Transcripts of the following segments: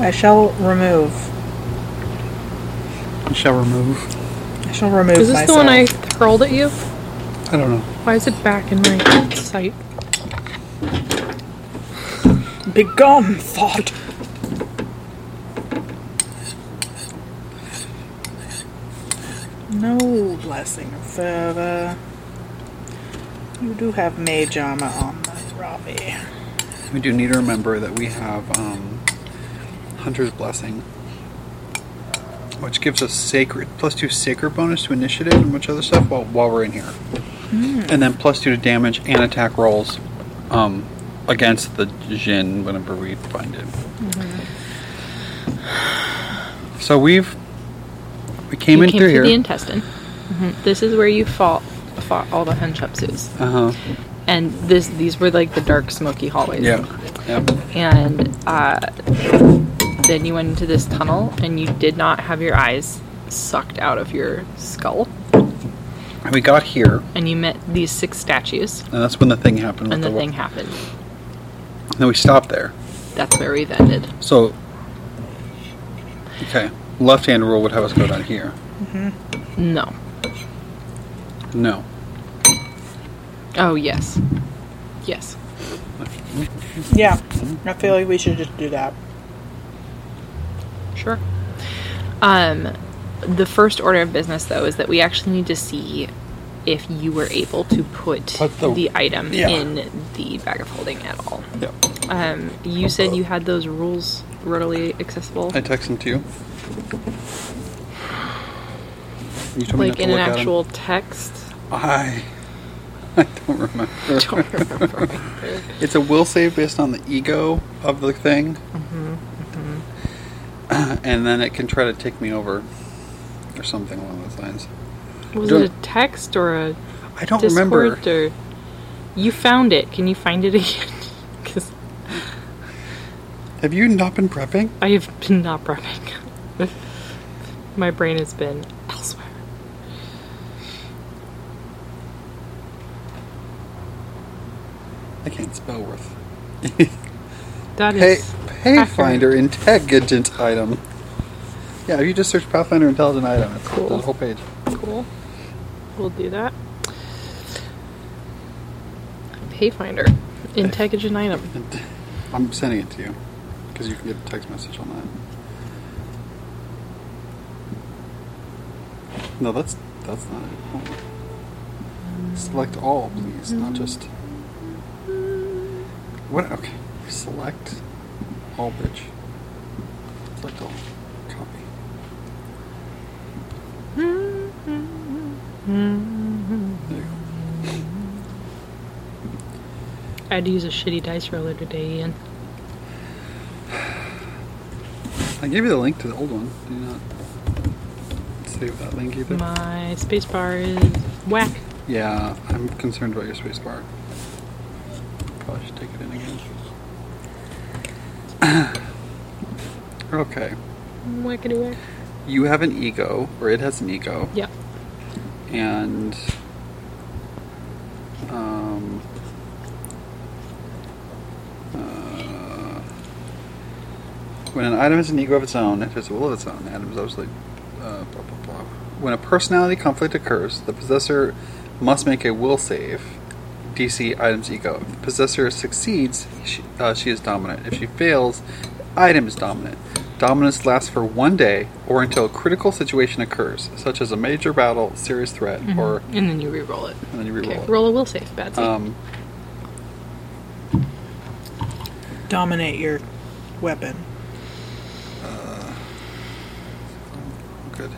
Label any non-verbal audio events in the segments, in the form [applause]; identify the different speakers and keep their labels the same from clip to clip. Speaker 1: I shall remove.
Speaker 2: I shall remove.
Speaker 1: I shall remove
Speaker 3: Is this the one I
Speaker 1: myself.
Speaker 3: hurled at you?
Speaker 2: I don't know.
Speaker 3: Why is it back in my sight?
Speaker 1: Begone, thought. No blessing of fervor. You do have mage armor on, though, Robbie.
Speaker 2: We do need to remember that we have um, Hunter's Blessing, which gives us sacred plus two sacred bonus to initiative and much other stuff while, while we're in here,
Speaker 4: Hmm.
Speaker 2: and then plus two to damage and attack rolls um, against the Jin whenever we find it.
Speaker 4: Mm-hmm.
Speaker 2: So we've we came
Speaker 4: you
Speaker 2: in
Speaker 4: came
Speaker 2: through
Speaker 4: through the
Speaker 2: here.
Speaker 4: intestine. This is where you fought fought all the henchupsus,
Speaker 2: uh huh.
Speaker 4: and this these were like the dark, smoky hallways.
Speaker 2: Yeah. Yep.
Speaker 4: And uh, then you went into this tunnel, and you did not have your eyes sucked out of your skull,
Speaker 2: And we got here,
Speaker 4: and you met these six statues,
Speaker 2: and that's when the thing happened. with
Speaker 4: and the
Speaker 2: wa-
Speaker 4: thing happened.
Speaker 2: And then we stopped there.
Speaker 4: That's where we've ended.
Speaker 2: So, okay, left hand rule would have us go down here.
Speaker 4: No.
Speaker 2: No.
Speaker 4: Oh yes. Yes.
Speaker 1: Yeah, I feel like we should just do that.
Speaker 4: Sure. Um, the first order of business, though, is that we actually need to see if you were able to put,
Speaker 2: Put the-
Speaker 4: the, item
Speaker 2: yeah.
Speaker 4: in the bag of holding at all.
Speaker 2: Yep.
Speaker 4: Um, you said you had those rules readily accessible,
Speaker 2: I text them to you. You told me not
Speaker 4: like
Speaker 2: to
Speaker 4: in an
Speaker 2: look at 'em.
Speaker 4: actual
Speaker 2: [laughs]
Speaker 4: text.
Speaker 2: I. I don't remember.
Speaker 4: Don't remember.
Speaker 2: It's a will save based on the ego of the thing.
Speaker 4: Mm-hmm,
Speaker 2: And then it can try to take me over or something along those lines.
Speaker 4: Was
Speaker 2: Don't-
Speaker 4: it a text or a
Speaker 2: I don't
Speaker 4: Discord
Speaker 2: remember.
Speaker 4: or? You found it. Can you find it again? [laughs] Because
Speaker 2: Have you not been prepping?
Speaker 4: I have been not prepping. [laughs] My brain has been elsewhere.
Speaker 2: I can't spell worth. [laughs]
Speaker 4: That
Speaker 2: Pay,
Speaker 4: is
Speaker 2: Pathfinder Intelligent Item. Yeah, if you just search Pathfinder Intelligent Item, it's
Speaker 4: Cool.
Speaker 2: the whole page.
Speaker 4: Cool. We'll do that. Payfinder. Integument item.
Speaker 2: And [laughs] I'm sending it to you because you can get a text message on that. No, that's that's not it. Hold on. Select all, please, not just. What? Okay. Select all bridge. Select all. Copy. There you go.
Speaker 4: I had to use a shitty dice roller today, Ian.
Speaker 2: I gave you the link to the old one. Do you not save that link either?
Speaker 4: My spacebar is whack.
Speaker 2: Yeah, I'm concerned about your space bar. Probably should take it in again. [clears throat] okay.
Speaker 4: Whackity whack.
Speaker 2: You have an ego, or it has an ego,
Speaker 4: Yep.
Speaker 2: and um uh, when an item has an ego of its own, if it's a will of its own, the item is obviously uh, blah blah blah. When a personality conflict occurs, the possessor must make a will save. DC item's ego. If the possessor succeeds, she, uh, she is dominant. If she fails, the item is dominant. Dominance lasts for one day or until a critical situation occurs, such as a major battle, serious threat, or
Speaker 4: And then you reroll it.
Speaker 2: and then you reroll
Speaker 4: Mm-hmm. Okay.
Speaker 2: it.
Speaker 4: Roll a will save, Batsy.
Speaker 2: Um,
Speaker 1: Dominate your weapon.
Speaker 2: good.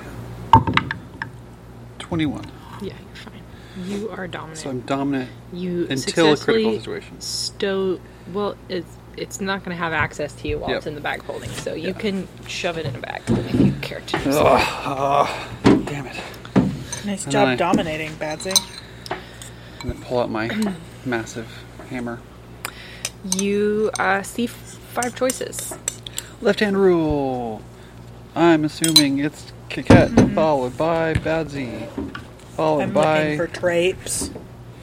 Speaker 2: Twenty-one.
Speaker 4: yeah, you're fine. You are dominant.
Speaker 2: So I'm dominant.
Speaker 4: you
Speaker 2: until a critical
Speaker 4: successfully
Speaker 2: situation.
Speaker 4: Stow. Well, it's it's not going to have access to you while
Speaker 2: Yep.
Speaker 4: it's in the bag holding, so you can shove it in a bag if you care to.
Speaker 2: Ugh, ah, damn it!
Speaker 1: Nice
Speaker 2: And
Speaker 1: job
Speaker 2: I-
Speaker 1: dominating, Badsy.
Speaker 2: And then pull out
Speaker 4: [clears throat]
Speaker 2: my massive hammer.
Speaker 4: You uh, see f- five choices.
Speaker 2: Left-hand rule. I'm assuming it's Kiket
Speaker 4: Mm-hmm.
Speaker 2: followed by Badsy, followed
Speaker 1: I'm
Speaker 2: by
Speaker 1: looking for traipes.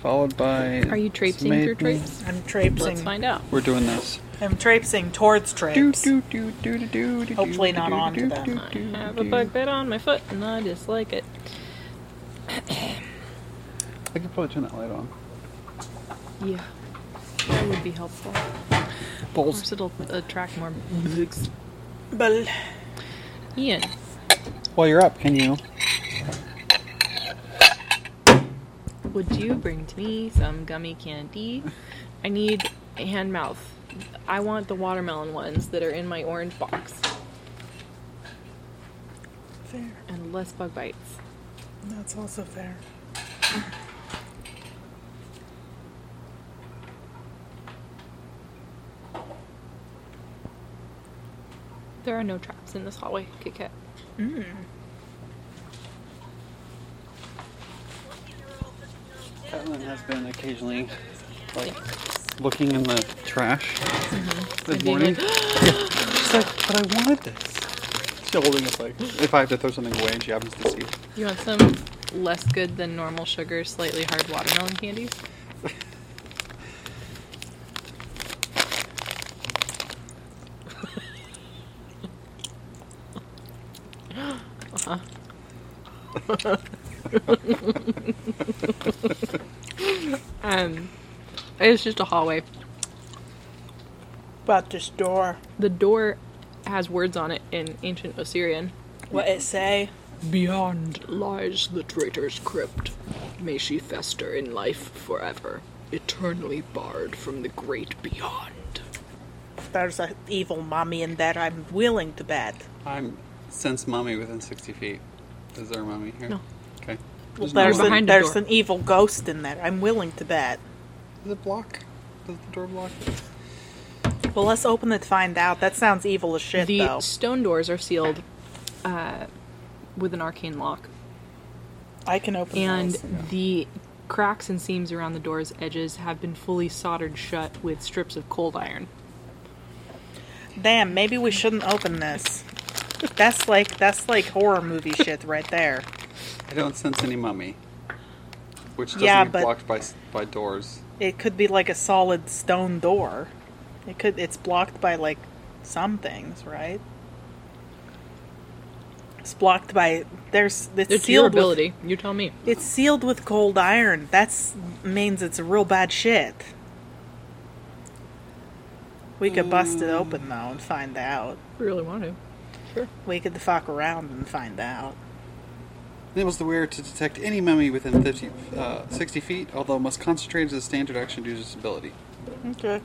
Speaker 2: followed by.
Speaker 4: Are you traipsing through
Speaker 2: Smaidman.
Speaker 4: traipes?
Speaker 1: I'm traipsing.
Speaker 4: Let's find out.
Speaker 2: We're doing this.
Speaker 1: I'm traipsing towards traipse. Hopefully
Speaker 2: Hopefully
Speaker 1: not onto them.
Speaker 4: I have a bug bit on my foot and I dislike it.
Speaker 2: I could probably turn that light on.
Speaker 4: Yeah. That would be helpful. Of course, it'll attract more bugs.
Speaker 1: Bel-
Speaker 4: Ian,
Speaker 2: Well, you're up. Can you?
Speaker 4: would you bring to me some gummy candy? I need hand mouth. I want the watermelon ones that are in my orange box.
Speaker 1: fair.
Speaker 4: And less bug bites.
Speaker 1: That's also fair.
Speaker 4: There are no traps in this hallway, Kit Kat.
Speaker 2: Catelyn has been occasionally like looking in the trash
Speaker 4: And
Speaker 2: this
Speaker 4: being
Speaker 2: morning.
Speaker 4: Mm-hmm. like, [gasps]
Speaker 2: She's like, but I wanted this. She's holding us like, if I have to throw something away and she happens to see it.
Speaker 4: you want some less good than normal sugar, slightly hard watermelon candies? Uh-huh. [laughs] Um, it's just a hallway.
Speaker 1: About this door.
Speaker 4: The door has words on it in ancient Assyrian.
Speaker 1: What it say?
Speaker 4: Beyond lies the traitor's crypt. May she fester in life forever, eternally barred from the great beyond.
Speaker 1: There's an evil mommy in there, I'm willing to bet.
Speaker 2: I'm sense mommy within 60 feet. Is there a mommy here?
Speaker 4: No.
Speaker 2: Okay.
Speaker 1: Well,
Speaker 2: There's no
Speaker 1: there's
Speaker 2: mommy.
Speaker 1: an,
Speaker 4: behind the
Speaker 1: there's
Speaker 4: door.
Speaker 1: an evil ghost in there, I'm willing to bet.
Speaker 2: Does it block? Does the door block?
Speaker 1: Well, let's open it to find out. That sounds evil as shit,
Speaker 4: the
Speaker 1: though.
Speaker 4: stone doors are sealed uh, with an arcane lock,
Speaker 1: I can open
Speaker 4: and
Speaker 1: those.
Speaker 4: the cracks and seams around the door's edges have been fully soldered shut with strips of cold iron.
Speaker 1: Damn, maybe we shouldn't open this. That's like that's like horror movie shit right there.
Speaker 2: I don't sense any mummy. Which doesn't
Speaker 1: Yeah,
Speaker 2: get
Speaker 1: but-
Speaker 2: blocked by s- by doors.
Speaker 1: It could be like a solid stone door. It could it's blocked by like some things, right? It's blocked by there's it's
Speaker 4: It's your
Speaker 1: sealed with,
Speaker 4: ability. You tell me.
Speaker 1: it's sealed with cold iron. That's means it's real bad shit. We could bust it open though and find out.
Speaker 4: Really want to. Sure.
Speaker 1: We could fuck around and find out.
Speaker 2: Enables the wearer to detect any mummy within 50, uh, 60 feet, although must concentrate as a standard action due to disability.
Speaker 1: Okay.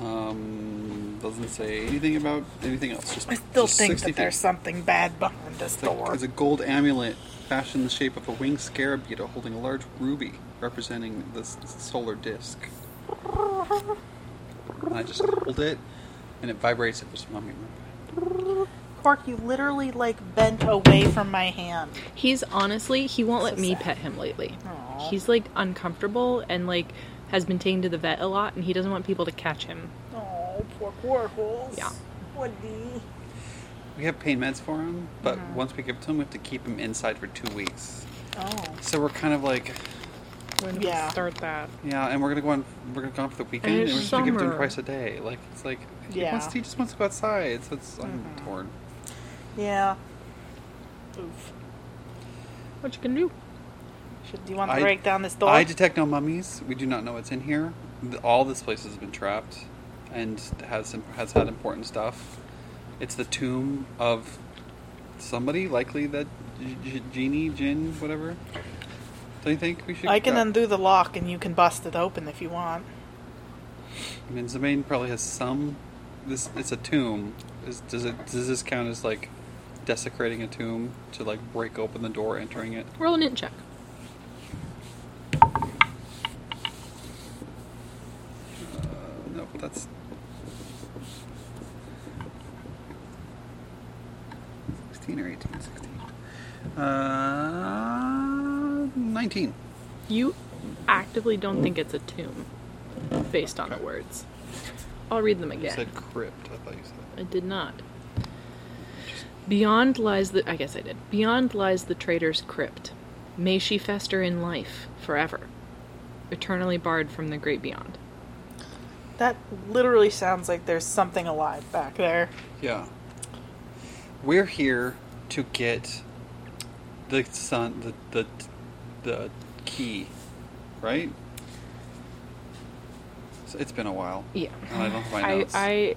Speaker 2: Um, doesn't say anything about anything else. Just,
Speaker 1: I still
Speaker 2: just
Speaker 1: think
Speaker 2: 60
Speaker 1: that
Speaker 2: feet.
Speaker 1: there's something bad behind this
Speaker 2: It's like-
Speaker 1: door.
Speaker 2: It's a gold amulet fashioned in the shape of a winged scarab beetle holding a large ruby representing the s- solar disk. And I just hold it, and it vibrates if there's a mummy.
Speaker 1: Cork, you literally like bent away from my hand.
Speaker 4: He's honestly, he won't let
Speaker 1: So
Speaker 4: me
Speaker 1: sad.
Speaker 4: pet him lately.
Speaker 1: Aw.
Speaker 4: He's like uncomfortable and like has been taken to the vet a lot and he doesn't want people to catch him.
Speaker 1: Oh, poor Quarkles.
Speaker 4: Yeah.
Speaker 1: Woody.
Speaker 2: We have pain meds for him, but
Speaker 1: Mm-hmm.
Speaker 2: once we give it to him, we have to keep him inside for two weeks.
Speaker 1: Oh.
Speaker 2: So we're kind of like,
Speaker 5: When did
Speaker 1: Yeah.
Speaker 5: we start that?
Speaker 2: yeah, and we're gonna go on. We're gonna go on for the weekend,
Speaker 4: And
Speaker 2: and,
Speaker 4: it's
Speaker 2: we're just gonna give it to him
Speaker 4: summer.
Speaker 2: twice a day. Like it's like he
Speaker 1: Yeah.
Speaker 2: wants. To, he just wants to go outside. So it's I'm
Speaker 1: Mm-hmm.
Speaker 2: torn.
Speaker 1: Yeah. Oof.
Speaker 4: What you gonna do?
Speaker 1: Should, do you want to
Speaker 2: I-
Speaker 1: break down this door?
Speaker 2: I detect no mummies. We do not know what's in here. Th- All this place has been trapped, and has has had important stuff. It's the tomb of somebody, likely that g- g- genie, jinn, whatever. Do you think we should?
Speaker 1: I can
Speaker 2: go?
Speaker 1: undo the lock and you can bust it open if you want.
Speaker 2: I mean, Zemain probably has some. This it's a tomb. Is, does it? Does this count as like desecrating a tomb to like break open the door, entering it?
Speaker 4: Roll an int check.
Speaker 2: Uh, no, that's sixteen or eighteen. Sixteen. Uh, nineteen.
Speaker 4: You actively don't think it's a tomb based on the words. I'll read them
Speaker 2: You
Speaker 4: again.
Speaker 2: said crypt. I thought you said.
Speaker 4: I did not. Beyond lies the. I guess I did. Beyond lies the traitor's crypt. May she fester in life forever, eternally barred from the great beyond.
Speaker 1: That literally sounds like there's something alive back there.
Speaker 2: Yeah. We're here to get the sun, the the the key, right? So it's been a while.
Speaker 4: Yeah.
Speaker 2: And I don't have my
Speaker 4: I,
Speaker 2: notes.
Speaker 4: I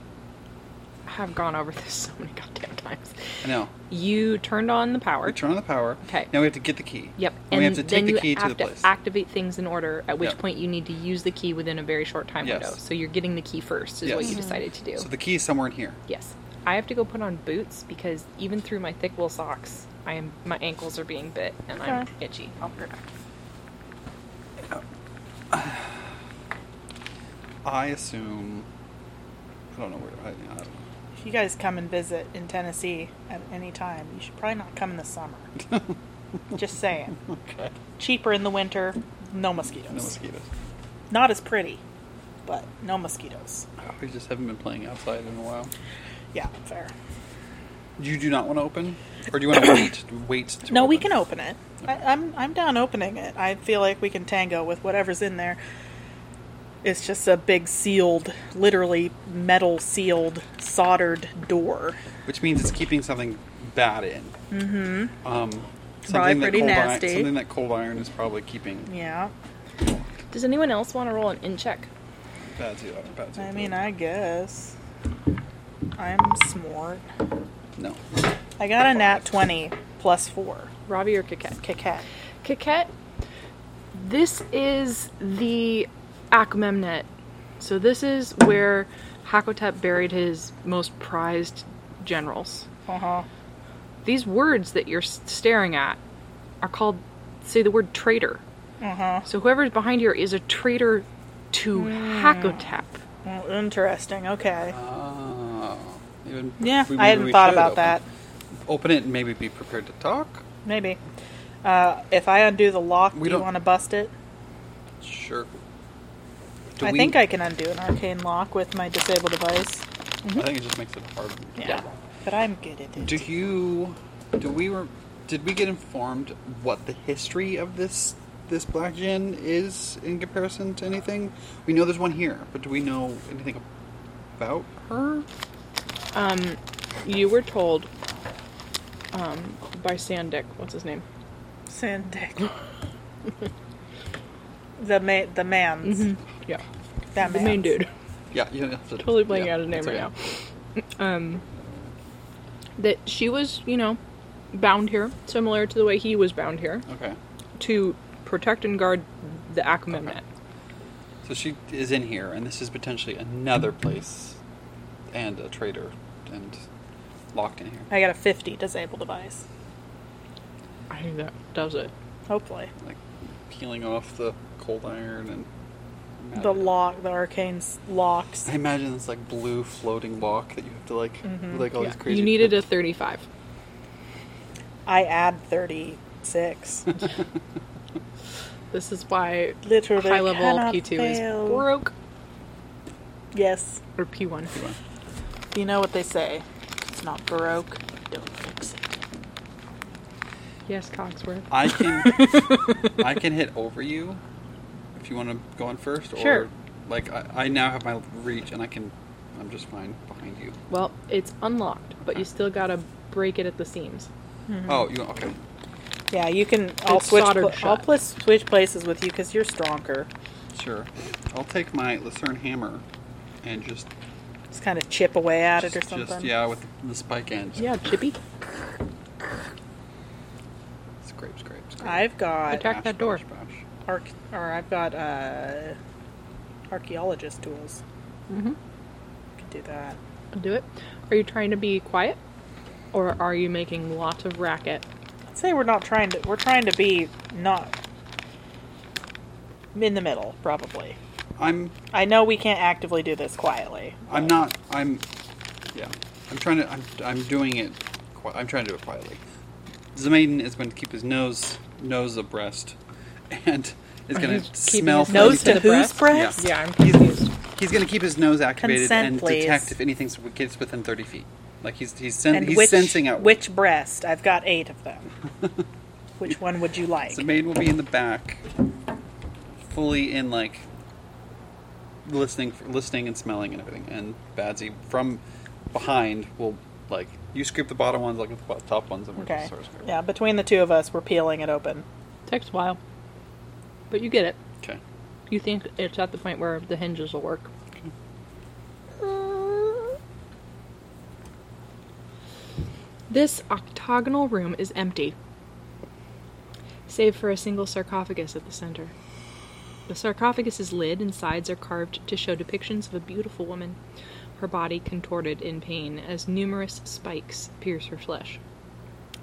Speaker 4: have gone over this [laughs] so many goddamn times.
Speaker 2: I know.
Speaker 4: You turned on the power.
Speaker 2: We turn on the power.
Speaker 4: Okay.
Speaker 2: Now we have to get the key.
Speaker 4: Yep.
Speaker 2: And, we have to
Speaker 4: then
Speaker 2: take the
Speaker 4: you
Speaker 2: key to
Speaker 4: have
Speaker 2: the place.
Speaker 4: activate things in order, at which
Speaker 2: Yep.
Speaker 4: point you need to use the key within a very short time
Speaker 2: Yes.
Speaker 4: window. So you're getting the key first, is what
Speaker 2: Yes.
Speaker 4: you decided to do.
Speaker 2: So the key is somewhere in here.
Speaker 4: yes. I have to go put on boots because even through my thick wool socks, I am my ankles are being bit and I'm
Speaker 1: Okay.
Speaker 4: itchy. I'll be right back.
Speaker 2: I assume. I don't know where. I, I don't know.
Speaker 1: If you guys come and visit in Tennessee at any time, you should probably not come in the
Speaker 2: [laughs]
Speaker 1: summer. Just saying.
Speaker 2: Okay.
Speaker 1: Cheaper in the winter, no mosquitoes.
Speaker 2: No mosquitoes.
Speaker 1: Not as pretty, but no mosquitoes.
Speaker 2: We just haven't been playing outside in a while.
Speaker 1: Yeah, fair.
Speaker 2: You do not want to open, or do you want to [coughs] wait? Wait. To
Speaker 1: no, we
Speaker 2: open?
Speaker 1: can open it. I, I'm I'm down opening it. I feel like we can tango with whatever's in there. It's just a big sealed, literally metal sealed, soldered door.
Speaker 2: Which means it's keeping something bad in. Mm-hmm. Um, something
Speaker 1: Probably
Speaker 2: that
Speaker 1: pretty
Speaker 2: cold iron-
Speaker 1: nasty.
Speaker 2: something that cold iron is probably keeping
Speaker 1: Yeah,
Speaker 4: Does anyone else want to roll an in check?
Speaker 2: bad too. Bad too.
Speaker 1: I mean, I guess I'm smart.
Speaker 2: no.
Speaker 1: I got a nat twenty plus four.
Speaker 4: Robbie or Kikette?
Speaker 1: Kikat.
Speaker 4: Kikette, this is the Akhmemnet. So this is where Hakotep buried his most prized generals.
Speaker 1: Uh huh.
Speaker 4: These words that you're s- staring at are called, say the word traitor.
Speaker 1: Uh huh.
Speaker 4: So whoever's behind you is a traitor to Hakotep.
Speaker 1: Well, interesting. Okay.
Speaker 2: Oh. Even-
Speaker 1: Yeah,
Speaker 2: we-
Speaker 1: I hadn't
Speaker 2: we
Speaker 1: thought
Speaker 2: should
Speaker 1: about
Speaker 2: open-
Speaker 1: that.
Speaker 2: Open it and maybe be prepared to talk.
Speaker 1: Maybe. Uh, if I undo the lock,
Speaker 2: We
Speaker 1: do you
Speaker 2: don't-
Speaker 1: want to bust it?
Speaker 2: Sure.
Speaker 1: I think I can undo an arcane lock with my disable device. mm-hmm.
Speaker 2: I think it just makes it harder.
Speaker 4: Yeah.
Speaker 1: But I'm good at it.
Speaker 2: Do you? Do we? Re- did we get informed what the history of this this black gin is in comparison to anything? We know there's one here, but do we know anything about her?
Speaker 4: You were told um, by Sandik, what's his name?
Speaker 1: Sandick. [laughs] the ma- the man's.
Speaker 4: Yeah.
Speaker 1: That
Speaker 4: The main
Speaker 1: man's.
Speaker 4: dude. [laughs]
Speaker 2: Yeah, you don't have to,
Speaker 4: totally blanking
Speaker 2: yeah,
Speaker 4: out his name
Speaker 2: that's
Speaker 4: right
Speaker 2: okay.
Speaker 4: now. Um, that she was, you know, bound here, similar to the way he was bound here,
Speaker 2: Okay,
Speaker 4: to protect and guard the Akhmemnet.
Speaker 2: so she is in here, and this is potentially another place, and a traitor, and locked in here.
Speaker 1: I got a 50 disable device.
Speaker 4: I think that does it.
Speaker 1: Hopefully.
Speaker 2: like peeling off the cold iron and
Speaker 1: The lock, the arcane s- locks.
Speaker 2: I imagine this like blue floating lock that you have to like with, like all
Speaker 4: Yeah.
Speaker 2: these crazy.
Speaker 4: Mm-hmm. You needed a 35.
Speaker 1: I add [laughs] 36.
Speaker 4: This is why
Speaker 1: Literally.
Speaker 4: high level
Speaker 1: cannot
Speaker 4: P2
Speaker 1: fail.
Speaker 4: is broke,
Speaker 1: Yes.
Speaker 4: or P1.
Speaker 1: You know what they say. It's not broke. Don't fix it.
Speaker 4: Yes, Cogsworth.
Speaker 2: I can
Speaker 4: [laughs]
Speaker 2: I can hit over you if you want to go on first.
Speaker 4: Sure.
Speaker 2: Or like I, I now have my reach and I can I'm just fine behind you.
Speaker 4: Well, it's unlocked, but you still gotta break it at the seams. Mm-hmm.
Speaker 2: Oh, you okay?
Speaker 1: Yeah, you can. I'll
Speaker 4: It's
Speaker 1: switch.
Speaker 4: soldered
Speaker 1: Pl- I'll
Speaker 4: shut.
Speaker 1: pl- switch places with you because you're stronger.
Speaker 2: Sure. I'll take my Lucerne hammer and just
Speaker 1: Just kind of chip away at it or
Speaker 2: just,
Speaker 1: something.
Speaker 2: just yeah with the spike end.
Speaker 4: Yeah, Chippy,
Speaker 2: Scrape, scrape, scrape.
Speaker 1: I've got.
Speaker 4: Attack that door.
Speaker 2: bash, bash.
Speaker 1: Arc- or I've got uh, archaeologist tools. Mm-hmm.
Speaker 4: Mhm.
Speaker 1: Could do that.
Speaker 4: do it. Are you trying to be quiet, or are you making lots of racket?
Speaker 1: I'd say we're not trying to. We're trying to be not in the middle, probably.
Speaker 2: I'm
Speaker 1: I know we can't actively do this quietly.
Speaker 2: I'm not. I'm. Yeah. I'm trying to. I'm. I'm doing it. Qui- I'm trying to do it quietly. Zemaiden is going to keep his nose nose abreast, [laughs] and is going
Speaker 4: He's
Speaker 2: to
Speaker 4: keeping
Speaker 2: smell
Speaker 4: his
Speaker 2: for
Speaker 1: Nose
Speaker 4: to
Speaker 1: to
Speaker 4: the
Speaker 2: anything.
Speaker 1: whose
Speaker 4: breast?
Speaker 1: breast?
Speaker 4: Yeah, I'm confused.
Speaker 2: He's going to keep his nose activated
Speaker 1: Consent,
Speaker 2: and
Speaker 1: please.
Speaker 2: detect if anything gets within thirty feet. Like he's he's sen-
Speaker 1: And
Speaker 2: he's
Speaker 1: which,
Speaker 2: sensing out.
Speaker 1: which breast? I've got eight of them. which one would you like?
Speaker 2: Zemaiden will be in the back, fully in like listening, listening and smelling and everything. And Badsy from behind will like you scoop the bottom ones, like with the top ones, and we're
Speaker 1: Okay.
Speaker 2: just sort of scraping.
Speaker 1: Yeah, between the two of us, we're peeling it open.
Speaker 4: Takes a while. But you get it.
Speaker 2: Okay.
Speaker 4: You think it's at the point where the hinges will work. This octagonal room is empty, save for a single sarcophagus at the center. The sarcophagus's lid and sides are carved to show depictions of a beautiful woman, her body contorted in pain as numerous spikes pierce her flesh.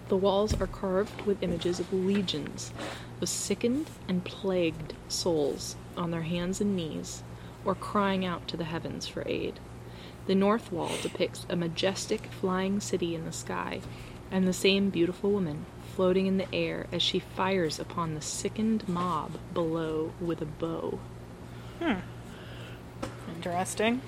Speaker 4: The walls are carved with images of legions of sickened and plagued souls on their hands and knees or crying out to the heavens for aid. The north wall depicts a majestic flying city in the sky and the same beautiful woman floating in the air as she fires upon the sickened mob below with a bow.
Speaker 1: Interesting.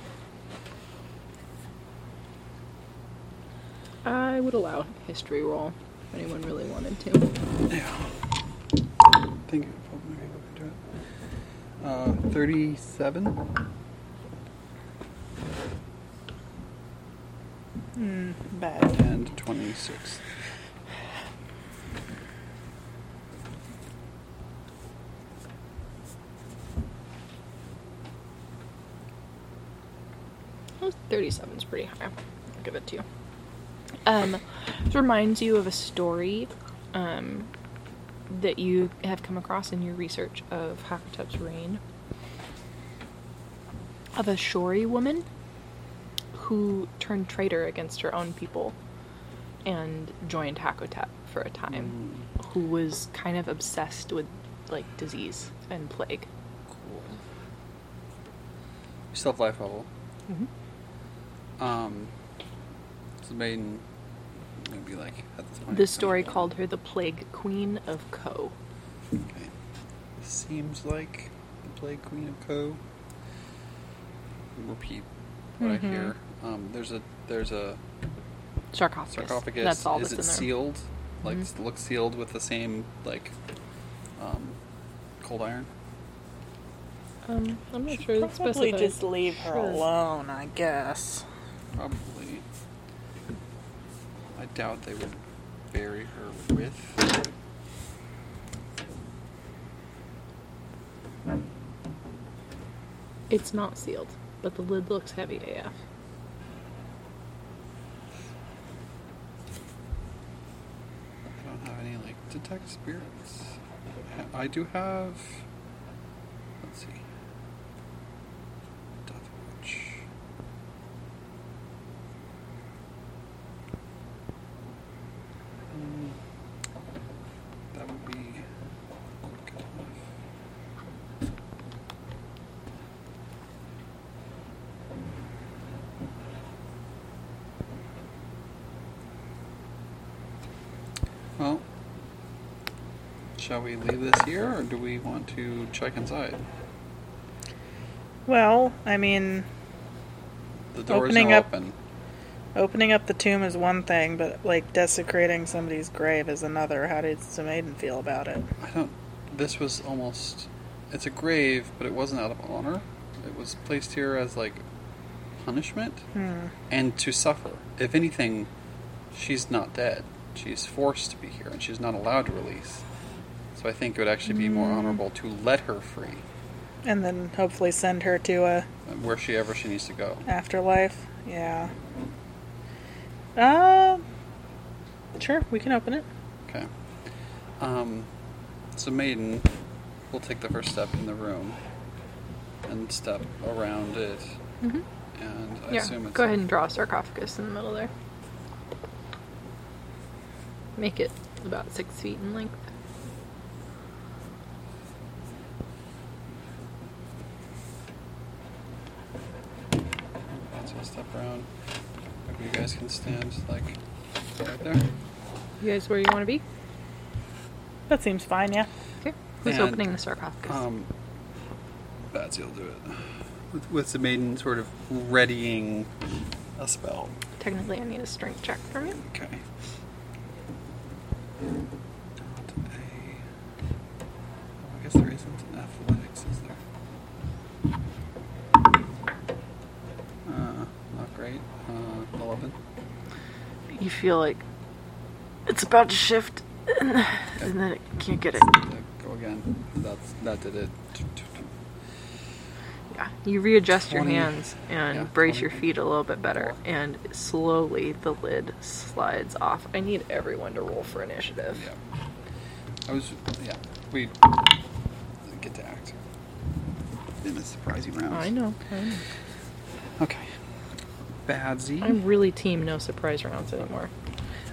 Speaker 4: I would allow a history roll if anyone really wanted to.
Speaker 2: Thank you. Probably maybe we can do it. Uh, Thirty-seven.
Speaker 1: Bad.
Speaker 2: and 26.
Speaker 4: Well, 37 is pretty high. I'll give it to you. Um, this reminds you of a story um, that you have come across in your research of Hakatup's reign of a Shori woman who turned traitor against her own people and joined Hakotep for a time, who was kind of obsessed with like disease and plague.
Speaker 2: Cool. You still have life level. Um, it's maiden. It'd be like at the time.
Speaker 4: The story called her the Plague Queen of Ko.
Speaker 2: Okay. Seems like the Plague Queen of Co. Repeat what I hear.
Speaker 4: Mm-hmm.
Speaker 2: Um, there's a there's a
Speaker 4: sarcophagus.
Speaker 2: sarcophagus.
Speaker 4: That's all
Speaker 2: Is
Speaker 4: that's in
Speaker 2: it
Speaker 4: there. Mm-hmm.
Speaker 2: sealed? Like does it look sealed with the same like um, cold iron.
Speaker 4: Um, I'm not sure.
Speaker 1: Probably
Speaker 4: it's specified.
Speaker 1: just leave her
Speaker 4: Sure.
Speaker 1: alone, I guess.
Speaker 2: Probably. I doubt they would bury her with.
Speaker 4: It's not sealed, but the lid looks heavy AF.
Speaker 2: I don't have any like detect spirits. Ha- I do have. Let's see. Death Watch. Mm, That would be quick enough. Well, shall we leave this here, or do we want to check inside?
Speaker 1: Well, I mean,
Speaker 2: The door
Speaker 1: Opening
Speaker 2: is now
Speaker 1: up-
Speaker 2: open.
Speaker 1: opening up the tomb is one thing, but like desecrating somebody's grave is another. How did Samaden feel about it?
Speaker 2: I don't. This was almost. It's a grave, but it wasn't out of honor. It was placed here as like punishment
Speaker 4: Hmm.
Speaker 2: and to suffer. If anything, she's not dead. She's forced to be here, and she's not allowed to release. So I think it would actually be
Speaker 4: Hmm.
Speaker 2: more honorable to let her free,
Speaker 1: And then hopefully send her to a
Speaker 2: uh, where she ever she needs to go.
Speaker 1: afterlife. Yeah. Uh, sure, we can open it.
Speaker 2: Okay. Um, so Maiden will take the first step in the room and step around it. And I
Speaker 4: Mm-hmm. Yeah.
Speaker 2: assume it's
Speaker 4: Go ahead and draw a sarcophagus in the middle there. Make it about six feet in length.
Speaker 2: So I'll step around. Maybe you guys can stand like right there.
Speaker 4: You guys where you want to be?
Speaker 1: That seems fine, yeah.
Speaker 4: Okay. Who's
Speaker 2: And,
Speaker 4: opening the sarcophagus?
Speaker 2: Um, Batsy will do it. With, with the maiden sort of readying a spell.
Speaker 4: Technically, I need a strength check from you.
Speaker 2: Okay. Not a. I guess there isn't an athletics, is there? Uh,
Speaker 6: you feel like it's about to shift, and, and then it can't get it.
Speaker 2: Go again. That's that did it.
Speaker 6: Yeah. You readjust your
Speaker 2: 20.
Speaker 6: hands and
Speaker 2: Yeah,
Speaker 6: brace
Speaker 2: 20.
Speaker 6: your feet a little bit better, and slowly the lid slides off. I need everyone to roll for initiative.
Speaker 2: Yeah. I was. Yeah. We get to act in a surprising round.
Speaker 4: I know. I know.
Speaker 2: Okay. Badsy.
Speaker 4: I'm really team no surprise rounds anymore.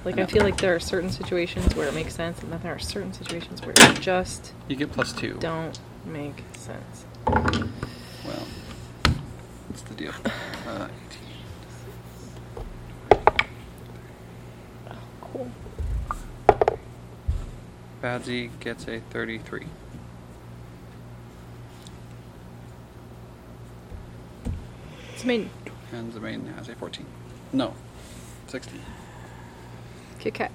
Speaker 4: Like
Speaker 2: I
Speaker 4: I,
Speaker 2: know.
Speaker 4: feel like there are certain situations where it makes sense, and then there are certain situations where it just
Speaker 2: You get plus two.
Speaker 4: don't make sense.
Speaker 2: Well, what's the deal? Uh, 18.
Speaker 4: Cool.
Speaker 2: Badsy gets a 33.
Speaker 4: It's made
Speaker 2: And the main has a 14. No, 16.
Speaker 4: Kit Kat.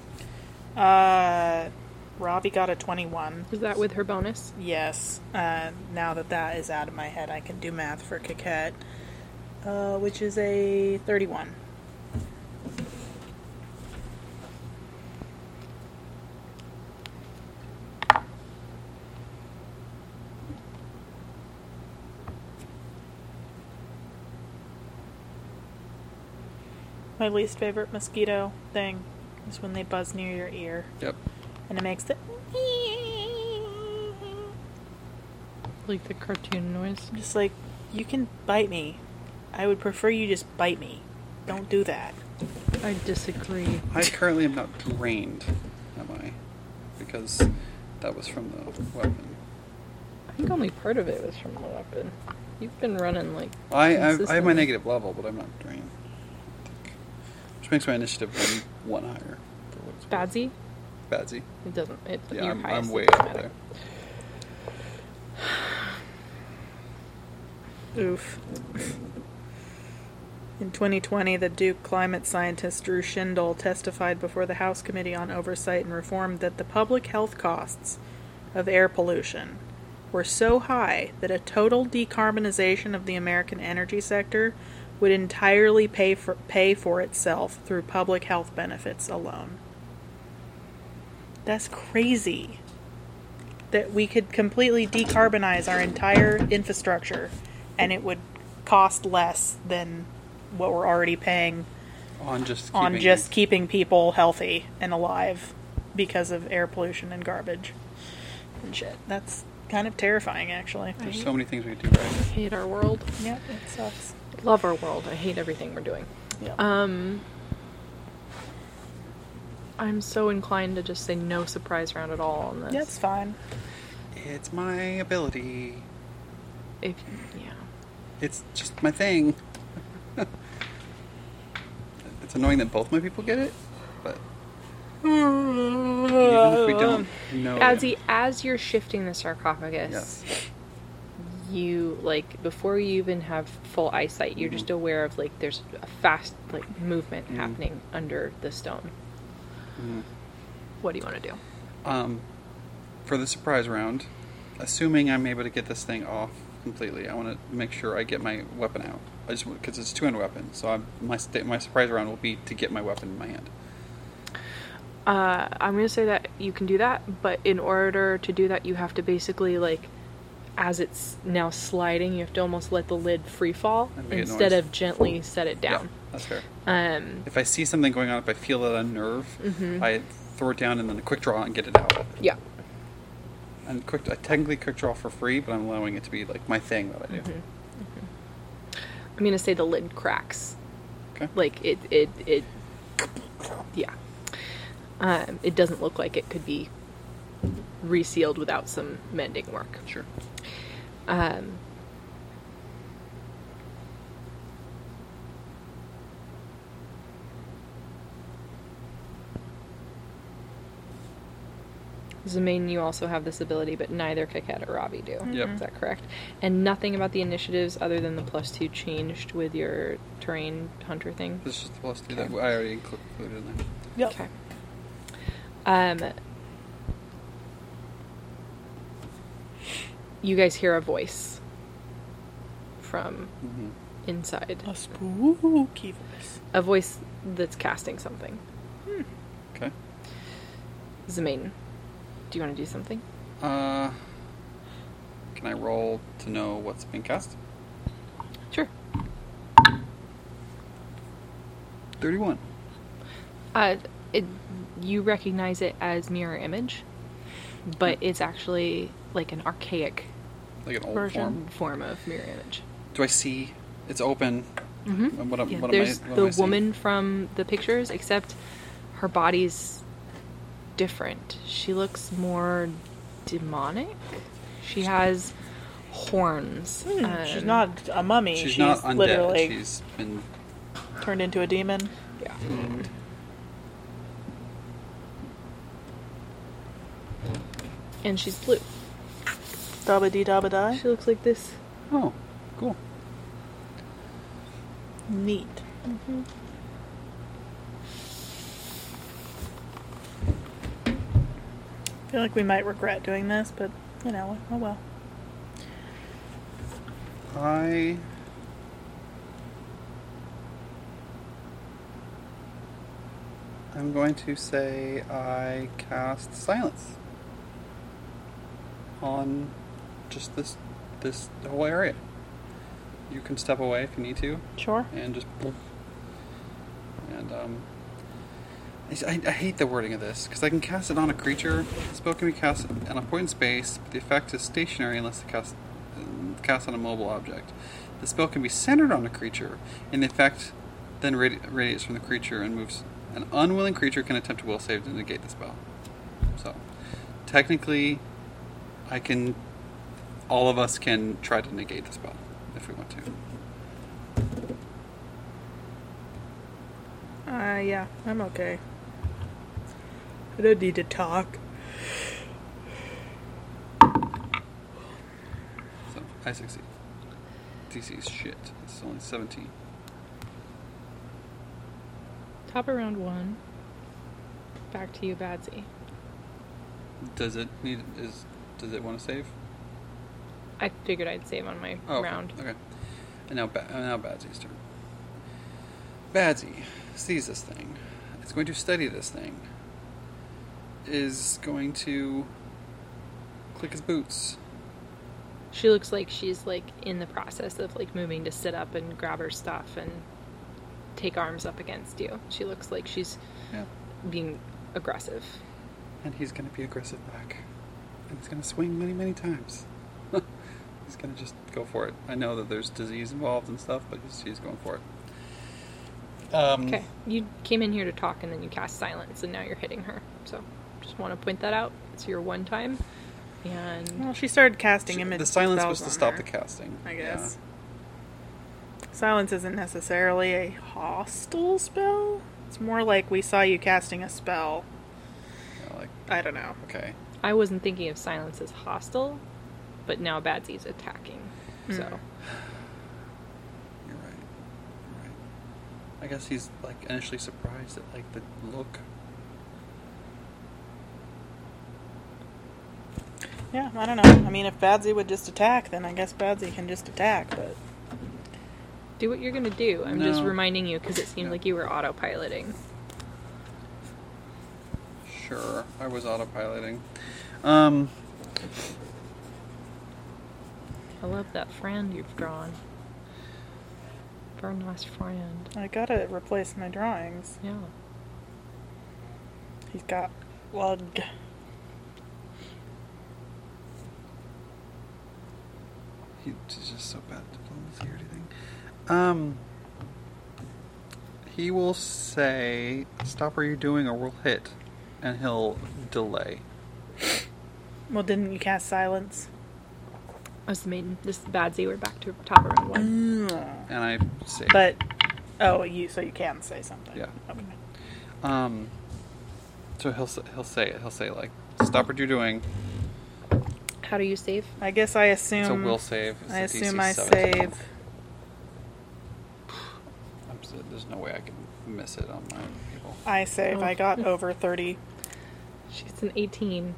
Speaker 1: Uh, Robbie got a 21.
Speaker 4: Was that with her bonus?
Speaker 1: Yes. Uh, now that that is out of my head, I can do math for Kiket, uh, which is a 31. My least favorite mosquito thing is when they buzz near your ear
Speaker 2: Yep.
Speaker 1: and it makes the [laughs]
Speaker 4: Like the cartoon noise.
Speaker 1: I'm just like, you can bite me. I would prefer you just bite me. Don't do that.
Speaker 4: I disagree. [laughs]
Speaker 2: I currently am not drained, am I? Because that was from the weapon.
Speaker 4: I think only part of it was from the weapon. You've been running like
Speaker 2: I, I, I have my
Speaker 4: consistently.
Speaker 2: negative level, but I'm not drained. I think. Which makes my initiative one, one higher. for what it's worth.
Speaker 4: Badsy.
Speaker 2: Badsy.
Speaker 4: It doesn't. It,
Speaker 2: Yeah,
Speaker 4: your
Speaker 2: I'm, I'm
Speaker 4: highest, it
Speaker 2: way
Speaker 4: doesn't
Speaker 2: up
Speaker 4: matter.
Speaker 2: there.
Speaker 1: Oof. In 2020, the Duke climate scientist Drew Schindel testified before the House Committee on Oversight and Reform that the public health costs of air pollution were so high that a total decarbonization of the American energy sector would entirely pay for, pay for itself through public health benefits alone. That's crazy that we could completely decarbonize our entire infrastructure and it would cost less than what we're already paying
Speaker 2: On just keeping
Speaker 1: on just keeping people healthy and alive because of air pollution and garbage and shit. That's kind of terrifying, actually.
Speaker 2: There's so many things we could do right.
Speaker 4: Hate our world.
Speaker 1: Yeah, it sucks.
Speaker 4: Love our world. I hate everything we're doing.
Speaker 1: Yeah.
Speaker 4: Um, I'm so inclined to just say no surprise round at all on this.
Speaker 1: That's fine.
Speaker 2: It's my ability.
Speaker 4: If yeah,
Speaker 2: It's just my thing. [laughs] it's annoying that both my people get it, but even if we don't
Speaker 4: Uh,
Speaker 2: know,
Speaker 4: Adsy, as you're shifting the sarcophagus,
Speaker 2: Oh, Yes.
Speaker 4: you like before you even have full eyesight, you're
Speaker 2: Mm-hmm.
Speaker 4: just aware of like there's a fast like movement happening under the stone.
Speaker 2: Mm-hmm.
Speaker 4: What do you want to do?
Speaker 2: Um, for the surprise round, assuming I'm able to get this thing off completely, I want to make sure I get my weapon out. I just because it's a two-hand weapon, so I'm, my sta my surprise round will be to get my weapon in my hand.
Speaker 4: Uh, I'm gonna say that you can do that, but in order to do that, you have to basically like, as it's now sliding, you have to almost let the lid free fall
Speaker 2: And make a
Speaker 4: instead
Speaker 2: noise.
Speaker 4: of gently set it
Speaker 2: Yeah,
Speaker 4: down.
Speaker 2: that's fair.
Speaker 4: Um,
Speaker 2: If I see something going on, if I feel it unnerve, I throw it down and then a quick draw and get it out.
Speaker 4: yeah.
Speaker 2: And quick, I technically quick draw for free, but I'm allowing it to be like my thing that I do.
Speaker 4: I'm gonna say the lid cracks,
Speaker 2: Okay.
Speaker 4: like it, it, it. Yeah. Um, it doesn't look like it could be resealed without some mending work.
Speaker 2: Sure.
Speaker 4: Um, Zemaine, you also have this ability, but neither Kaket or Ravi do.
Speaker 2: Yep.
Speaker 4: Is that correct? And nothing about the initiatives other than the plus two changed with your terrain hunter thing?
Speaker 2: This is the plus three that I already inclu- included in there.
Speaker 1: Yep.
Speaker 4: Okay. Um, you guys hear a voice from
Speaker 2: Mm-hmm.
Speaker 4: inside.
Speaker 1: A spooky voice.
Speaker 4: A voice that's casting something.
Speaker 2: Okay.
Speaker 4: Zemain, do you want to do something?
Speaker 2: Uh, can I roll to know what's being cast?
Speaker 4: Sure.
Speaker 2: 31.
Speaker 4: Uh, it, you recognize it as mirror image, but it's actually like an archaic
Speaker 2: Like an old
Speaker 4: version
Speaker 2: form.
Speaker 4: form of mirror image.
Speaker 2: Do I see? It's open.
Speaker 4: Mhm.
Speaker 7: Mm-hmm.
Speaker 2: What, am-
Speaker 4: Yeah,
Speaker 2: what am I-
Speaker 4: there's
Speaker 2: what am I
Speaker 4: the
Speaker 2: seeing?
Speaker 4: woman from the pictures, except her body's different. She looks more demonic. She has horns.
Speaker 1: Hmm, she's
Speaker 4: um,
Speaker 1: not a mummy.
Speaker 2: She's, not undead.
Speaker 1: literally
Speaker 2: She's been.
Speaker 1: turned into a demon.
Speaker 4: Yeah. And she's blue.
Speaker 1: Dabba dee dabba die.
Speaker 4: She looks like this.
Speaker 2: Oh, cool.
Speaker 1: Neat. Mm-hmm. I feel like we might regret doing this, but you know, oh well.
Speaker 2: I. I'm going to say I cast silence on just this this whole area. You can step away if you need to,
Speaker 1: Sure.
Speaker 2: and just and um. I- I, I hate the wording of this because I can cast it on a creature. The spell can be cast on a point in space, but the effect is stationary unless the cast cast on a mobile object. The spell can be centered on a creature, and the effect then radi- radiates from the creature and moves. An unwilling creature can attempt a will save to negate the spell. So, technically, I can. All of us can try to negate the spell if we want to.
Speaker 1: Uh, yeah, I'm okay. I don't need to talk.
Speaker 2: So I succeed. DC is shit. It's only 17.
Speaker 7: Top of round one. Back to you, Badsy.
Speaker 2: Does it need? Is does it want to save?
Speaker 7: I figured I'd save on my
Speaker 2: Oh, okay.
Speaker 7: round.
Speaker 2: Okay. And now, ba- and now Badsy's turn. Badsy sees this thing. It's going to study this thing. Is going to click his boots.
Speaker 7: She looks like she's like in the process of like moving to sit up and grab her stuff and take arms up against you. She looks like she's
Speaker 2: Yeah.
Speaker 7: being aggressive.
Speaker 2: And he's going to be aggressive back. And he's going to swing many, many times. [laughs] he's going to just go for it. I know that there's disease involved and stuff, but he's, he's going for it. Um,
Speaker 7: Okay. You came in here to talk and then you cast silence and now you're hitting her. So just want to point that out. It's your one time. And
Speaker 1: Well, she started casting
Speaker 2: she-
Speaker 1: image.
Speaker 2: the silence
Speaker 1: spells
Speaker 2: was to
Speaker 1: on
Speaker 2: stop
Speaker 1: her,
Speaker 2: the casting.
Speaker 1: I
Speaker 2: Yeah.
Speaker 1: guess. Silence isn't necessarily a hostile spell. It's more like we saw you casting a spell.
Speaker 2: yeah like,
Speaker 1: I don't know.
Speaker 2: okay.
Speaker 7: I wasn't thinking of silence as hostile, but now Badsy's attacking. So
Speaker 2: You're right. You're right. I guess he's like initially surprised at like the look.
Speaker 1: Yeah, I don't know. I mean, if Badsy would just attack, then I guess Badsy can just attack, but.
Speaker 7: do what you're going to do. I'm just
Speaker 2: No.
Speaker 7: reminding you because it seemed
Speaker 2: No.
Speaker 7: like you were autopiloting.
Speaker 2: Sure, I was autopiloting. Um,
Speaker 7: I love that friend you've drawn. Very nice friend.
Speaker 1: I gotta replace my drawings.
Speaker 7: Yeah.
Speaker 1: He's got lug.
Speaker 2: he's just so bad at diplomacy or anything. Um, he will say, "Stop! Are you doing?" or we'll hit, and he'll delay.
Speaker 1: Well, didn't you cast silence?
Speaker 7: I was the maiden. This is Badsy. We're back to top of round one.
Speaker 2: And I say,
Speaker 1: But oh, you so you can say something.
Speaker 2: Yeah.
Speaker 1: Okay.
Speaker 2: um, so he'll s- he'll say it. He'll say like, "Stop! What you're doing?" Mm.
Speaker 7: How do you save?
Speaker 1: I guess I assume.
Speaker 2: It's a will save. It's
Speaker 1: I
Speaker 2: a
Speaker 1: assume
Speaker 2: DC
Speaker 1: I
Speaker 2: 17.
Speaker 1: save.
Speaker 2: I'm s there's no way I can miss it on my people.
Speaker 1: I save. I got over thirty.
Speaker 7: She's an 18,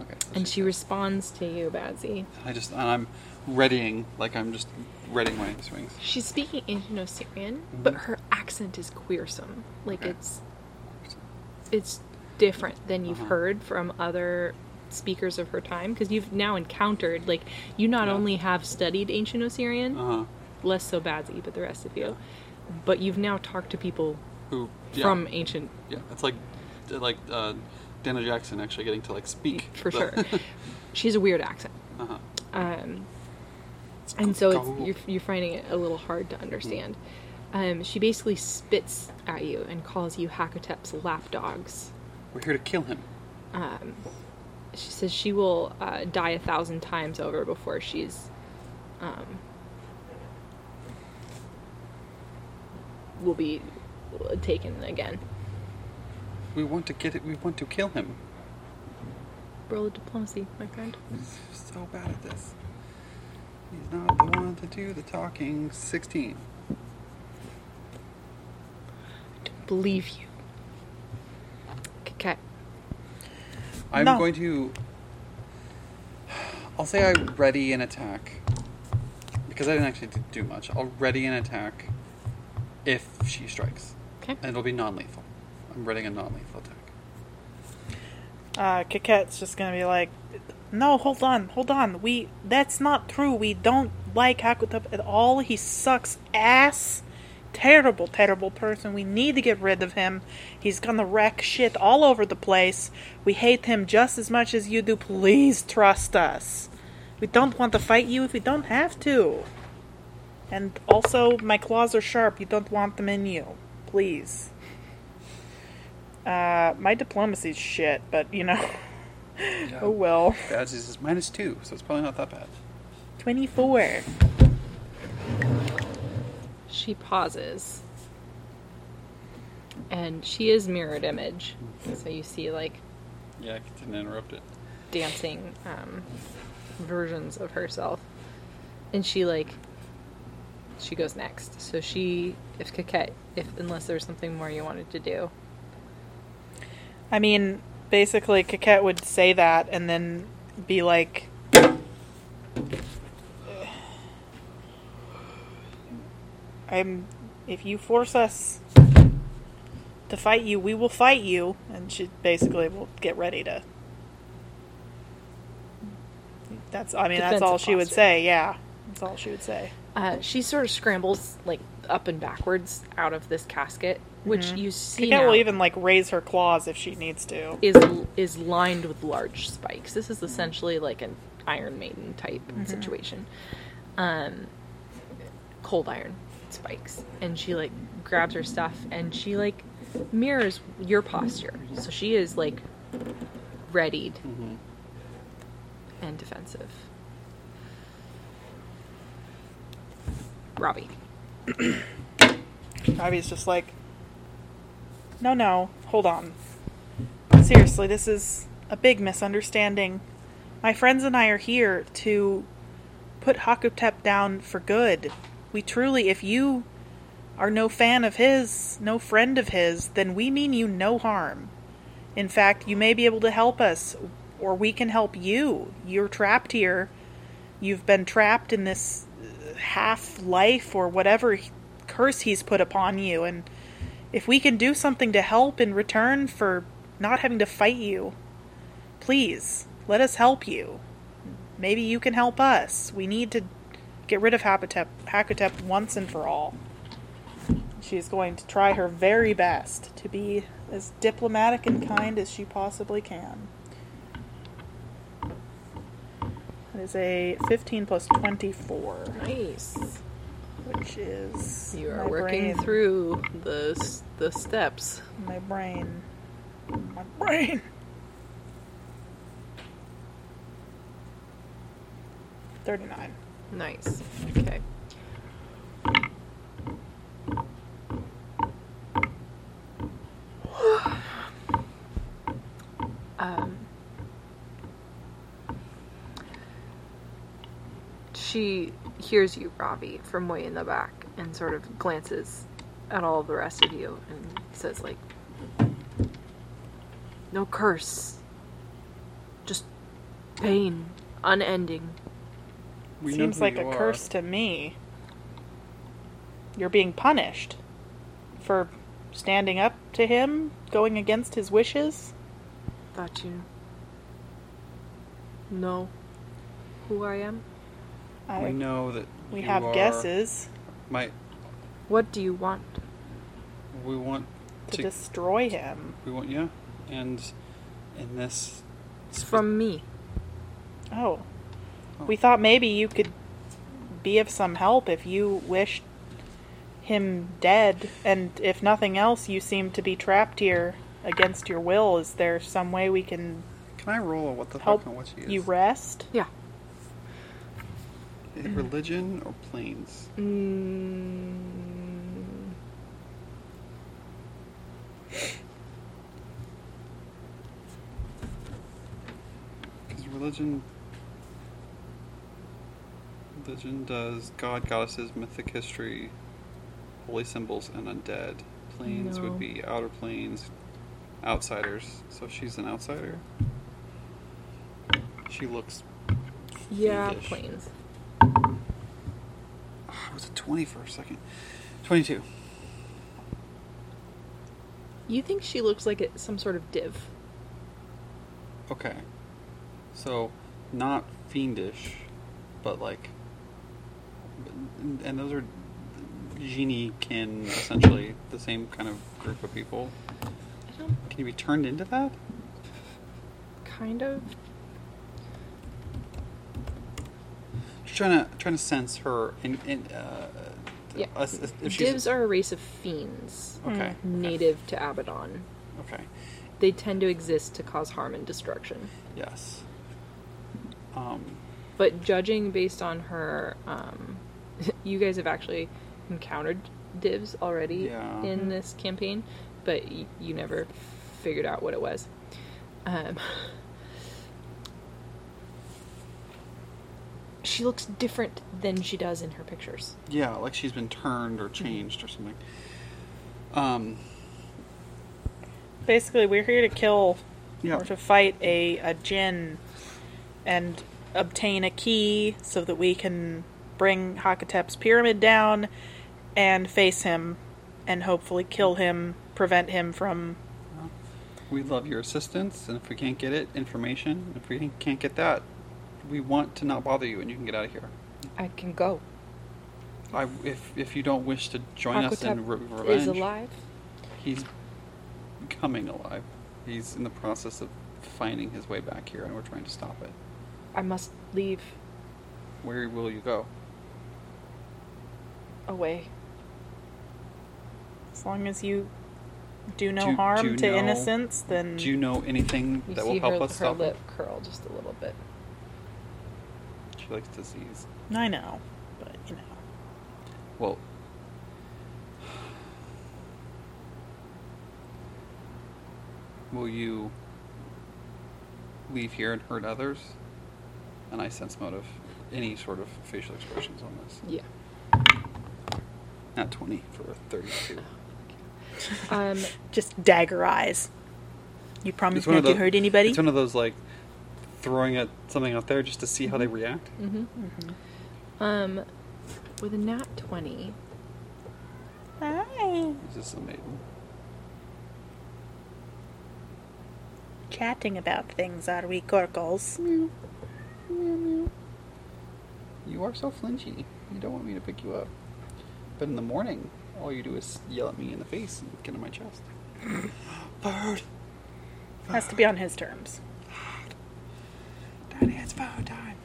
Speaker 2: Okay. so
Speaker 7: and
Speaker 2: she's
Speaker 7: she
Speaker 2: good.
Speaker 7: responds to you, Badsy.
Speaker 2: I just and I'm readying like I'm just readying my swings.
Speaker 7: She's
Speaker 2: Mm-hmm.
Speaker 7: speaking Indo-Syrian, but her accent is queersome. Like
Speaker 2: Okay.
Speaker 7: it's
Speaker 4: it's different than you've
Speaker 2: Uh-huh.
Speaker 4: heard from other speakers of her time because you've now encountered like you not
Speaker 2: Yeah.
Speaker 4: only have studied ancient Osirian,
Speaker 2: Uh huh.
Speaker 4: less so Badzi, but the rest of you, but you've now talked to people
Speaker 2: Who yeah,
Speaker 4: from ancient
Speaker 2: yeah. It's like like uh, Dana Jackson actually getting to like speak [laughs]
Speaker 4: for sure. she has a weird accent,
Speaker 2: uh huh.
Speaker 4: um, and so it's, you're, you're finding it a little hard to understand. Um, she basically spits at you and calls you Hakatep's lapdogs.
Speaker 2: We're here to kill him.
Speaker 4: um, she says she will uh, die a thousand times over before she's um, will be taken again.
Speaker 2: We want to get it. We want to kill him.
Speaker 4: Roll of diplomacy, my friend.
Speaker 2: He's so bad at this. He's not the one to do the talking. Sixteen.
Speaker 4: Believe you. Okay.
Speaker 2: I'm
Speaker 1: No.
Speaker 2: going to. I'll say I ready an attack because I didn't actually d- do much. I'll ready an attack if she strikes,
Speaker 4: Okay.
Speaker 2: and it'll be non-lethal. I'm readying a non-lethal attack.
Speaker 1: Uh, Coquette's just gonna be like, no, hold on, hold on. We that's not true. We don't like Hakutup at all. He sucks ass. Terrible, terrible person. We need to get rid of him. He's gonna wreck shit all over the place. We hate him just as much as you do. Please trust us. We don't want to fight you if we don't have to. And also, my claws are sharp. You don't want them in you. Please. Uh, my diplomacy's shit, but you know. [laughs] Oh well.
Speaker 2: Bad is minus two, so it's probably not that bad.
Speaker 1: 24.
Speaker 4: She pauses. And she is mirrored image. So you see like
Speaker 2: Yeah, I didn't interrupt it.
Speaker 4: dancing um, versions of herself. And she like she goes next. So she if Coquette if unless there's something more you wanted to do.
Speaker 1: I mean, basically, Coquette would say that and then be like. I'm. If you force us to fight you, we will fight you. And she basically will get ready to. That's. I mean, that's
Speaker 4: Defensive
Speaker 1: all she would
Speaker 4: posture.
Speaker 1: say, yeah. That's all she would say.
Speaker 4: Uh, she sort of scrambles like up and backwards out of this casket, which you see
Speaker 1: Coquette
Speaker 4: now
Speaker 1: will even, like, raise her claws if she needs to.
Speaker 4: is is lined with large spikes. This is essentially like an Iron Maiden type
Speaker 1: Mm-hmm.
Speaker 4: situation. Um, cold iron spikes, and she like grabs her stuff and she like mirrors your posture. So she is like readied and defensive. Robbie,
Speaker 1: Robbie's just like, no, no, hold on. Seriously, this is a big misunderstanding. My friends and I are here to put Hakutep down for good. We truly, if you are no fan of his, no friend of his, then we mean you no harm. In fact, you may be able to help us, or we can help you. You're trapped here. You've been trapped in this half life or whatever he- curse he's put upon you. And if we can do something to help in return for not having to fight you, please let us help you. Maybe you can help us. We need to get rid of Hakutep, Hakutep once and for all. She's going to try her very best to be as diplomatic and kind as she possibly can. That is a 15 plus 24
Speaker 4: nice.
Speaker 1: which is
Speaker 4: You are
Speaker 1: my
Speaker 4: working
Speaker 1: brain.
Speaker 4: through the s- the steps.
Speaker 1: my brain my brain Thirty-nine.
Speaker 4: Nice. Okay. [sighs] um, she hears you, Robbie, from way in the back, and sort of glances at all the rest of you and says, like, no curse, just pain, unending.
Speaker 2: We know
Speaker 1: Seems
Speaker 2: who
Speaker 1: like a
Speaker 2: you are.
Speaker 1: curse to me. You're being punished for standing up to him, going against his wishes.
Speaker 7: Thought you know who I am.
Speaker 2: we
Speaker 1: I,
Speaker 2: know that
Speaker 1: we
Speaker 2: you
Speaker 1: have
Speaker 2: are-
Speaker 1: guesses
Speaker 2: Might
Speaker 7: What do you want?
Speaker 2: we want
Speaker 1: to
Speaker 2: to,
Speaker 1: destroy him.
Speaker 2: we want yeah, and in this
Speaker 7: From me.
Speaker 1: Oh. We thought maybe you could be of some help if you wished him dead, and if nothing else, you seem to be trapped here against your will. Is there some way we can
Speaker 2: Can I roll a what the
Speaker 1: help
Speaker 2: fuck and what she is?
Speaker 1: you rest?
Speaker 7: Yeah.
Speaker 2: Eh, religion or planes?
Speaker 7: Mm.
Speaker 2: Because religion, religion does god, goddesses, mythic history, holy symbols, and undead. Planes
Speaker 7: No.
Speaker 2: would be outer planes, outsiders. So she's an outsider. She looks.
Speaker 7: Yeah,
Speaker 2: fiendish.
Speaker 4: Planes.
Speaker 2: Ah, it was a twenty for a second. Twenty-two.
Speaker 4: You think she looks like it, some sort of div?
Speaker 2: Okay. So, not fiendish, but like, and- and those are genie kin essentially the same kind of group of people.
Speaker 4: I don't
Speaker 2: Can you be turned into that?
Speaker 4: kind of.
Speaker 2: Just trying to trying to sense her and and uh,
Speaker 4: Yeah.
Speaker 2: us- if she's
Speaker 4: Divs are a race of fiends
Speaker 2: okay
Speaker 4: native to Abaddon.
Speaker 2: okay
Speaker 4: They tend to exist to cause harm and destruction.
Speaker 2: yes. Um,
Speaker 4: But judging based on her, um, [laughs] you guys have actually encountered divs already
Speaker 2: Yeah.
Speaker 4: in this campaign, but y- you never figured out what it was. Um, [laughs] she looks different than she does in her pictures.
Speaker 2: yeah, like she's been turned or changed or something. Um,
Speaker 1: Basically, we're here to kill
Speaker 2: Yeah.
Speaker 1: or to fight a, a djinn and obtain a key so that we can bring Hakatep's pyramid down and face him and hopefully kill him, prevent him from.
Speaker 2: We love your assistance, and if we can't get it, information. If we can't get that, we want to not bother you, and you can get out of here.
Speaker 4: I can go.
Speaker 2: I, if if you don't wish to join us in
Speaker 4: Hakotep
Speaker 2: re- revenge,
Speaker 4: Is alive.
Speaker 2: he's coming alive. He's in the process of finding his way back here, and we're trying to stop it.
Speaker 4: I must leave
Speaker 2: Where will you go?
Speaker 4: away.
Speaker 1: As long as you do no
Speaker 2: Do- do
Speaker 1: harm
Speaker 2: you
Speaker 1: to
Speaker 2: know-
Speaker 1: innocence, then
Speaker 2: Do you know anything
Speaker 4: You
Speaker 2: that
Speaker 4: see
Speaker 2: will help
Speaker 4: her,
Speaker 2: us
Speaker 4: her
Speaker 2: stop
Speaker 4: lip curl just a little bit.
Speaker 2: it? She likes disease.
Speaker 1: I know, but you know.
Speaker 2: Well, will you leave here and hurt others? And I sense motive, any sort of facial expressions on this.
Speaker 4: Yeah.
Speaker 2: Not 20 for a 32.
Speaker 4: Um,
Speaker 1: Just dagger eyes. You promise not
Speaker 2: of
Speaker 1: to
Speaker 2: tho-
Speaker 1: hurt anybody?
Speaker 2: It's one of those like throwing at something out there just to see how they react.
Speaker 4: Mm-hmm. um, with a nat 20,
Speaker 1: Hi.
Speaker 2: Is this a maiden?
Speaker 1: Chatting about things, are we, Corkles?
Speaker 2: You are so flinchy. You don't want me to pick you up. But in the morning, all you do is yell at me in the face and get on my chest. [gasps] Bird!
Speaker 1: Has to be on his terms.
Speaker 2: Daddy, it's photo time.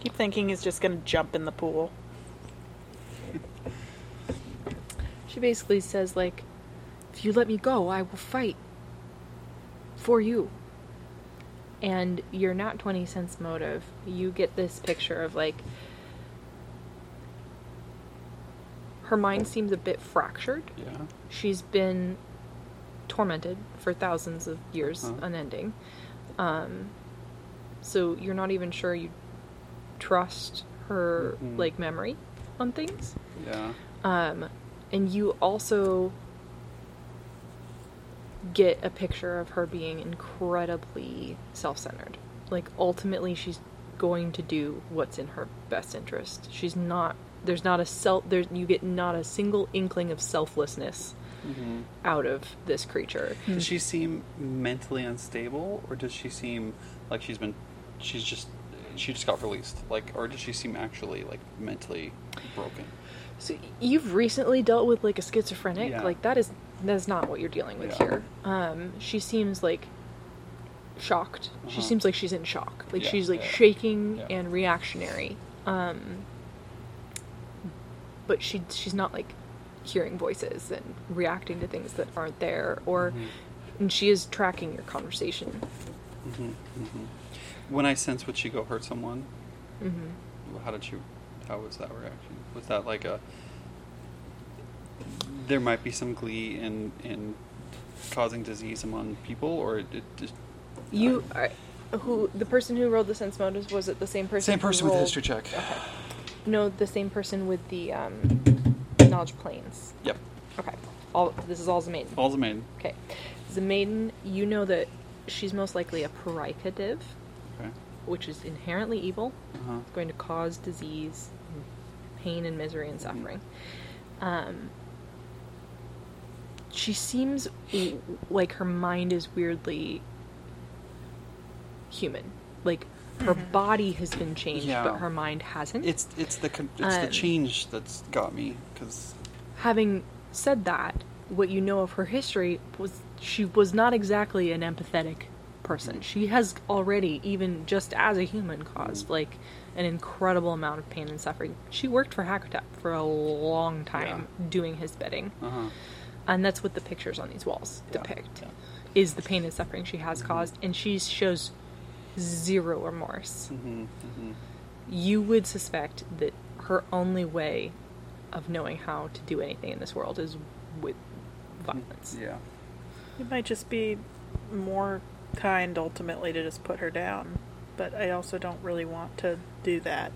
Speaker 1: Keep thinking he's just gonna jump in the pool.
Speaker 4: she basically says, like, if you let me go, I will fight for you. And your nat 20 sense motive, you get this picture of, like, her mind seems a bit fractured.
Speaker 2: Yeah.
Speaker 4: She's been tormented for thousands of years,
Speaker 2: Huh.
Speaker 4: unending. Um, so you're not even sure you trust her
Speaker 2: Mhm.
Speaker 4: like memory on things.
Speaker 2: Yeah.
Speaker 4: Um, and you also get a picture of her being incredibly self-centered. Like ultimately, she's going to do what's in her best interest. She's not there's not a self there you get not a single inkling of selflessness out of this creature.
Speaker 2: Does she seem mentally unstable, or does she seem like she's been, she's just, she just got released? Like, or does she seem actually like mentally broken?
Speaker 4: So you've recently dealt with like a schizophrenic.
Speaker 2: Yeah.
Speaker 4: Like that is that is not what you're dealing with
Speaker 2: Yeah.
Speaker 4: here. Um, she seems like shocked.
Speaker 2: Uh-huh.
Speaker 4: She seems like she's in shock. Like
Speaker 2: Yeah,
Speaker 4: she's like
Speaker 2: yeah, yeah.
Speaker 4: shaking
Speaker 2: Yeah.
Speaker 4: and reactionary. Um, but she she's not like hearing voices and reacting to things that aren't there or
Speaker 2: Mm-hmm.
Speaker 4: and she is tracking your conversation.
Speaker 2: When I sense would she go hurt someone?
Speaker 4: hmm
Speaker 2: How did you? How was that reaction? Was that like a? There might be some glee in in causing disease among people, or it, it just uh,
Speaker 4: You are, who the person who rolled the sense motives was it the same person?
Speaker 2: same
Speaker 4: who
Speaker 2: person with a
Speaker 4: rolled-
Speaker 2: history check.
Speaker 4: No, the same person with the um, knowledge planes.
Speaker 2: Yep,
Speaker 4: Okay. All this is all Zamaiden.
Speaker 2: all's a maiden.
Speaker 4: Okay. Zamaiden, you know that she's most likely a paricative,
Speaker 2: Okay.
Speaker 4: which is inherently evil.
Speaker 2: Uh huh.
Speaker 4: It's going to cause disease, pain, and misery and suffering. Um, she seems w- like her mind is weirdly human. Like her body has been changed,
Speaker 2: Yeah.
Speaker 4: but her mind hasn't.
Speaker 2: It's it's the con- it's the
Speaker 4: Um,
Speaker 2: change that's got me because
Speaker 4: having said that, what you know of her history was she was not exactly an empathetic person. She has already, even just as a human, caused like an incredible amount of pain and suffering. She worked for Hakatep for a long time doing his bidding,
Speaker 2: uh-huh.
Speaker 4: and that's what the pictures on these walls
Speaker 2: Yeah,
Speaker 4: depict
Speaker 2: yeah.
Speaker 4: is the pain and suffering she has caused, and she shows zero remorse
Speaker 2: hmm hmm
Speaker 4: you would suspect that her only way of knowing how to do anything in this world is with violence.
Speaker 2: yeah.
Speaker 1: It might just be more kind ultimately to just put her down, but I also don't really want to do that.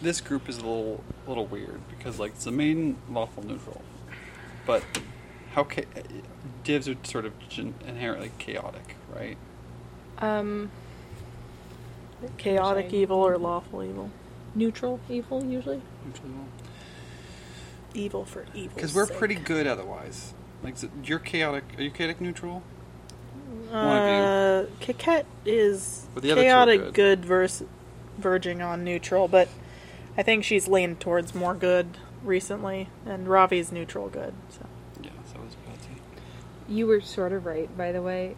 Speaker 2: this group is a little little weird because like it's the main lawful neutral, but how cha- divs are sort of gen- inherently chaotic, right?
Speaker 4: Um,
Speaker 1: Chaotic
Speaker 4: Sorry.
Speaker 1: evil or lawful evil?
Speaker 4: neutral evil usually.
Speaker 1: Evil for evil.
Speaker 2: Because we're pretty good otherwise. Like so you're chaotic. Are you chaotic neutral? one
Speaker 1: Uh,
Speaker 2: of
Speaker 1: Kiket is
Speaker 2: But the other two are
Speaker 1: chaotic
Speaker 2: good.
Speaker 1: good, vers- verging on neutral, but I think she's leaned towards more good recently, and Ravi's neutral good. So
Speaker 2: Yeah. So is Patsy.
Speaker 4: You were sort of right, by the way.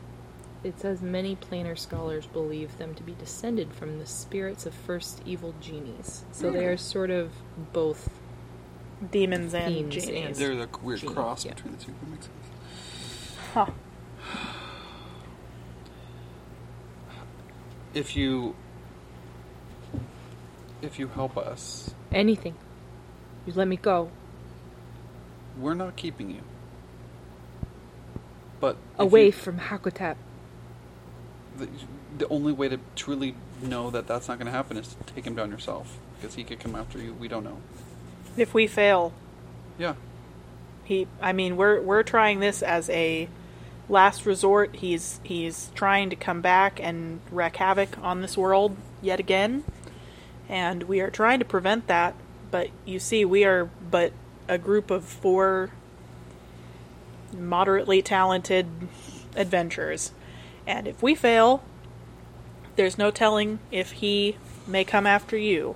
Speaker 4: It says many planar scholars believe them to be descended from the spirits of first evil genies. So they
Speaker 2: Hmm.
Speaker 4: are sort of both.
Speaker 1: demons and
Speaker 4: Fiends
Speaker 1: genies.
Speaker 4: Yes. and-
Speaker 2: There's a weird
Speaker 4: Gene,
Speaker 2: cross
Speaker 4: yeah.
Speaker 2: between the two. That makes sense.
Speaker 1: Huh.
Speaker 2: If you if you help us,
Speaker 4: Anything. You let me go.
Speaker 2: we're not keeping you. But if
Speaker 4: Away
Speaker 2: you-
Speaker 4: from Hakotep.
Speaker 2: the, the only way to truly know that that's not going to happen is to take him down yourself because he could come after you. We don't know.
Speaker 1: If we fail,
Speaker 2: Yeah,
Speaker 1: He, I mean, we're we're trying this as a last resort. He's he's trying to come back and wreak havoc on this world yet again, and we are trying to prevent that. But you see, we are but a group of four moderately talented adventurers, and if we fail, there's no telling if he may come after you.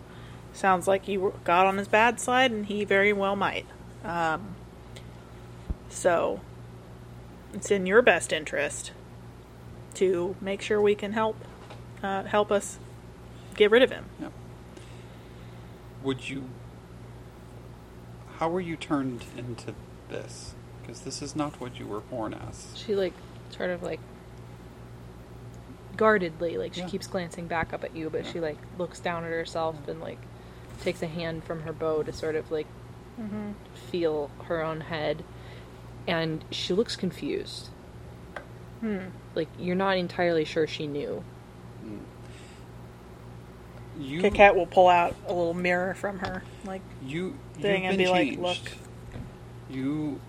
Speaker 1: Sounds like you got on his bad side, and he very well might. Um, so it's in your best interest to make sure we can help uh, help us get rid of him.
Speaker 2: yeah. Would you? How were you turned into this? Because this is not what you were born as.
Speaker 4: She like sort of like guardedly, like she
Speaker 2: Yeah.
Speaker 4: keeps glancing back up at you, but she like looks down at herself and like takes a hand from her bow to sort of like
Speaker 1: Mm-hmm.
Speaker 4: feel her own head, and she looks confused.
Speaker 1: Hmm.
Speaker 4: Like you're not entirely sure she knew.
Speaker 2: Mm. You,
Speaker 1: Kit Kat will pull out a little mirror from her, like
Speaker 2: you,
Speaker 1: thing
Speaker 2: you've
Speaker 1: and
Speaker 2: been
Speaker 1: be like,
Speaker 2: changed.
Speaker 1: "Look."
Speaker 2: you.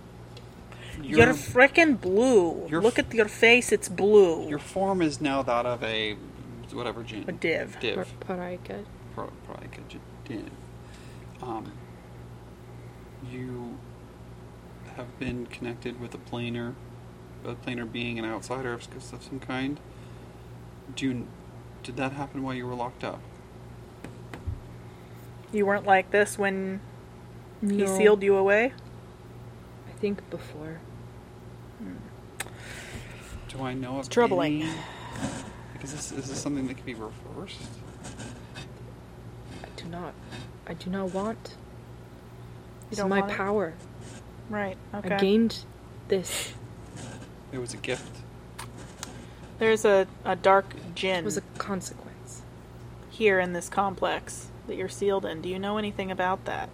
Speaker 1: you're, frickin' blue.
Speaker 2: you're
Speaker 1: Look
Speaker 2: f-
Speaker 1: at your face; it's blue.
Speaker 2: your form is now that of a whatever gene.
Speaker 1: A div.
Speaker 2: Div.
Speaker 4: Parika.
Speaker 2: Pro- probably could ju- div. Um, you have been connected with a planar, a planar being, an outsider of, of some kind. Do you, did that happen while you were locked up?
Speaker 1: You weren't like this when he
Speaker 7: No.
Speaker 1: sealed you away?
Speaker 7: I think before.
Speaker 2: Do I know it's
Speaker 1: troubling.
Speaker 2: Is this is this something that can be reversed?
Speaker 7: I do not. I do not want. It's
Speaker 1: don't
Speaker 7: my
Speaker 1: want it?
Speaker 7: power.
Speaker 1: Right.
Speaker 7: I gained this.
Speaker 2: It was a gift.
Speaker 1: There's a, a dark gin
Speaker 7: It was a consequence.
Speaker 1: here in this complex that you're sealed in. Do you know anything about that?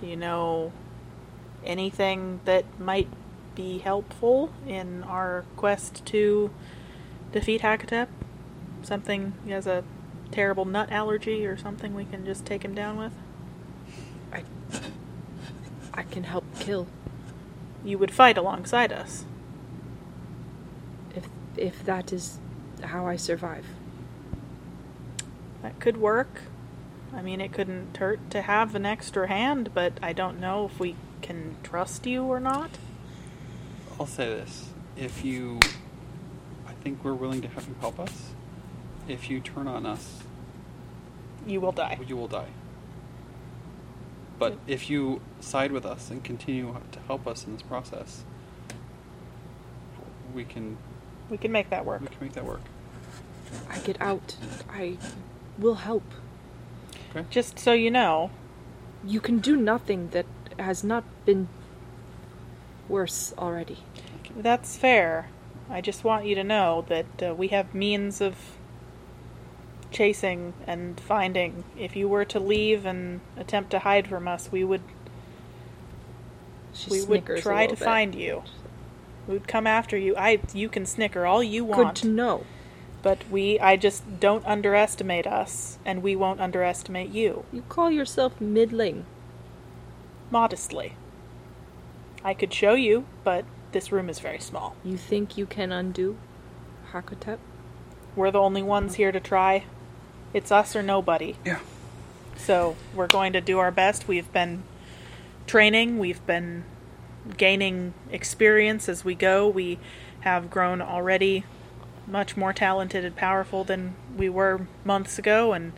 Speaker 1: Do you know anything that might be helpful in our quest to defeat Hakatep? Something he has a terrible nut allergy or something we can just take him down with?
Speaker 7: I. I can help kill
Speaker 1: You would fight alongside us.
Speaker 7: if if that is how I survive.
Speaker 1: That could work. I mean, it couldn't hurt to have an extra hand, but I don't know if we can trust you or not.
Speaker 2: I'll say this: if you, I think we're willing to have you help us. If you turn on us,
Speaker 1: You will die.
Speaker 2: you will die. But if you side with us and continue to help us in this process, we can
Speaker 1: We can make that work.
Speaker 2: we can make that work.
Speaker 7: I get out. I will help.
Speaker 2: Okay.
Speaker 1: Just so you know,
Speaker 7: You can do nothing that has not been worse already.
Speaker 1: that's fair. I just want you to know that uh, we have means of chasing and finding. If you were to leave and attempt to hide from us, we would
Speaker 7: She
Speaker 1: we would
Speaker 7: snickers a
Speaker 1: try to
Speaker 7: little bit.
Speaker 1: find you. We would come after you. I you can snicker all you
Speaker 7: Good
Speaker 1: want.
Speaker 7: to know.
Speaker 1: But we, I just don't underestimate us, and we won't underestimate you.
Speaker 7: You call yourself middling.
Speaker 1: Modestly. I could show you, but this room is very small.
Speaker 7: You think you can undo Hakotep?
Speaker 1: We're the only ones here to try. It's us or nobody.
Speaker 2: Yeah.
Speaker 1: So we're going to do our best. We've been training, we've been gaining experience as we go. We have grown already much more talented and powerful than we were months ago, and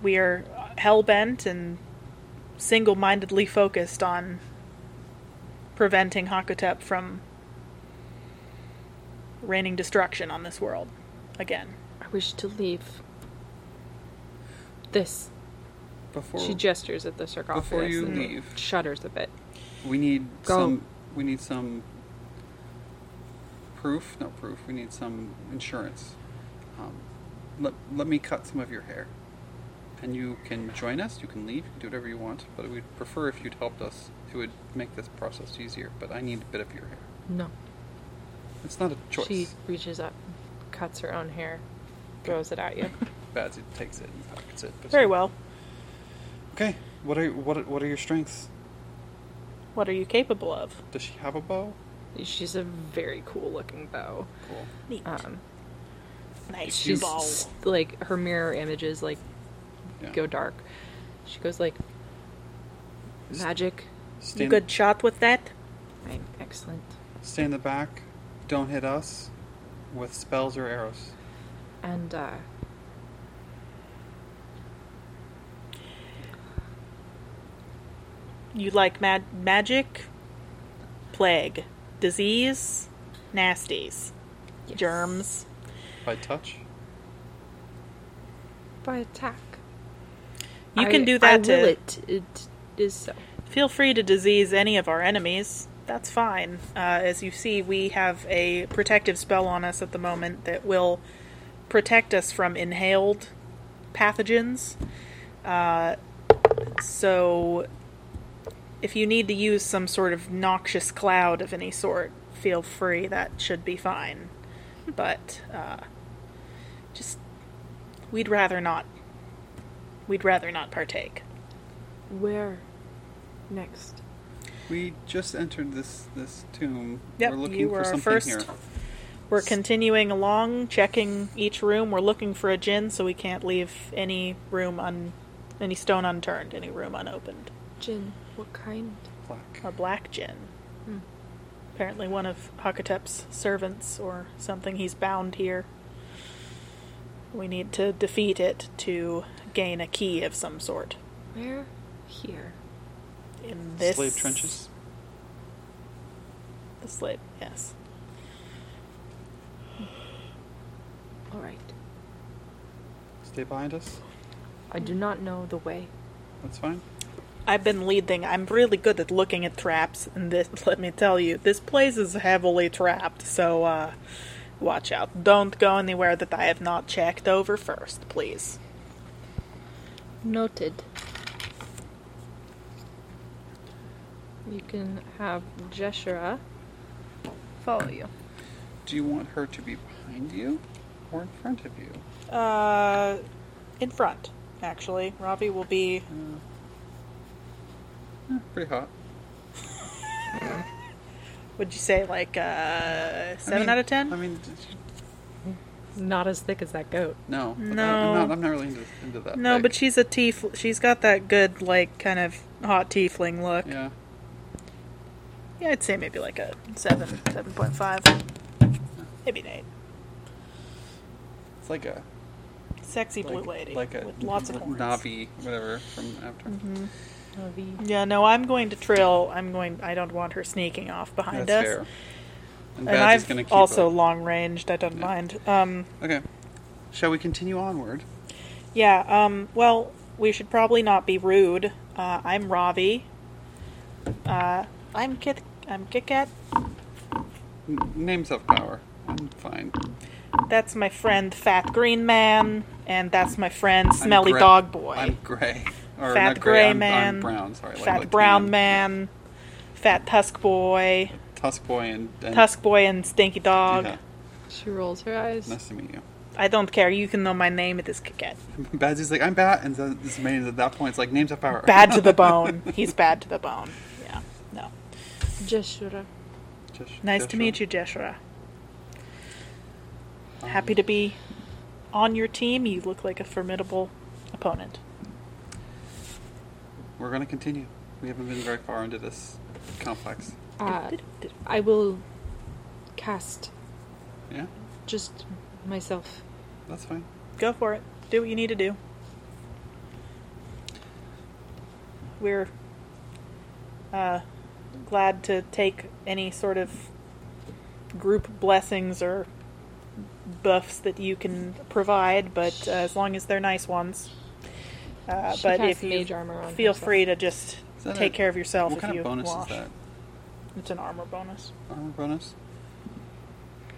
Speaker 1: we are hell bent and single mindedly focused on preventing Hakotep from raining destruction on this world again.
Speaker 7: I wish to leave. This.
Speaker 2: Before
Speaker 7: She gestures at the sarcophagus
Speaker 2: you
Speaker 7: and
Speaker 2: leave.
Speaker 7: shudders a bit.
Speaker 2: we need
Speaker 7: Go.
Speaker 2: some we need some proof, not proof. We need some insurance. Um, let let me cut some of your hair, and you can join us. You can leave. You can do whatever you want. But we'd prefer if you'd helped us. It would make this process easier. But I need a bit of your hair.
Speaker 7: No.
Speaker 2: It's not a choice.
Speaker 4: She reaches up, cuts her own hair, throws it at you. [laughs]
Speaker 2: Badsy takes it and pockets it. but-
Speaker 1: Very well.
Speaker 2: Okay. What are what are- what are your strengths?
Speaker 1: What are you capable of?
Speaker 2: Does she have a bow?
Speaker 4: She's a very cool looking bow.
Speaker 2: Cool.
Speaker 1: Neat.
Speaker 4: Um,
Speaker 1: nice
Speaker 4: she's
Speaker 1: ball.
Speaker 4: s- like her mirror images like
Speaker 2: Yeah.
Speaker 4: go dark. She goes like
Speaker 2: S-
Speaker 4: magic.
Speaker 2: Stay
Speaker 1: You
Speaker 2: in-
Speaker 1: good shot with that?
Speaker 4: I'm excellent.
Speaker 2: Stay in the back. Don't hit us with spells or arrows.
Speaker 4: And uh,
Speaker 1: You like mad magic? Plague. Disease? Nasties.
Speaker 4: yes.
Speaker 1: Germs.
Speaker 2: By touch.
Speaker 7: By attack.
Speaker 1: You
Speaker 7: I-
Speaker 1: can do that
Speaker 7: I
Speaker 1: to
Speaker 7: will it. It is so.
Speaker 1: feel free to disease any of our enemies. That's fine. Uh, as you see, we have a protective spell on us at the moment that will protect us from inhaled pathogens. Uh, so, if you need to use some sort of noxious cloud of any sort, feel free. That should be fine. But uh, just, we'd rather not. We'd rather not partake.
Speaker 7: Where next?
Speaker 2: We just entered this this tomb.
Speaker 1: Yep,
Speaker 2: we're looking
Speaker 1: you were
Speaker 2: for
Speaker 1: our
Speaker 2: something
Speaker 1: first.
Speaker 2: here.
Speaker 1: We're continuing along, checking each room. We're looking for a gin, so we can't leave any room Any stone unturned, any room unopened.
Speaker 7: Gin, what kind?
Speaker 2: Black.
Speaker 1: A black gin.
Speaker 4: Hmm.
Speaker 1: Apparently, one of Hakatep's servants or something. He's bound here. We need to defeat it to gain a key of some sort.
Speaker 7: Where? Here.
Speaker 1: In this
Speaker 2: Slave trenches.
Speaker 1: The slave, yes.
Speaker 7: All right.
Speaker 2: Stay behind us.
Speaker 4: I
Speaker 1: Hmm.
Speaker 4: do not know the way.
Speaker 2: That's fine.
Speaker 1: I've been leading. I'm really good at looking at traps, and this, [laughs] let me tell you, this place is heavily trapped, so uh, watch out. Don't go anywhere that I have not checked over first, please.
Speaker 4: Noted. You can have Jeshura follow you.
Speaker 2: Do you want her to be behind you or in front of you?
Speaker 1: Uh, in front, actually. Ravi will be.
Speaker 2: Eh, pretty hot.
Speaker 1: Would you say like uh,
Speaker 2: I
Speaker 1: seven
Speaker 2: mean-
Speaker 1: out of ten?
Speaker 2: I mean, did you-
Speaker 7: Not as thick as that goat.
Speaker 2: no. but I-
Speaker 1: No.
Speaker 2: I'm not, I'm not really into, into that.
Speaker 1: no,
Speaker 2: big.
Speaker 1: but she's a tief. She's got that good like kind of hot tiefling look.
Speaker 2: Yeah.
Speaker 1: Yeah, I'd say maybe like a seven, seven point five, maybe an eight.
Speaker 2: It's like a
Speaker 1: Sexy
Speaker 2: like,
Speaker 1: blue lady
Speaker 2: like a
Speaker 1: with lots of horns.
Speaker 2: Navi, whatever from after.
Speaker 1: Mm-hmm. Mm. Yeah, no, I'm going to trail. I'm going. I don't want her sneaking off behind
Speaker 2: That's
Speaker 1: us.
Speaker 2: fair. And,
Speaker 1: And
Speaker 2: Badge is
Speaker 1: I've
Speaker 2: gonna keep
Speaker 1: also
Speaker 2: up.
Speaker 1: long ranged. I don't
Speaker 2: Yeah.
Speaker 1: mind. Um,
Speaker 2: Okay. Shall we continue onward?
Speaker 1: yeah. Um, well, we should probably not be rude. Uh, I'm Ravi. Uh, I'm Kit. I'm Kikat.
Speaker 2: N- names have power. I'm fine.
Speaker 1: That's my friend, Fat Green Man, and that's my friend,
Speaker 2: I'm
Speaker 1: Smelly
Speaker 2: gray-
Speaker 1: Dog Boy.
Speaker 2: I'm gray. Or
Speaker 1: Fat
Speaker 2: not
Speaker 1: gray
Speaker 2: I'm- I'm
Speaker 1: man.
Speaker 2: brown. Sorry. like-
Speaker 1: Fat
Speaker 2: like
Speaker 1: Brown
Speaker 2: tan.
Speaker 1: Man, Fat Tusk Boy,
Speaker 2: Tusk boy and, and
Speaker 1: Tusk Boy, and Stinky Dog.
Speaker 2: Yeah.
Speaker 7: She rolls her eyes.
Speaker 2: Nice to meet you. [laughs]
Speaker 1: I don't care. You can know my name. It is Kikat.
Speaker 2: Badsy's like, I'm Bat, and then this man at that point it's like names have power.
Speaker 1: Bad
Speaker 2: [laughs]
Speaker 1: to the bone. He's bad to the bone. Yeah. No.
Speaker 7: Jeshura.
Speaker 2: Just-
Speaker 1: Nice
Speaker 2: just
Speaker 1: to meet
Speaker 2: sure.
Speaker 1: you, Jeshura. Happy
Speaker 2: Um,
Speaker 1: to be on your team. You look like a formidable opponent.
Speaker 2: We're gonna continue. We haven't been very far into this complex.
Speaker 7: Uh, I will cast
Speaker 2: Yeah,
Speaker 7: just myself.
Speaker 2: that's fine.
Speaker 1: Go for it. Do what you need to do. We're uh, glad to take any sort of group blessings or buffs that you can provide, but uh, as long as they're nice ones. Uh,
Speaker 7: She
Speaker 1: but if
Speaker 7: casts
Speaker 1: you
Speaker 7: mage armor on
Speaker 1: feel
Speaker 7: herself.
Speaker 1: free to just
Speaker 2: Is that
Speaker 1: take
Speaker 2: a-
Speaker 1: care of yourself
Speaker 2: What
Speaker 1: if
Speaker 2: kind
Speaker 1: you
Speaker 2: of bonus
Speaker 1: wash.
Speaker 2: is that?
Speaker 1: It's an armor bonus.
Speaker 2: Armor bonus?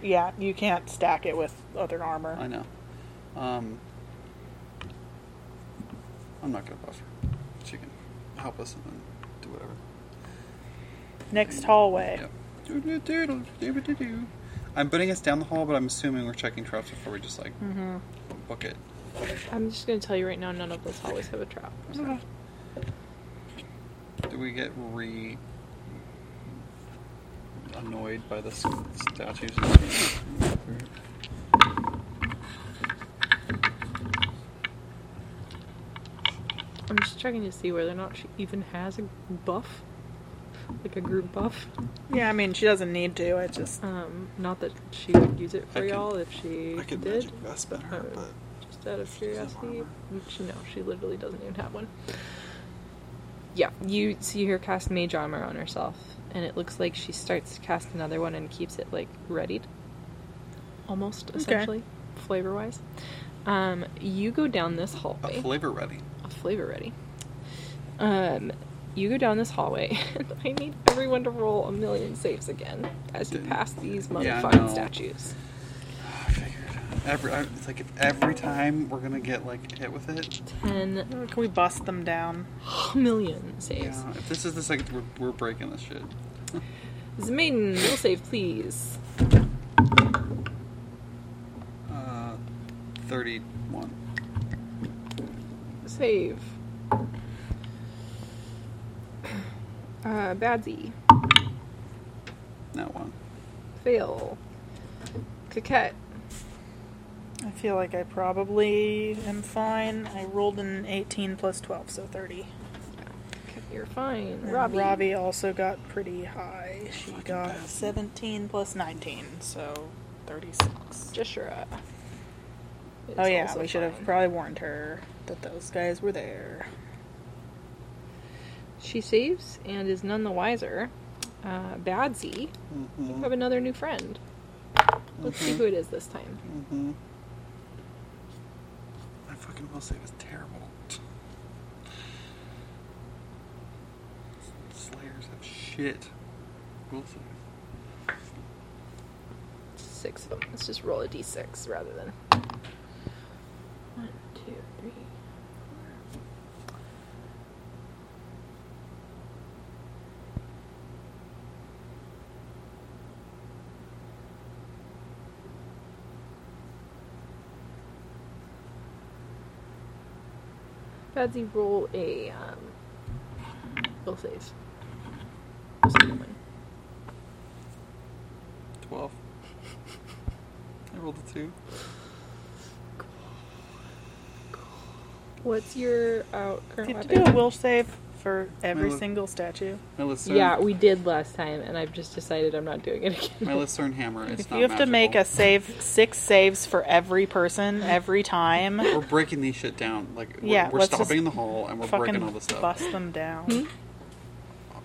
Speaker 1: Yeah, you can't stack it with other armor.
Speaker 2: I know. Um, I'm not gonna buffer. She can help us and then do whatever.
Speaker 1: Next hallway.
Speaker 2: Yep. I'm putting us down the hall, but I'm assuming we're checking traps before we just like
Speaker 7: Mm-hmm.
Speaker 1: Hmm.
Speaker 2: book it.
Speaker 7: I'm just going to tell you right now, none of those always have a trap.
Speaker 1: Okay.
Speaker 2: Do we get re annoyed by the s- statues?
Speaker 7: I'm just checking to see whether or not she even has a buff, like a group buff.
Speaker 1: Yeah, I mean, she doesn't need to. I just.
Speaker 4: Oh.
Speaker 7: Um, not that she would use it
Speaker 2: I
Speaker 7: for
Speaker 2: can-
Speaker 7: y'all if she
Speaker 2: I could
Speaker 7: did.
Speaker 2: magic vest better,
Speaker 7: Uh,
Speaker 2: but
Speaker 7: Just
Speaker 2: doesn't
Speaker 7: out of
Speaker 2: have
Speaker 7: curiosity,
Speaker 2: armor.
Speaker 7: she, no, she literally doesn't even have one.
Speaker 4: Yeah, you see her cast mage armor on herself, and it looks like she starts to cast another one and keeps it like readied, almost essentially, flavor wise. Um, you go down this hallway,
Speaker 2: a flavor ready.
Speaker 4: a flavor ready. Um, you go down this hallway, [laughs] and I need everyone to roll a million saves again as you
Speaker 2: Didn't-
Speaker 4: pass these
Speaker 2: Yeah, I
Speaker 4: motherfucking
Speaker 2: know.
Speaker 4: statues.
Speaker 2: I figured. Every I, it's like if every time we're gonna get like hit with it.
Speaker 4: Ten
Speaker 1: Can we bust them down?
Speaker 4: million saves.
Speaker 2: Yeah. If this is the second, we're, we're breaking this shit.
Speaker 4: This maiden, will save, please.
Speaker 2: Uh, thirty-one.
Speaker 4: Save. [clears throat] Uh, Badsy.
Speaker 2: Not one.
Speaker 4: Fail. Coquette.
Speaker 1: I feel like I probably am fine. I rolled an 18 plus 12, so 30.
Speaker 4: You're fine.
Speaker 1: And
Speaker 4: Robbie.
Speaker 1: Uh, Robbie also got pretty high. She
Speaker 2: Fucking
Speaker 1: got
Speaker 2: bad.
Speaker 1: 17 plus 19, so 36.
Speaker 4: Jeshura. is
Speaker 1: Oh yeah,
Speaker 4: also
Speaker 1: we should have
Speaker 4: fine.
Speaker 1: probably warned her that those guys were there.
Speaker 4: She saves and is none the wiser. Uh, Badsy,
Speaker 2: Mm-hmm.
Speaker 4: you have another new friend. Let's see who it is this time.
Speaker 2: Mm-hmm. I fucking will say it was terrible. Slayers have shit. Will save.
Speaker 4: Six of them. Let's just roll a d6 rather than. One, two, three, four. Badsy, roll a um, will save. Will save one.
Speaker 2: Twelve. I rolled a two.
Speaker 4: What's your out current
Speaker 1: Did you
Speaker 4: weapon?
Speaker 1: do a will save for every
Speaker 2: Well-
Speaker 1: single statue?
Speaker 2: My Lucerne,
Speaker 4: Yeah, we did last time, and I've just decided I'm not doing it again.
Speaker 2: my Lucerne hammer. It's
Speaker 1: If
Speaker 2: not
Speaker 1: you have to make a
Speaker 2: magical.
Speaker 1: save, six saves for every person every time.
Speaker 2: We're breaking these shit down. Like we're,
Speaker 1: Yeah,
Speaker 2: we're
Speaker 1: let's just
Speaker 2: stopping in the hall and we're breaking all
Speaker 1: Fucking
Speaker 2: this stuff.
Speaker 1: bust them down. Uh,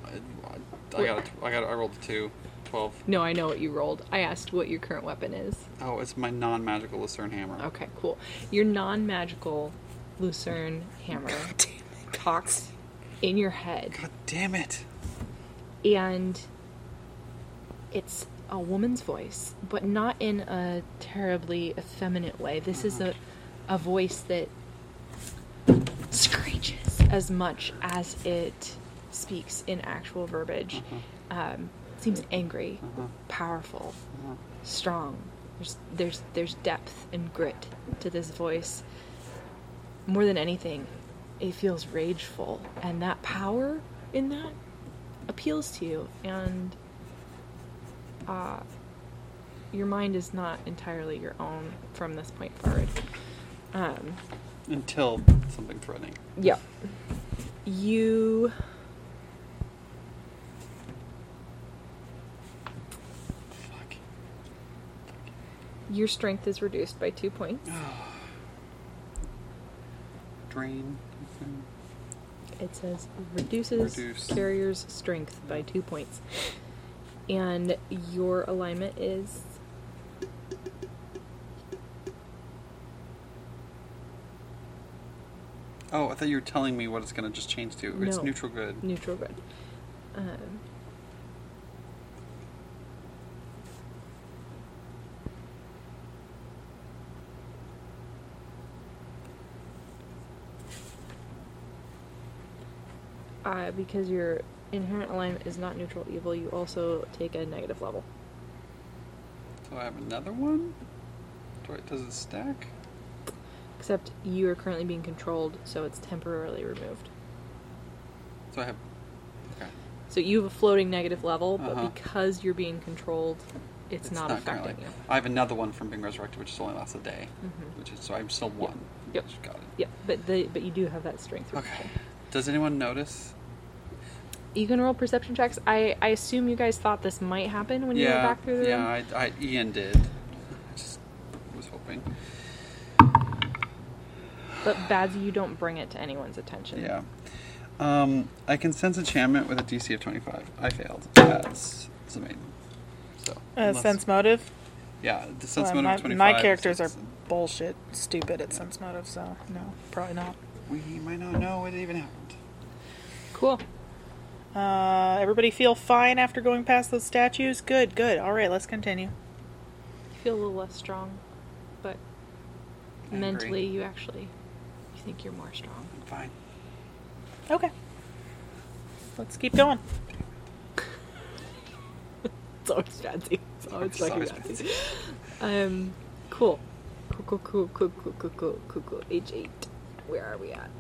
Speaker 2: I, I, I got a tw- I got a- I rolled a two. Twelve.
Speaker 4: [laughs] No, I know what you rolled. I asked what your current weapon is.
Speaker 2: Oh, it's my non-magical Lucerne hammer.
Speaker 4: Okay, cool. Your non-magical lucerne hammer talks in your head,
Speaker 2: God damn it!
Speaker 4: and it's a woman's voice, but not in a terribly effeminate way. This is a a voice that screeches as much as it speaks in actual verbiage. Um, seems angry, powerful, strong. There's there's there's depth and grit to this voice. More than anything, it feels rageful, and that power in that appeals to you. And uh, your mind is not entirely your own from this point forward. Um,
Speaker 2: Until something threatening.
Speaker 4: Yep. You.
Speaker 2: Fuck. [sighs]
Speaker 4: Your strength is reduced by two points.
Speaker 2: Drain.
Speaker 4: It says reduces
Speaker 2: Reduce.
Speaker 4: carrier's strength by two points. And your alignment is.
Speaker 2: Oh, I thought you were telling me what it's gonna just change to. It's
Speaker 4: No.
Speaker 2: neutral good.
Speaker 4: neutral good. Um, uh, because your inherent alignment is not neutral evil, you also take a negative level.
Speaker 2: So I have another one. Do I, does it stack?
Speaker 4: Except you are currently being controlled, so it's temporarily removed.
Speaker 2: So I have. Okay.
Speaker 4: So you have a floating negative level,
Speaker 2: Uh-huh.
Speaker 4: but because you're being controlled, it's, not, affecting
Speaker 2: currently.
Speaker 4: you. Mm-hmm.
Speaker 2: I have another one from being resurrected, which still only lasts a day. Which is so I'm still one.
Speaker 4: Yep.
Speaker 2: Which- Got it.
Speaker 4: Yeah, but the but you do have that strength.
Speaker 2: Okay. Does anyone notice?
Speaker 4: You can roll perception checks. I I assume you guys thought this might happen when you
Speaker 2: yeah.
Speaker 4: went back through the room.
Speaker 2: yeah. I, I Ian did. I just was hoping.
Speaker 4: But Badsy, you don't bring it to anyone's attention.
Speaker 2: Yeah. Um, I can sense enchantment with a DC of 25. I failed. That's, that's amazing. So.
Speaker 1: Uh,
Speaker 2: unless-
Speaker 1: sense motive.
Speaker 2: Yeah, the sense
Speaker 1: Well,
Speaker 2: motive
Speaker 1: my,
Speaker 2: of 25.
Speaker 1: my characters are
Speaker 2: sense-
Speaker 1: bullshit, stupid at sense motive, so no, probably not.
Speaker 2: We might not know it even happened.
Speaker 4: Cool.
Speaker 1: Uh, everybody feel fine after going past those statues? Good, good. All right, let's continue.
Speaker 4: You feel a little less strong, but
Speaker 2: Angry.
Speaker 4: mentally you actually you think you're more strong.
Speaker 2: I'm fine.
Speaker 1: Okay. Let's keep going.
Speaker 4: It's always Badsy. It's always
Speaker 2: It's
Speaker 4: fucking
Speaker 2: always
Speaker 4: Badsy. Um, cool. Cool, cool, cool, cool, cool, cool, cool, cool. H8. Where are we at?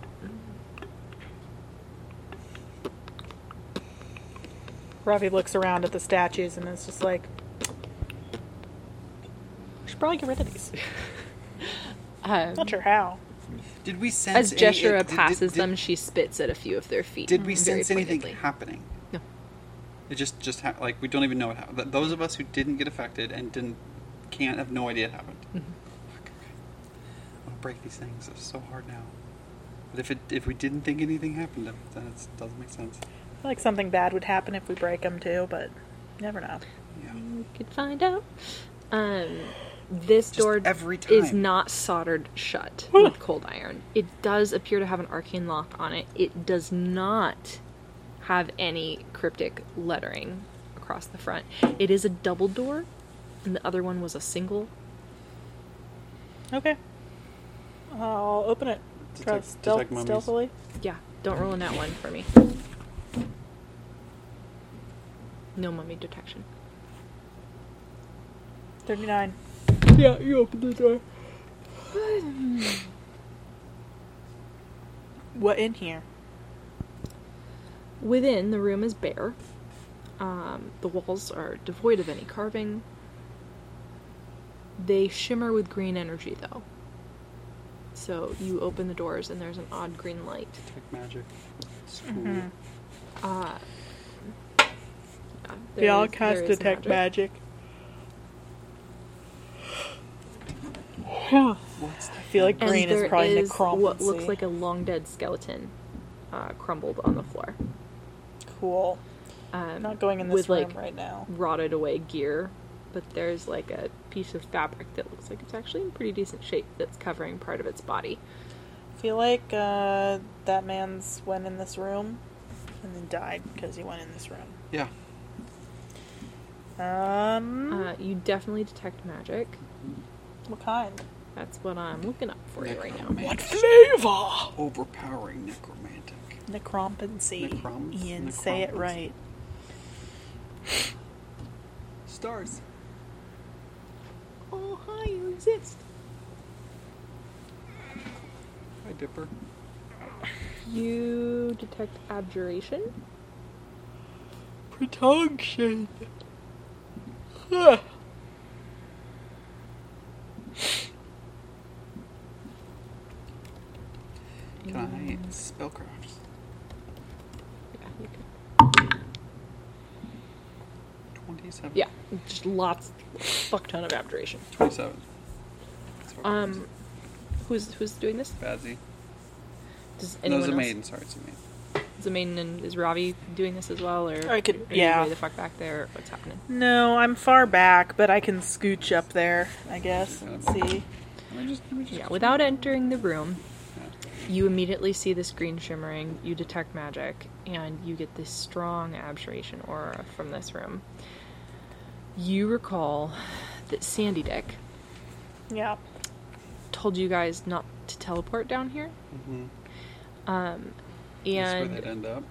Speaker 1: Ravi looks around at the statues and is just like, we should probably get rid of these.
Speaker 4: [laughs] Um,
Speaker 1: Not sure how.
Speaker 2: Did we sense
Speaker 4: as
Speaker 2: any-
Speaker 4: Jeshura
Speaker 2: did- did-
Speaker 4: passes
Speaker 2: did-
Speaker 4: them, she spits at a few of their feet.
Speaker 2: Did we
Speaker 4: Mm-hmm. very
Speaker 2: sense anything
Speaker 4: pointedly.
Speaker 2: happening?
Speaker 4: No.
Speaker 2: It just just ha- like we don't even know what happened. Th- Those of us who didn't get affected and didn't can't have no idea it happened.
Speaker 4: Mm-hmm.
Speaker 2: Fuck, okay. I'm gonna break these things. It's so hard now. But if it if we didn't think anything happened, then then it doesn't make sense.
Speaker 1: I feel like something bad would happen if we break them too, but never know.
Speaker 2: Yeah.
Speaker 4: We could find out. Um, this
Speaker 2: Just
Speaker 4: door
Speaker 2: every
Speaker 4: is
Speaker 2: time.
Speaker 4: not soldered [laughs] shut with cold iron. It does appear to have an arcane lock on it. It does not have any cryptic lettering across the front. It is a double door, and the other one was a single.
Speaker 1: Okay. I'll open it.
Speaker 2: Detect-
Speaker 1: Try stealth-
Speaker 2: detect mummies.
Speaker 1: stealthily.
Speaker 4: Yeah, don't roll in that one for me. No mummy detection.
Speaker 1: 39.
Speaker 4: Yeah, you open the [sighs] door.
Speaker 1: What in here?
Speaker 4: Within, the room is bare. Um, the walls are devoid of any carving. They shimmer with green energy, though. So you open the doors, and there's an odd green light.
Speaker 2: Detect magic. It's cool.
Speaker 4: Mm-hmm. Uh, yeah,
Speaker 1: We
Speaker 4: there
Speaker 1: all
Speaker 4: is-
Speaker 1: cast
Speaker 4: there is
Speaker 1: detect magic.
Speaker 2: What's that?
Speaker 1: I feel like
Speaker 4: And
Speaker 1: green is
Speaker 4: there
Speaker 1: probably
Speaker 4: is
Speaker 1: necromancy.
Speaker 4: what looks like a long dead skeleton uh, crumbled on the floor.
Speaker 1: cool.
Speaker 4: Um,
Speaker 1: not going in
Speaker 4: with,
Speaker 1: this room
Speaker 4: like,
Speaker 1: right now.
Speaker 4: rotted away gear, but there's like a piece of fabric that looks like it's actually in pretty decent shape that's covering part of its body.
Speaker 1: I feel like uh, that man's went in this room and then died because he went in this room.
Speaker 2: Yeah.
Speaker 1: Um,
Speaker 4: Uh, you definitely detect magic.
Speaker 1: what kind?
Speaker 4: That's what I'm looking up for you right now.
Speaker 2: Necromantic.
Speaker 1: flavor?
Speaker 2: Overpowering necromantic.
Speaker 1: Necrompancy.
Speaker 2: Necroms-
Speaker 1: Ian, say it
Speaker 2: necrompancy.
Speaker 1: right.
Speaker 2: Stars.
Speaker 4: Oh, hi, you exist.
Speaker 2: Hi, Dipper.
Speaker 4: You detect abjuration.
Speaker 2: [sighs]
Speaker 1: Protection.
Speaker 2: Can I spellcraft?
Speaker 4: Yeah, you can-
Speaker 2: Twenty-seven.
Speaker 4: yeah, just lots, fuck ton of abjuration.
Speaker 2: Twenty-seven. That's what it
Speaker 4: Um,
Speaker 2: is.
Speaker 4: who's who's doing this?
Speaker 2: Bazzy.
Speaker 4: Does
Speaker 2: No, it's
Speaker 4: anyone
Speaker 2: a
Speaker 4: else?
Speaker 2: maiden. Sorry, it's a maiden.
Speaker 4: Is the maiden and is Ravi doing this as well, or
Speaker 1: I could-
Speaker 4: are you
Speaker 1: yeah.
Speaker 4: way the fuck back there? Or what's happening?
Speaker 1: No, I'm far back, but I can scooch up there, I guess, and see.
Speaker 2: Let me just, let me just
Speaker 4: Yeah, without entering the room,
Speaker 2: Yeah.
Speaker 4: you immediately see this green shimmering, you detect magic, and you get this strong abjuration aura from this room. You recall that Sandy Dick
Speaker 1: Yeah.
Speaker 4: told you guys not to teleport down here.
Speaker 2: Mhm.
Speaker 4: Um,
Speaker 2: That's where they'd
Speaker 4: and
Speaker 2: end up.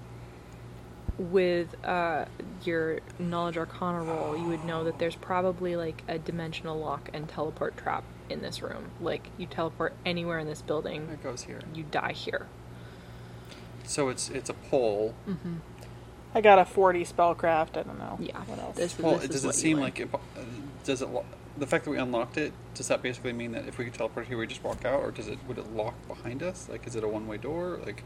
Speaker 4: with uh, your knowledge arcana roll, you would know that there's probably like a dimensional lock and teleport trap in this room. Like, you teleport anywhere in this building,
Speaker 2: It goes here.
Speaker 4: you die here.
Speaker 2: So it's it's a pole.
Speaker 1: I got a 40 spellcraft. I don't know.
Speaker 4: Yeah.
Speaker 1: What else?
Speaker 4: This,
Speaker 2: Well,
Speaker 4: this
Speaker 2: it
Speaker 4: is
Speaker 2: does it
Speaker 4: what you
Speaker 2: seem
Speaker 4: learn.
Speaker 2: like it, uh, does it lo- the fact that we unlocked it does that basically mean that if we could teleport here we just walk out or does it would it lock behind us like is it a one way door like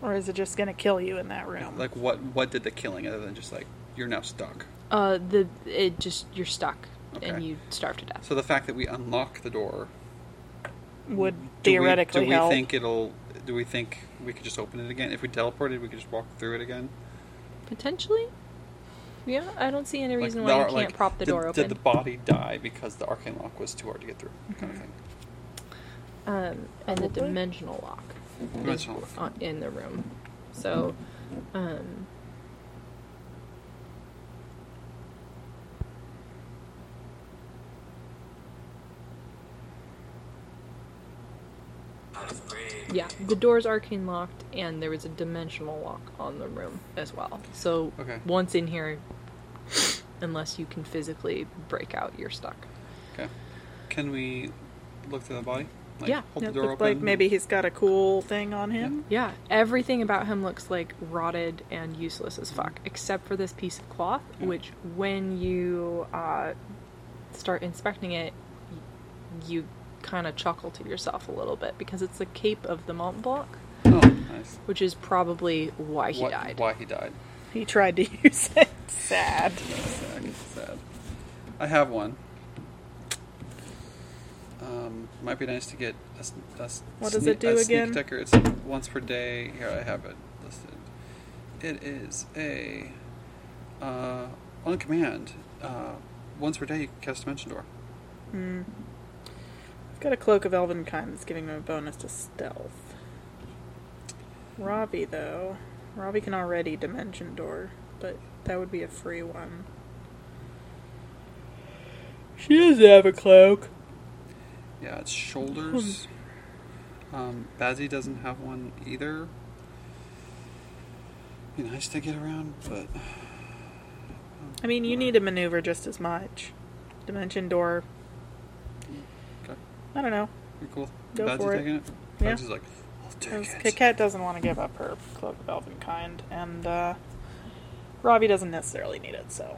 Speaker 1: Or is it just going to kill you in that room?
Speaker 2: like what what did the killing other than just like you're now stuck
Speaker 4: Uh, the it just you're stuck
Speaker 2: Okay.
Speaker 4: and you starve to death.
Speaker 2: so the fact that we unlock the door
Speaker 1: Would
Speaker 2: do we-
Speaker 1: theoretically
Speaker 2: do we,
Speaker 1: help.
Speaker 2: think it'll do we think we could just open it again if we teleported we could just walk through it again
Speaker 4: Potentially, yeah. I don't see any reason
Speaker 2: the
Speaker 4: why you
Speaker 2: ar-
Speaker 4: can't prop the
Speaker 2: did-
Speaker 4: door
Speaker 2: did the
Speaker 4: open. Mm-hmm.
Speaker 2: body die because the arcane lock was too hard to get through kind of thing
Speaker 4: um, and the
Speaker 1: Probably.
Speaker 4: dimensional lock is
Speaker 2: Dimensional lock.
Speaker 4: on- in the room. So, um, yeah, the door's arcane locked, and there was a dimensional lock on the room as well. So
Speaker 2: Okay.
Speaker 4: once in here, unless you can physically break out, you're stuck.
Speaker 2: okay can we look through the body like
Speaker 4: Yeah.
Speaker 2: hold
Speaker 1: Yeah,
Speaker 2: the
Speaker 1: it
Speaker 2: door
Speaker 1: looked
Speaker 2: open
Speaker 1: like maybe he's got a cool thing on him.
Speaker 4: Yeah, everything about him looks like rotted and useless as fuck, except for this piece of cloth,
Speaker 2: Yeah.
Speaker 4: which when you uh, start inspecting it, y- you
Speaker 8: kind of chuckle to yourself a little bit because it's the Cape of the Mont Blanc,
Speaker 2: Oh, nice.
Speaker 8: which is probably why he
Speaker 2: What-
Speaker 8: died.
Speaker 2: Why he died.
Speaker 1: He tried to [laughs] use it. Sad.
Speaker 2: That's sad. sad. I have one. Um, might be nice to get a, s- a s-
Speaker 1: What does
Speaker 2: sne-
Speaker 1: it do
Speaker 2: a sneak
Speaker 1: again?
Speaker 2: Ticker. It's once per day. Here I have it listed. It is a uh, on command. Uh, once per day, you can cast Dimension Door.
Speaker 1: Mm. I've got a cloak of elven kind that's giving him a bonus to stealth. Robbie, though, Robbie can already dimension door, but that would be a free one. She doesn't have a cloak.
Speaker 2: Yeah,
Speaker 1: Hmm.
Speaker 2: it's shoulders. Um, Bazzy doesn't have one either. Be nice to get around, but
Speaker 1: I mean, you need to maneuver just as much. Dimension door.
Speaker 2: okay,
Speaker 1: I don't know.
Speaker 2: you're cool.
Speaker 1: Go
Speaker 2: Bazzy
Speaker 1: for it.
Speaker 2: taking it.
Speaker 1: Yeah.
Speaker 2: Bazzy's like, I'll take
Speaker 1: Because
Speaker 2: it.
Speaker 1: Kit Kat doesn't want to give up her cloak of elven kind, and uh, Robbie doesn't necessarily need it, so.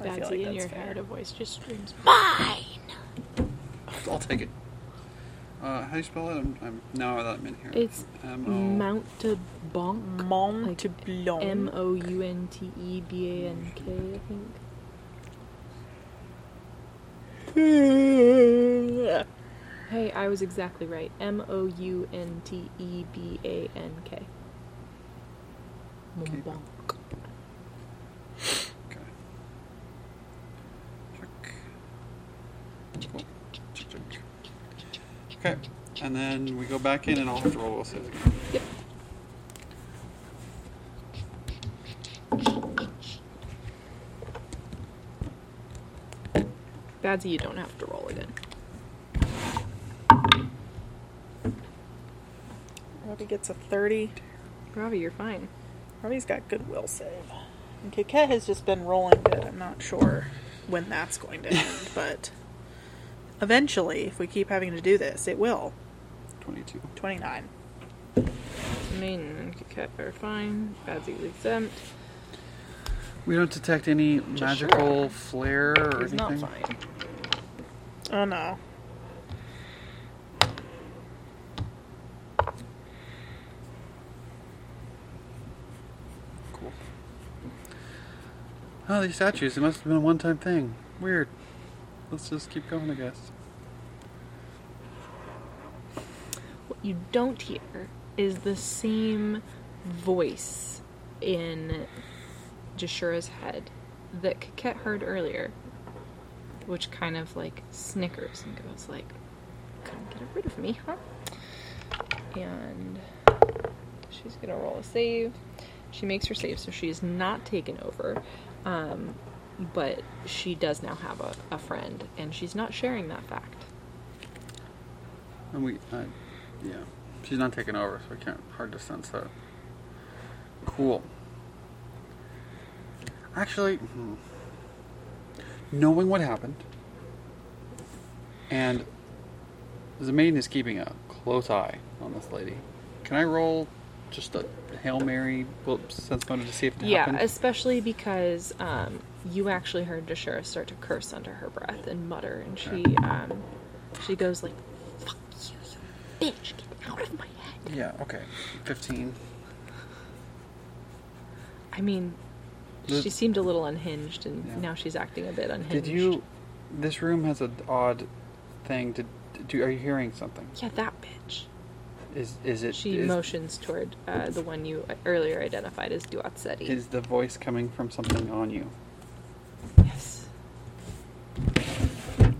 Speaker 1: I feel
Speaker 4: Badsy
Speaker 1: like
Speaker 4: in
Speaker 1: that's
Speaker 4: your
Speaker 1: fair.
Speaker 4: head, a voice just screams.
Speaker 2: [laughs] I'll take it. Uh, how do you spell it? I'm, I'm now that I'm in here.
Speaker 4: It's
Speaker 8: Mm.
Speaker 2: M
Speaker 4: Mountebank.
Speaker 1: Mont
Speaker 4: Like,
Speaker 1: Blanc.
Speaker 4: M O U N T E B A N K, I think. Hey, I was exactly right. M O U N T E B A N K.
Speaker 2: Okay.
Speaker 4: Montbank.
Speaker 2: O. Okay. Check. Cool. Check, check. Okay, and then we go back in, and I'll have to roll will saves again.
Speaker 4: Badsy, you don't have to roll again.
Speaker 1: [laughs] Robbie gets a 30.
Speaker 4: Robbie, you're fine.
Speaker 1: Robbie's got good will save. And Kit Kat has just been rolling good. I'm not sure when that's going to end, but eventually, if we keep having to do this, it will.
Speaker 2: Twenty-two.
Speaker 1: 29.
Speaker 4: Main and Kit are fine. Badsy's exempt.
Speaker 2: We don't detect any magical flare or
Speaker 4: He's not
Speaker 2: anything.
Speaker 4: fine.
Speaker 1: Oh no.
Speaker 2: Cool. Oh, these statues. It must have been a one-time thing. Weird. Let's just keep going, I guess.
Speaker 4: What you don't hear is the same voice in Jashura's head that Kaket heard earlier, which kind of like snickers and goes like, "Couldn't get rid of me, huh?" And she's gonna roll a save. She makes her save, so she is not taken over. Um, but she does now have a, a friend, and she's not sharing that fact.
Speaker 2: And we, uh, yeah, she's not taking over, so I can't hard to sense that. Cool. Actually, hmm, knowing what happened, and the maiden is keeping a close eye on this lady. Can I roll just a hail mary? Well, sense motive to see if it
Speaker 4: Yeah,
Speaker 2: happened.
Speaker 4: especially because um, you actually heard Dashura start to curse under her breath and mutter, and she um, she goes like, "Fuck you, you bitch! Get out of my head!"
Speaker 2: Yeah. Okay. Fifteen.
Speaker 4: I mean,
Speaker 2: The-
Speaker 4: she seemed a little unhinged, and
Speaker 2: Yeah.
Speaker 4: now she's acting a bit
Speaker 2: Did
Speaker 4: unhinged.
Speaker 2: you? This room has an odd thing. Did do? Are you hearing something?
Speaker 4: Yeah, that bitch.
Speaker 2: Is is it?
Speaker 4: She
Speaker 2: is-
Speaker 4: motions toward uh, the one you earlier identified as Duatsetti.
Speaker 2: Is the voice coming from something on you?
Speaker 4: yes.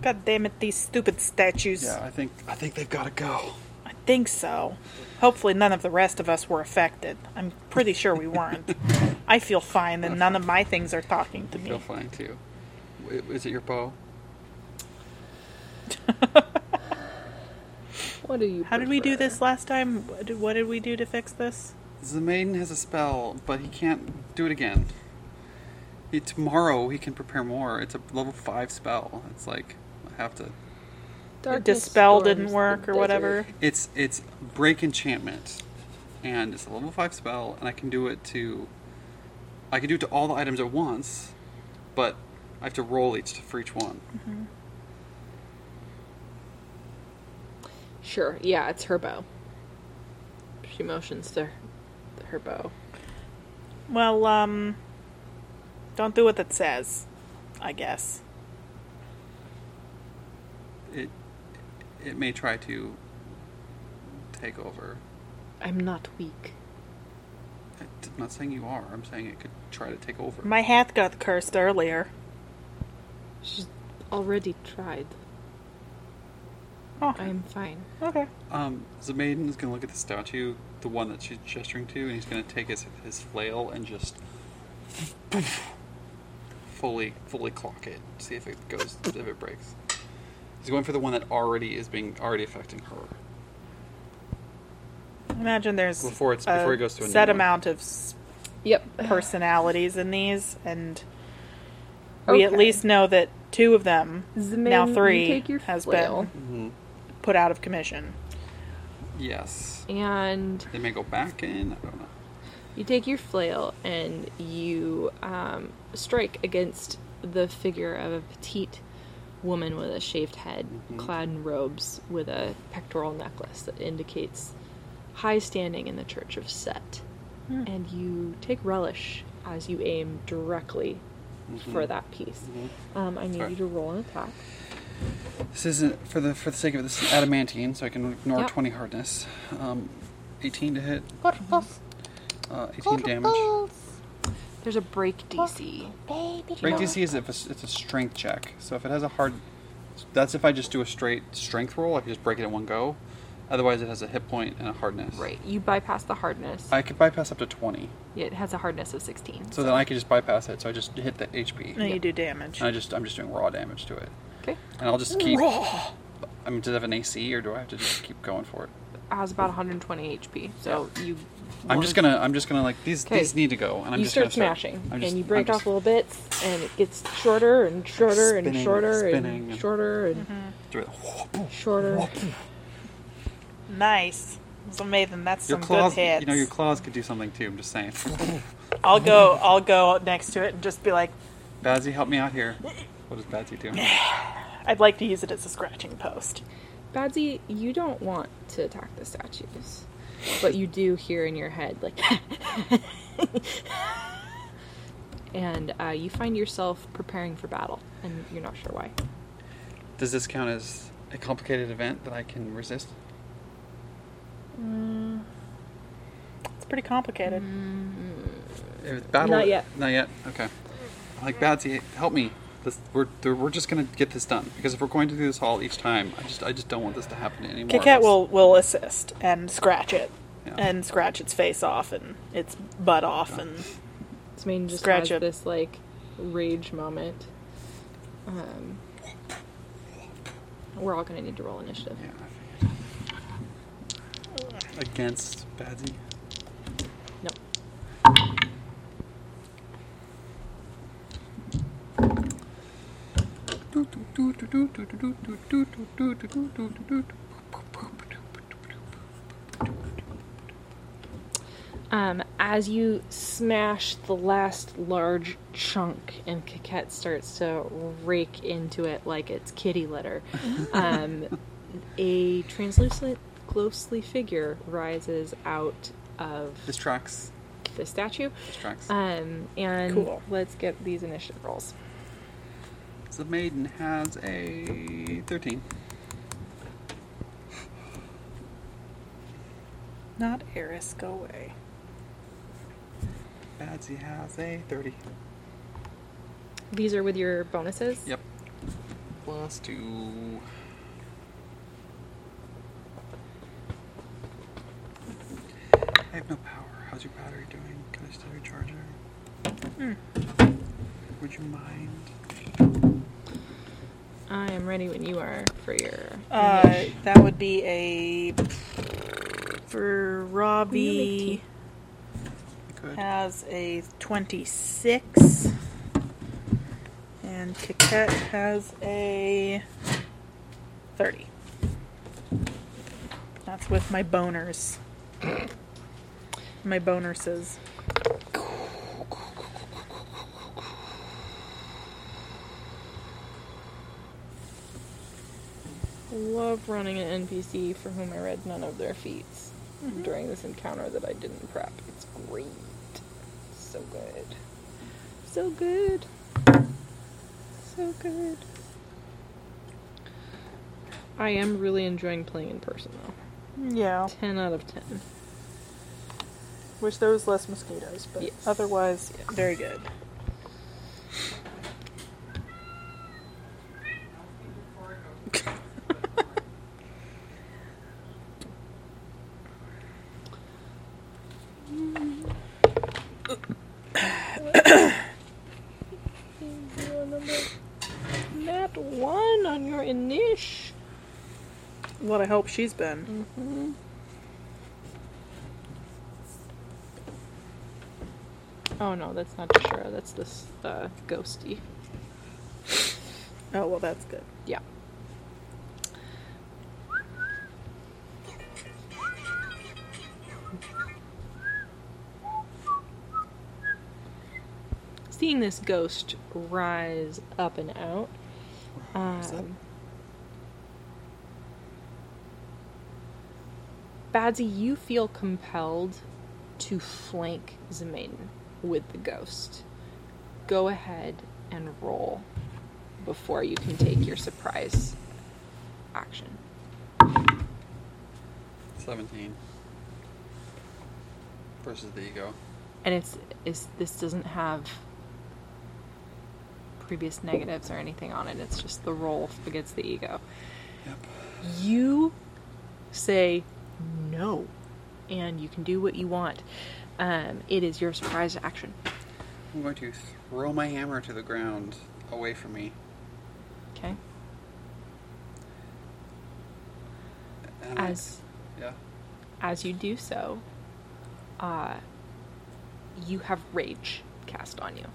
Speaker 1: God damn it, these stupid statues.
Speaker 2: Yeah, I think I think they've got to go.
Speaker 1: I think so. Hopefully, none of the rest of us were affected. I'm pretty sure we
Speaker 2: [laughs]
Speaker 1: weren't. I feel fine that none of my things are talking to
Speaker 2: I feel
Speaker 1: me.
Speaker 2: fine too. W- Is it your bow?
Speaker 4: What are
Speaker 1: [laughs]
Speaker 4: you?
Speaker 1: How did we do
Speaker 4: prefer?
Speaker 1: this last time? What did- What did we do to fix this?
Speaker 2: The maiden has a spell, but he can't do it again. He, tomorrow he can prepare more. It's a level five spell. It's like I have to.
Speaker 4: Darkness
Speaker 1: Dispel
Speaker 4: storms
Speaker 1: didn't
Speaker 4: the
Speaker 1: work or
Speaker 4: desert.
Speaker 1: whatever.
Speaker 2: It's it's break enchantment, and it's a level five spell, and I can do it to. I can do it to all the items at once, but I have to roll each for each one.
Speaker 4: Sure. Yeah, it's her bow. She motions to her bow.
Speaker 1: Well, um, don't do what it says, I guess.
Speaker 2: It it may try to take over.
Speaker 4: I'm not weak.
Speaker 2: I'm not saying you are. I'm saying it could try to take over.
Speaker 1: My hat got cursed earlier.
Speaker 4: She's already tried.
Speaker 1: Oh,
Speaker 4: I am fine.
Speaker 1: okay.
Speaker 2: Um, the maiden is going to look at the statue, the one that she's gesturing to, and he's going to take his his flail and just fully fully clock it. See if it goes if it breaks. He's going for the one that already is being already affecting her.
Speaker 1: Imagine there's
Speaker 2: Before it's-
Speaker 1: a
Speaker 2: before it goes to a new
Speaker 1: set
Speaker 2: one.
Speaker 1: amount of s-
Speaker 4: [sighs] Yep.
Speaker 1: personalities in these, and we at
Speaker 4: Okay.
Speaker 1: least know that two of them, now three, has
Speaker 4: flail.
Speaker 1: been
Speaker 2: Mm-hmm.
Speaker 1: put out of commission.
Speaker 2: Yes,
Speaker 4: And
Speaker 2: they may go back in. I don't know.
Speaker 4: you take your flail and you um, strike against the figure of a petite woman with a shaved head,
Speaker 2: Mm-hmm.
Speaker 4: clad in robes, with a pectoral necklace that indicates high standing in the Church of Set. And you take relish as you aim directly for that piece. Um, I need
Speaker 2: Mm-hmm. Sorry.
Speaker 4: you to roll an attack.
Speaker 2: This isn't for the for the sake of it, this is adamantine, so I can ignore
Speaker 4: Yep.
Speaker 2: twenty hardness. Um, eighteen to hit. Uh, eighteen damage.
Speaker 4: There's a break DC.
Speaker 2: Break DC is if it's, it's a strength check. So if it has a hard, that's if I just do a straight strength roll. I can just break it in one go. Otherwise, it has a hit point and a hardness.
Speaker 4: Right. You bypass the hardness.
Speaker 2: I could bypass up to twenty,
Speaker 4: Yeah, it has a hardness of 16.
Speaker 2: so then I could just bypass it. So I just hit the HP.
Speaker 1: No, you do damage.
Speaker 2: And I just I'm just doing raw damage to it,
Speaker 4: Okay.
Speaker 2: and I'll just keep. I mean, does it have an AC or do I have to just keep going for it?
Speaker 4: Has about 120 HP. So you.
Speaker 2: I'm
Speaker 4: wanna-
Speaker 2: just gonna I'm just gonna like these
Speaker 4: 'Kay.
Speaker 2: these need to go, and I'm
Speaker 4: you
Speaker 2: just
Speaker 4: start
Speaker 2: gonna start
Speaker 4: smashing,
Speaker 2: I'm just-
Speaker 4: and you
Speaker 2: I'm
Speaker 4: break
Speaker 2: just-
Speaker 4: off little bits, and it gets shorter and shorter and
Speaker 2: Spinning,
Speaker 4: shorter
Speaker 2: spinning, and-
Speaker 4: and shorter and
Speaker 2: do it. Whoop.
Speaker 4: shorter.
Speaker 1: nice. It's amazing. That's
Speaker 2: Your
Speaker 1: some
Speaker 2: claws,
Speaker 1: good hits.
Speaker 2: you know, your claws could do something too. I'm just saying.
Speaker 4: [laughs]
Speaker 1: I'll go. I'll go next to it and just be like,
Speaker 2: Bazzy, help me out here. What does Bazzy do?
Speaker 1: I'd like to use it as a scratching post.
Speaker 4: Badsy, you don't want to attack the statues, but you do hear in your head, like. [laughs] and uh, you find yourself preparing for battle, and you're not sure why.
Speaker 2: Does this count as a complicated event that I can resist?
Speaker 1: It's pretty complicated.
Speaker 2: It was battle.
Speaker 4: Not yet.
Speaker 2: Not yet. Okay. I'm like Badsy, help me. This, we're th- we're just gonna get this done because if we're going to do this all each time, I just I just don't want this to happen anymore.
Speaker 1: Kit Kat will will assist and scratch it,
Speaker 2: Yeah.
Speaker 1: and scratch its face off and its butt off, and
Speaker 4: This main just
Speaker 1: Scratch
Speaker 4: has
Speaker 1: it.
Speaker 4: this like rage moment. Um, we're all gonna need to roll initiative.
Speaker 2: Yeah. Against Badsy.
Speaker 4: No, Um, as you smash the last large chunk, and Kikette starts to rake into it like it's kitty
Speaker 1: [laughs]
Speaker 4: litter, um, a translucent, ghostly figure rises out of
Speaker 2: This tracks.
Speaker 4: the statue.
Speaker 2: This tracks.
Speaker 4: Um, and
Speaker 1: Cool.
Speaker 4: let's get these initiative rolls.
Speaker 2: the maiden has a thirteen.
Speaker 1: not Eris. Go away.
Speaker 2: Badsy has a thirty.
Speaker 4: These are with your bonuses.
Speaker 2: Yep. Plus two. I have no power. How's your battery doing? Can I still recharge it? Would you mind?
Speaker 4: I am ready when you are for your.
Speaker 1: Uh, that would be a for Robbie
Speaker 2: I could.
Speaker 1: has a twenty six, and Kikette has a thirty. That's with my boners. My bonerses.
Speaker 4: love running an NPC for whom I read none of their feats during this encounter that I didn't prep. It's great. So good. So good. So good. I am really enjoying playing in person though.
Speaker 1: Yeah.
Speaker 4: 10 out of 10.
Speaker 1: Wish there was less mosquitoes, but
Speaker 4: Yes.
Speaker 1: otherwise, very good.
Speaker 4: Nat 1 on your initial.
Speaker 1: What a help she's been.
Speaker 4: Oh no, that's not Shura. That's this uh, ghosty.
Speaker 1: Oh, well, that's good.
Speaker 4: Yeah. Seeing this ghost rise up and out. Um, Badsy, you feel compelled to flank Zemaiden with the ghost. Go ahead and roll before you can take your surprise action.
Speaker 2: 17. Versus the ego.
Speaker 4: And it's is this doesn't have previous negatives or anything on it. It's just the roll against the ego.
Speaker 2: Yep.
Speaker 4: You say no, and you can do what you want. Um, it is your surprise action.
Speaker 2: I'm going to throw my hammer to the ground away from me.
Speaker 4: Okay.
Speaker 2: And I-
Speaker 4: As
Speaker 2: yeah.
Speaker 4: as you do so, uh, you have rage cast on you.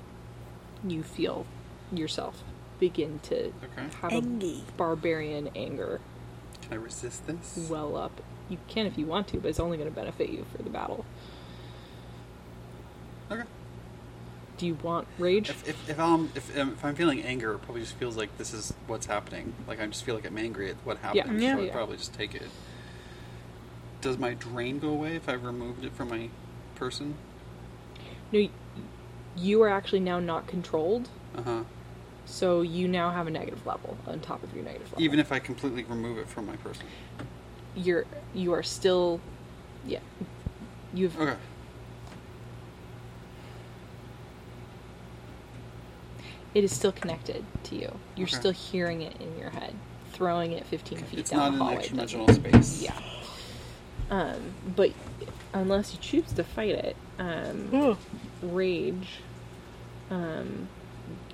Speaker 4: You feel yourself begin to
Speaker 2: Okay.
Speaker 4: have
Speaker 1: Angry.
Speaker 4: a barbarian anger
Speaker 2: Can I resist this?
Speaker 4: well up. You can if you want to, but it's only going to benefit you for the battle.
Speaker 2: Okay.
Speaker 4: Do you want rage?
Speaker 2: If, if, if I'm if, um, if I'm feeling anger, it probably just feels like this is what's happening. Like I just feel like I'm angry at what happened.
Speaker 1: Yeah.
Speaker 2: So I'd
Speaker 4: Yeah.
Speaker 2: probably just take it. Does my drain go away if I removed it from my person?
Speaker 4: No, y- you are actually now not controlled,
Speaker 2: Uh huh.
Speaker 4: so you now have a negative level on top of your negative level.
Speaker 2: Even if I completely remove it from my person.
Speaker 4: you're you are still, yeah, you've
Speaker 2: Okay.
Speaker 4: It is still connected to you. You're
Speaker 2: Okay.
Speaker 4: still hearing it in your head, throwing it 15 feet
Speaker 2: It's not in
Speaker 4: down the
Speaker 2: an
Speaker 4: hallway.
Speaker 2: extra
Speaker 4: It doesn't-
Speaker 2: dimensional space.
Speaker 4: Yeah. Um, but unless you choose to fight it, um,
Speaker 1: Ugh.
Speaker 4: rage um,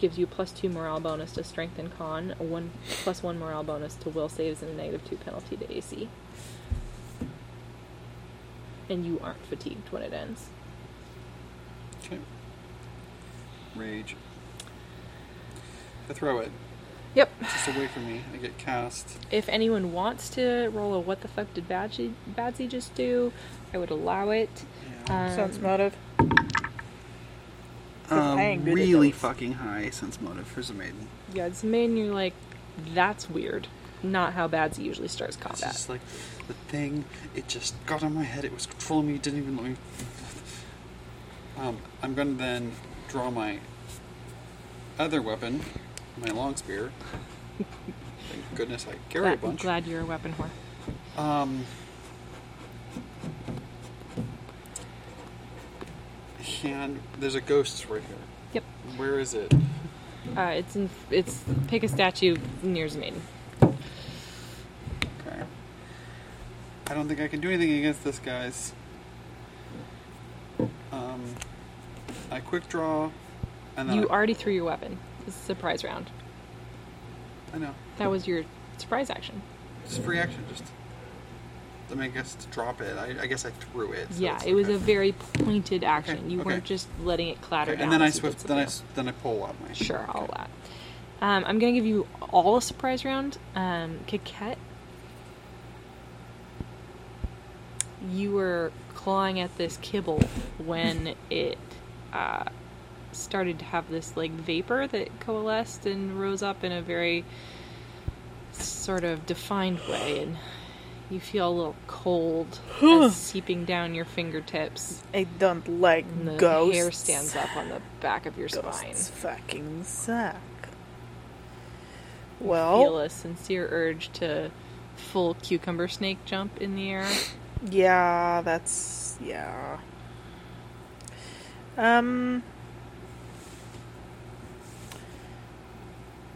Speaker 4: gives you a plus two morale bonus to strength and con, a one plus one morale bonus to will saves, and a negative two penalty to AC. And you aren't fatigued when it ends.
Speaker 2: Okay. Rage. I throw it
Speaker 4: Yep.
Speaker 2: just away from me. I get cast.
Speaker 4: if anyone wants to roll a what the fuck did Badsy, Badsy just do, I would allow it.
Speaker 2: Yeah.
Speaker 4: Um,
Speaker 1: Sounds motive.
Speaker 2: Um,
Speaker 1: Uh, I ain't good at
Speaker 2: really
Speaker 1: those.
Speaker 2: fucking high sense motive for Zemaiden.
Speaker 4: yeah, it's main, you're like, that's weird. Not how Badsy usually starts
Speaker 2: It's
Speaker 4: combat.
Speaker 2: just like the thing. It just got on my head. It was controlling me. It didn't even let me. [laughs] Um, I'm gonna then draw my other weapon, my
Speaker 1: [laughs]
Speaker 2: long spear. Thank goodness I carry a
Speaker 4: Glad,
Speaker 2: bunch.
Speaker 4: glad you're a weapon whore.
Speaker 2: Um. And there's a ghost right here.
Speaker 4: Yep.
Speaker 2: Where is it?
Speaker 4: Uh, it's in, it's pick a statue near Zemain.
Speaker 2: Okay. I don't think I can do anything against this, guys. Um, I quick draw, and then
Speaker 4: You
Speaker 2: I,
Speaker 4: already threw your weapon. This is a surprise round.
Speaker 2: I know
Speaker 4: That was your surprise action.
Speaker 2: it's free action. Just I mean, I guess to drop it. I, I guess I threw it. so
Speaker 4: yeah,
Speaker 2: it's
Speaker 4: it was
Speaker 2: okay.
Speaker 4: a very pointed action. you
Speaker 2: okay.
Speaker 4: weren't just letting it clatter
Speaker 2: Okay, and
Speaker 4: down.
Speaker 2: then I
Speaker 4: as you did
Speaker 2: swift. Then I
Speaker 4: something
Speaker 2: s- then I pull out my
Speaker 4: else. Sure, I'll allow. it. Um, I'm gonna give you all a surprise round. Um, Kiket, you were clawing at this kibble when it uh, started to have this like vapor that coalesced and rose up in a very sort of defined way, and you feel a little cold as seeping down your fingertips.
Speaker 1: I don't like
Speaker 4: And the
Speaker 1: ghosts.
Speaker 4: hair stands up on the back of your spine.
Speaker 1: Ghosts fucking suck.
Speaker 4: Feel
Speaker 1: Well,
Speaker 4: a sincere urge to full cucumber snake jump in the air.
Speaker 1: yeah, that's yeah. Um.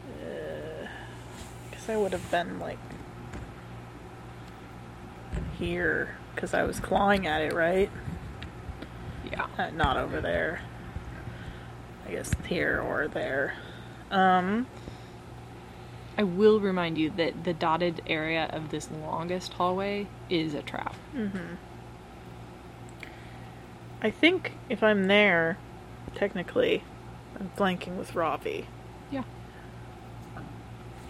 Speaker 1: Because uh, I would have been like here because I was clawing at it, right?
Speaker 4: Yeah.
Speaker 1: Uh, not over there. I guess here or there. Um.
Speaker 4: I will remind you that the dotted area of this longest hallway is a trap.
Speaker 1: I think if I'm there, technically, I'm flanking with Ravi.
Speaker 4: Yeah.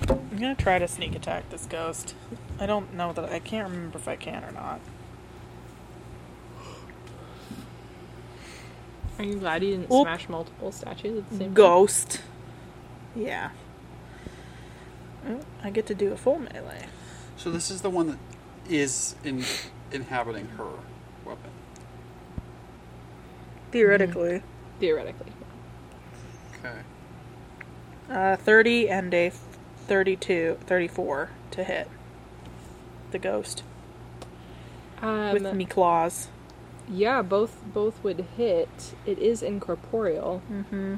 Speaker 1: I'm gonna try to sneak attack this ghost. I don't know that I can't remember if I can or not.
Speaker 4: Are you glad you didn't
Speaker 1: Oop.
Speaker 4: smash multiple statues at the same time?
Speaker 1: Ghost. Yeah. Mm, I get to do a full melee.
Speaker 2: So this is the one that is in, inhabiting her weapon.
Speaker 1: Theoretically.
Speaker 4: Theoretically.
Speaker 2: Okay.
Speaker 1: Uh, 30 and a f- 32, 34 to hit the ghost
Speaker 4: Um,
Speaker 1: with me claws.
Speaker 4: Yeah, both both would hit. It is incorporeal.
Speaker 1: Mm-hmm.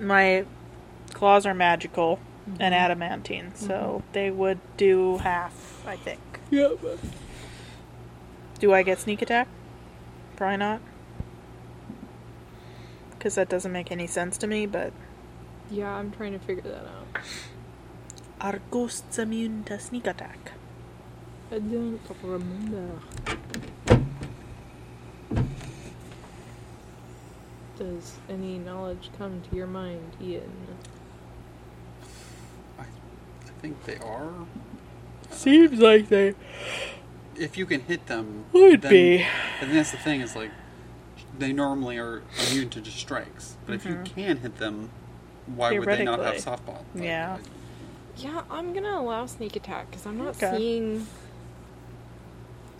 Speaker 1: My claws are magical and adamantine, so they would do half, I think.
Speaker 4: Yeah.
Speaker 1: Do I get sneak attack? Probably not. Because that doesn't make any sense to me, but.
Speaker 4: Yeah, I'm trying to figure that out.
Speaker 1: Are ghosts immune to sneak attack?
Speaker 4: I don't remember. Does any knowledge come to your mind, Ian?
Speaker 2: I, I think they are.
Speaker 1: Seems like they.
Speaker 2: If you can hit them,
Speaker 1: Would
Speaker 2: then,
Speaker 1: be.
Speaker 2: And that's the thing is like, they normally are immune to just strikes. But if you can hit them, why would they not have
Speaker 1: Theoretically.
Speaker 2: softball?
Speaker 1: Yeah.
Speaker 4: Yeah, I'm gonna allow sneak attack because I'm not
Speaker 1: Okay.
Speaker 4: seeing.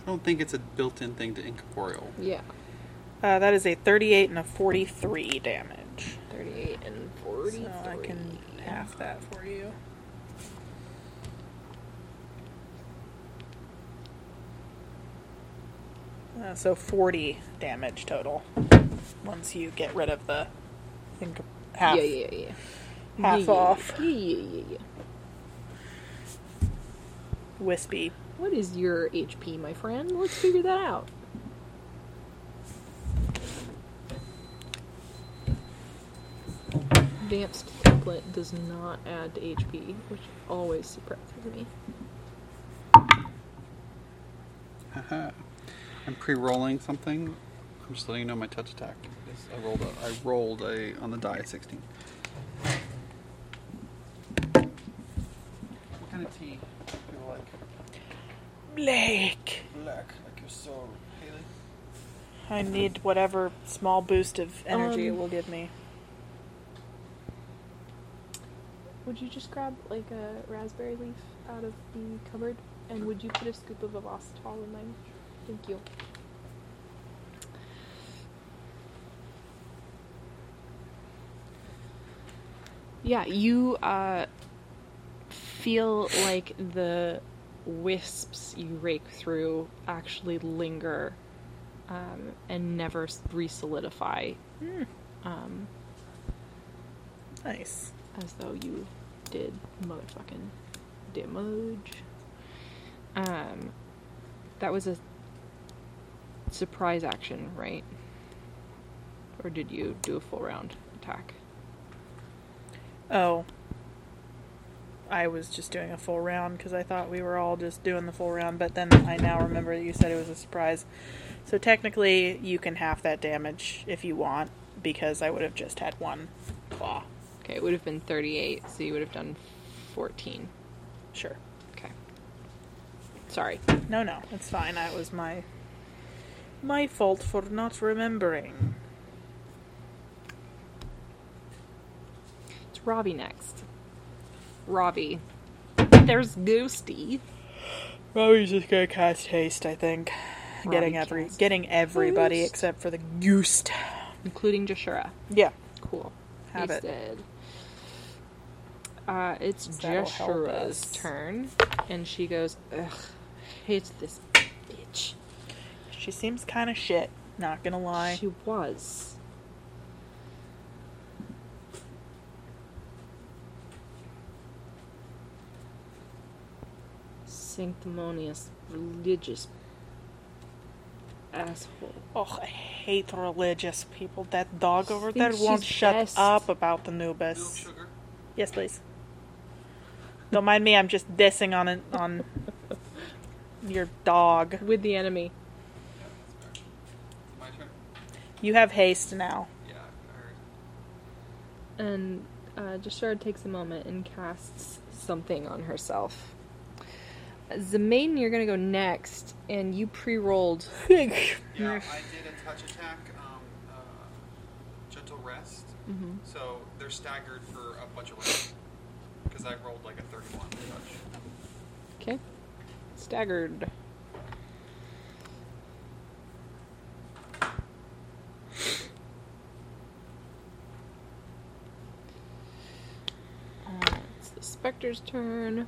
Speaker 2: I don't think it's a built-in thing to incorporeal.
Speaker 4: Yeah,
Speaker 1: Uh, that is a 38 and a 43 damage.
Speaker 4: 38 and
Speaker 1: So
Speaker 4: 43.
Speaker 1: I can half that for you. Uh, so 40 damage total once you get rid of the. I think half.
Speaker 4: Yeah, yeah, yeah.
Speaker 1: half
Speaker 4: Yeah, yeah,
Speaker 1: off.
Speaker 4: Yeah, yeah, yeah, yeah.
Speaker 1: Wispy.
Speaker 4: What is your HP, my friend? Let's figure that out. Advanced template does not add to HP, which always surprises me.
Speaker 2: Haha. [laughs] I'm pre-rolling something. I'm just letting you know my touch attack. is- I rolled. A, I rolled a on the die a 16. What kind of tea do you like?
Speaker 1: Blake!
Speaker 2: Black, like your soul, Haley.
Speaker 1: I need whatever small boost of energy
Speaker 4: Um,
Speaker 1: it will give me.
Speaker 4: Would you just grab like a raspberry leaf out of the cupboard, and would you put a scoop of Avastol in mine? Thank you. Yeah, you uh, feel like the wisps you rake through actually linger um, and never s- re-solidify um,
Speaker 1: Nice.
Speaker 4: as though you did motherfucking damage. Um, that was a surprise action, right? Or did you do a full round attack?
Speaker 1: Oh. I was just doing a full round because I thought we were all just doing the full round, but then I now remember that you said it was a surprise. So technically, you can half that damage if you want because I would have just had one claw.
Speaker 4: Okay, it would have been 38, so you would have done 14.
Speaker 1: Sure.
Speaker 4: Okay. Sorry.
Speaker 1: No, no, it's fine. That was my my fault for not remembering.
Speaker 4: It's Robbie next. Robbie. There's Ghosty.
Speaker 1: Robbie's just gonna cast haste, I think. getting every getting everybody except for the goose.
Speaker 4: including Jashura.
Speaker 1: Yeah.
Speaker 4: Cool.
Speaker 1: Have it.
Speaker 4: Said. Uh, it's
Speaker 1: That'll help
Speaker 4: Jashura's
Speaker 1: us.
Speaker 4: turn, and she goes, "Ugh, hate this bitch."
Speaker 1: She seems kind of shit. Not gonna lie.
Speaker 4: She was. Sanctimonious, religious asshole.
Speaker 1: Oh, I hate religious people. That dog over
Speaker 4: Think
Speaker 1: there won't
Speaker 4: she's
Speaker 1: shut
Speaker 4: best.
Speaker 1: up about the Nubis. Yes, please. Don't mind me. I'm just dissing on it on your dog.
Speaker 4: With the enemy.
Speaker 2: My turn?
Speaker 1: You have haste now.
Speaker 2: Yeah, I heard.
Speaker 4: And uh, Jashara takes a moment and casts something on herself. Zemaine, you're gonna go next, and you pre-rolled.
Speaker 2: Yeah, I did a touch attack, um, uh, gentle rest. So they're staggered for a bunch of rounds. Because I rolled like a 31 touch.
Speaker 4: Okay, staggered. Uh, it's the specter's turn.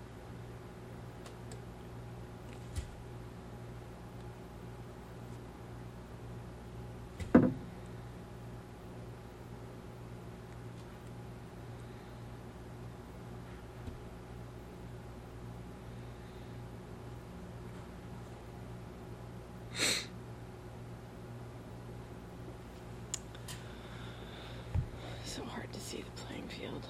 Speaker 4: [sighs] So hard to see the playing field.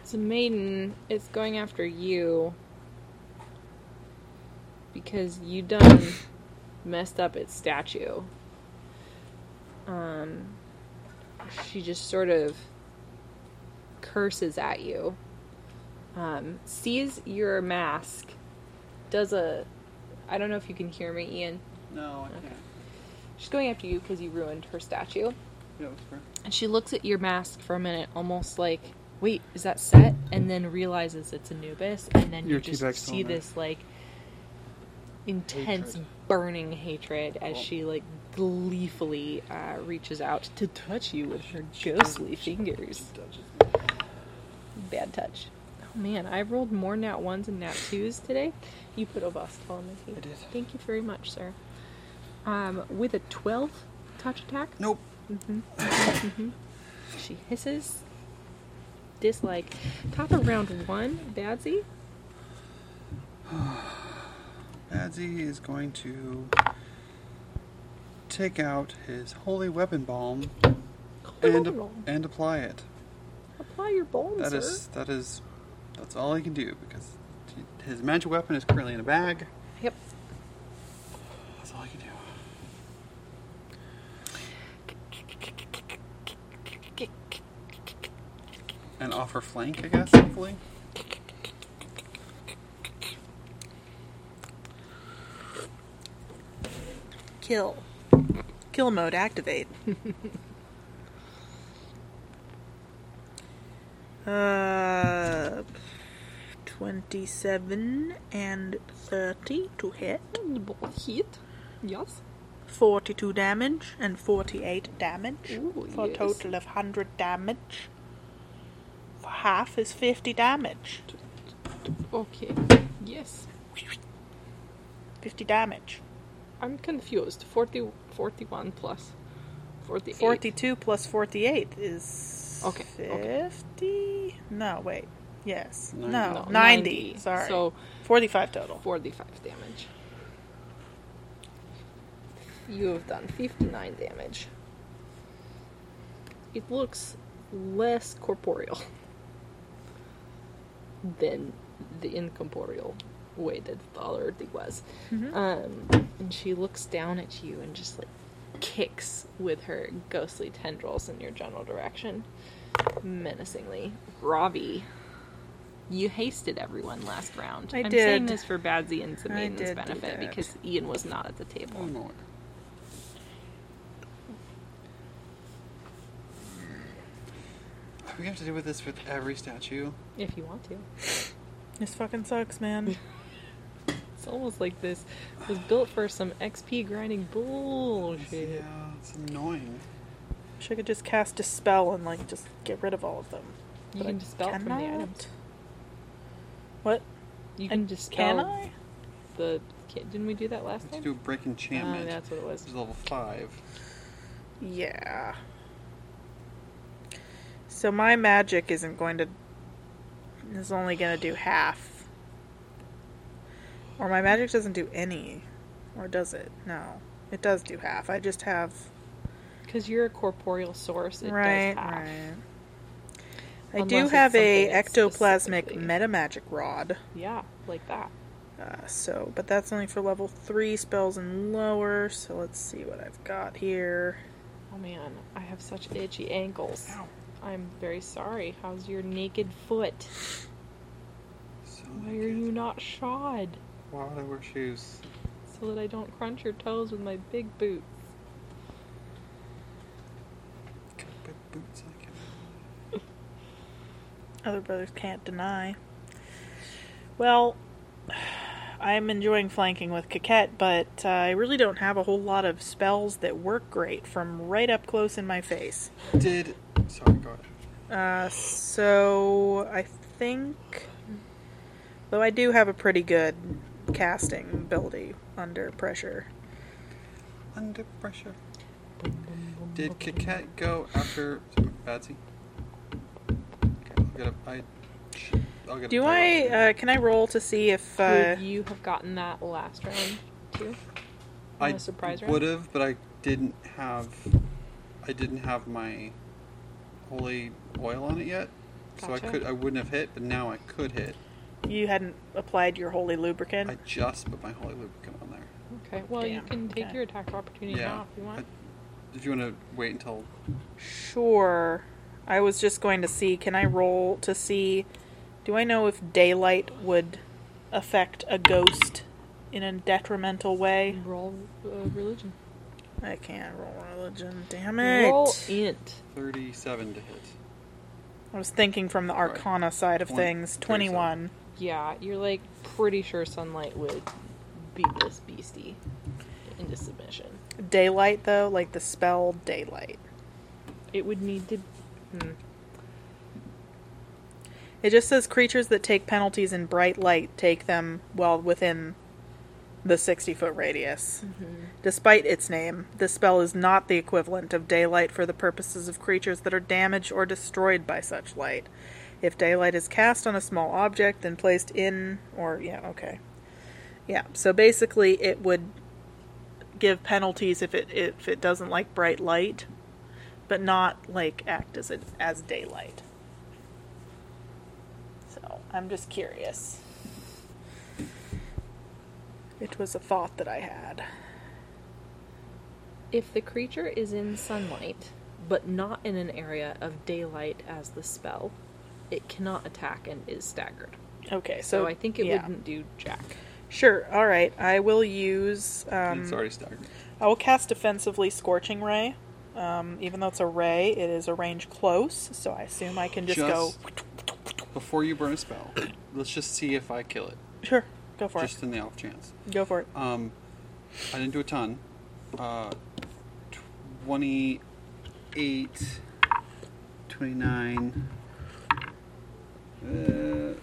Speaker 4: It's a maiden. It's going after you because you done messed up its statue. Um, she just sort of curses at you. Um, sees your mask does a I don't know if you can hear me, Ian.
Speaker 2: No, I can't.
Speaker 4: She's going after you because you ruined her statue.
Speaker 2: Yeah, it was fair.
Speaker 4: And she looks at your mask for a minute, almost like, wait, is that set? And then realizes it's Anubis. And then
Speaker 2: Your
Speaker 4: you just
Speaker 2: T-Bag's still
Speaker 4: see
Speaker 2: in there.
Speaker 4: this, like, intense,
Speaker 2: Hatred.
Speaker 4: burning hatred as
Speaker 2: Cool.
Speaker 4: she, like, gleefully uh, reaches out to touch you with her ghostly fingers. Bad touch. Oh man, I rolled more nat ones and nat twos today. You put Obastel on the team.
Speaker 2: I did.
Speaker 4: Thank you very much, sir. Um, with a 12 touch attack,
Speaker 2: Nope.
Speaker 4: she hisses. Dislike. Top of round one, Badsy.
Speaker 2: Adzie is going to take out his holy weapon balm and,
Speaker 4: Roll.
Speaker 2: and apply it.
Speaker 4: Apply your bones,
Speaker 2: That
Speaker 4: sir.
Speaker 2: is that is that's all he can do because he- his magic weapon is currently in a bag.
Speaker 4: Yep.
Speaker 2: That's all he can do. And off her flank, I guess, hopefully.
Speaker 1: Kill. Kill mode
Speaker 4: [laughs]
Speaker 1: activate. uh, 27 and 30 to hit.
Speaker 4: Both hit. Yes.
Speaker 1: 42 damage and 48 damage.
Speaker 4: Ooh,
Speaker 1: for a
Speaker 4: yes.
Speaker 1: total of 100 damage. For half is 50 damage.
Speaker 4: Okay. Yes.
Speaker 1: 50 damage.
Speaker 4: I'm confused. 40, 41 plus 48.
Speaker 1: 42 plus 48 is
Speaker 4: Okay,
Speaker 1: 50
Speaker 4: okay.
Speaker 1: no wait yes no,
Speaker 2: Ninety.
Speaker 4: No,
Speaker 1: 90,
Speaker 4: 90,
Speaker 1: Oh, sorry
Speaker 4: so-
Speaker 1: 45 total
Speaker 4: 45 damage. You have done 59 damage. It looks less corporeal than the incorporeal way that the other thing was.
Speaker 1: Mm-hmm.
Speaker 4: Um, and she looks down at you and just like kicks with her ghostly tendrils in your general direction menacingly. Ravi. You hasted everyone last round.
Speaker 1: I
Speaker 4: am
Speaker 1: did.
Speaker 4: saying this for Badsy and
Speaker 1: I
Speaker 4: Samina's
Speaker 1: did do
Speaker 4: benefit
Speaker 1: that. Mm.
Speaker 4: because Ian was not at the table.
Speaker 2: One more. Are we going to have to do with this with every statue?
Speaker 7: If you want to.
Speaker 1: This fucking sucks, man.
Speaker 7: It's almost like this was built for some XP grinding
Speaker 4: Oh,
Speaker 7: bullshit.
Speaker 2: Yeah, it's annoying.
Speaker 1: Wish I could just cast dispel and like just get rid of all of them.
Speaker 7: You
Speaker 1: But
Speaker 7: can
Speaker 1: I
Speaker 7: dispel it from the
Speaker 1: cannot.
Speaker 7: items.
Speaker 1: What?
Speaker 7: You
Speaker 1: And
Speaker 7: can dispel
Speaker 1: Can I?
Speaker 7: the. Can, didn't we do that last
Speaker 2: To
Speaker 7: time?
Speaker 2: do a break enchantment.
Speaker 7: Oh, that's what it was.
Speaker 2: This is level five.
Speaker 1: Yeah. So my magic isn't going to. is only going to do half. Or my magic doesn't do any. Or does it? No. It does do half. I just have.
Speaker 7: Because you're a corporeal source. It
Speaker 1: right,
Speaker 7: does half.
Speaker 1: right. I
Speaker 7: Unless
Speaker 1: do
Speaker 7: it's
Speaker 1: have a
Speaker 7: something that's
Speaker 1: ectoplasmic
Speaker 7: specifically-
Speaker 1: metamagic rod.
Speaker 7: Yeah, like that.
Speaker 1: Uh, so, but that's only for level 3 spells and lower. So let's see what I've got here.
Speaker 7: Oh man, I have such itchy ankles. I'm very sorry. How's your naked foot?
Speaker 2: So
Speaker 7: Why are
Speaker 2: naked.
Speaker 7: you not shod?
Speaker 2: Why would I wear shoes?
Speaker 7: So that I don't crunch your toes with my big boots.
Speaker 2: Got big boots I can-
Speaker 1: Other brothers can't deny. Well, I'm enjoying flanking with Coquette, but uh, I really don't have a whole lot of spells that work great from right up close in my face.
Speaker 2: Did. Sorry, go ahead.
Speaker 1: Uh, so I think, though I do have a pretty good casting ability under pressure.
Speaker 2: Under pressure. Did Kiket go after Batsy? I'll get a. I, I'll get a
Speaker 1: Do
Speaker 2: barrel
Speaker 1: I?
Speaker 2: too.
Speaker 1: Uh, can I roll to see if? Uh,
Speaker 7: Would you have gotten that last round too?
Speaker 2: I
Speaker 7: on a surprise round?
Speaker 2: would have, but I didn't have. I didn't have my holy oil on it yet, so I
Speaker 7: Gotcha.
Speaker 2: could. I wouldn't have hit, but now I could hit.
Speaker 1: you hadn't applied your holy lubricant.
Speaker 2: I just put my holy lubricant on there.
Speaker 7: Okay. Well, you
Speaker 1: Damn,
Speaker 7: can take
Speaker 1: okay.
Speaker 7: your attack of opportunity
Speaker 2: yeah.
Speaker 7: now if you want.
Speaker 2: I- if you want to wait until
Speaker 1: Sure. I was just going to see. Can I roll to see? Do I know if daylight would affect a ghost in a detrimental way?
Speaker 7: Roll uh, religion.
Speaker 1: I can't roll religion. Damn it!
Speaker 7: Roll
Speaker 4: e-
Speaker 7: int.
Speaker 2: thirty-seven to hit,
Speaker 1: I was thinking from the Arcana side of
Speaker 2: Twen-
Speaker 1: things. Twenty-one.
Speaker 7: Yeah, you're like pretty sure sunlight would beat this beastie into submission.
Speaker 1: Daylight, though, like the spell daylight.
Speaker 7: It would need to. Hmm.
Speaker 1: It just says creatures that take penalties in bright light take them well within the 60 foot radius. Despite its name, this spell is not the equivalent of daylight for the purposes of creatures that are damaged or destroyed by such light. If daylight is cast on a small object and placed in, or, yeah, okay. Yeah, so basically it would give penalties if it if it doesn't like bright light, but not like act as it as daylight. So I'm just curious. It was a thought that I had.
Speaker 4: If the creature is in sunlight, but not in an area of daylight as the spell, it cannot attack and is staggered.
Speaker 1: Okay,
Speaker 4: So,
Speaker 1: so,
Speaker 4: I think it
Speaker 1: yeah.
Speaker 4: wouldn't do jack.
Speaker 1: Sure. All right. I will use. Um,
Speaker 2: and it's already staggered.
Speaker 1: I will cast defensively scorching ray. Um, even though it's a ray, it is a range close, so I assume I can just, go.
Speaker 2: before you burn a spell. Let's just see if I kill it,
Speaker 1: Sure. Go for
Speaker 2: just in the off chance.
Speaker 1: it. Go for it.
Speaker 2: Um, I didn't do a ton. Uh, 28, 29, uh, 30,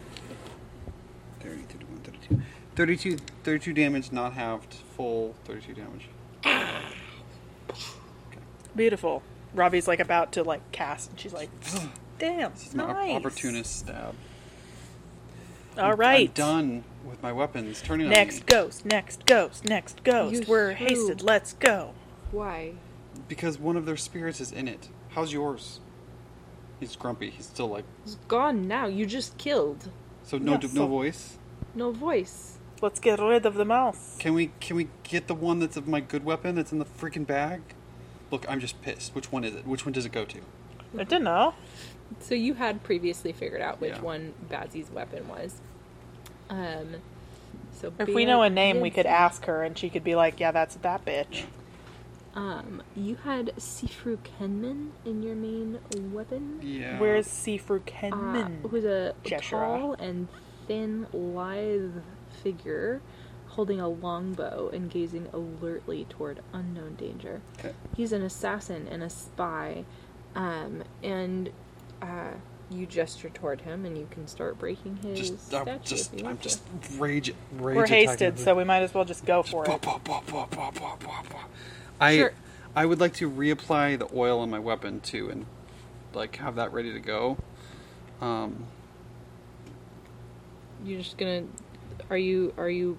Speaker 2: 31, 32. 32, 32 damage, not halved, full 32 damage.
Speaker 1: Beautiful. Robbie's like about to like cast, and she's like, "Damn,
Speaker 2: This is my op-
Speaker 1: nice."
Speaker 2: opportunist stab.
Speaker 1: All
Speaker 2: I'm
Speaker 1: right.
Speaker 2: done with my weapons. Turning on
Speaker 1: Next
Speaker 2: me.
Speaker 1: ghost. Next ghost. Next ghost.
Speaker 7: You
Speaker 1: We're
Speaker 7: threw-
Speaker 1: hasted. Let's go.
Speaker 7: Why?
Speaker 2: Because one of their spirits is in it. How's yours? He's grumpy. He's still like.
Speaker 4: It's gone now. You just killed.
Speaker 2: So no,
Speaker 1: Yeah,
Speaker 2: d-
Speaker 1: so-
Speaker 2: no voice.
Speaker 4: No voice.
Speaker 1: Let's get rid of the mouse.
Speaker 2: Can we can we get the one that's of my good weapon that's in the freaking bag? Look, I'm just pissed. Which one is it? Which one does it go to?
Speaker 1: I don't know.
Speaker 7: So you had previously figured out which
Speaker 2: Yeah.
Speaker 7: one Bazzy's weapon was. Um, so
Speaker 1: If we know a name, we could ask her, and she could be like, "Yeah, that's that bitch."
Speaker 4: Um, you had Sifru Kenman in your main weapon.
Speaker 2: Yeah.
Speaker 1: Where's Sifru
Speaker 4: uh,
Speaker 1: Kenman?
Speaker 4: who's a
Speaker 1: Jeshurun.
Speaker 4: tall and thin, lithe figure holding a longbow and gazing alertly toward unknown danger.
Speaker 2: Okay.
Speaker 4: He's an assassin and a spy, um, and uh, you gesture toward him, and you can start breaking his
Speaker 2: Just,
Speaker 4: statue.
Speaker 2: I'm just,
Speaker 4: if you
Speaker 2: I'm
Speaker 4: want to.
Speaker 2: just rage, rage.
Speaker 1: We're
Speaker 2: attacking
Speaker 1: hasted,
Speaker 2: them.
Speaker 1: so we might as well just go for
Speaker 2: Bah,
Speaker 1: it.
Speaker 2: bah, bah, bah, bah, bah, bah, bah. I
Speaker 4: Sure.
Speaker 2: I would like to reapply the oil on my weapon too, and like have that ready to go. Um,
Speaker 4: You're just gonna. Are you are you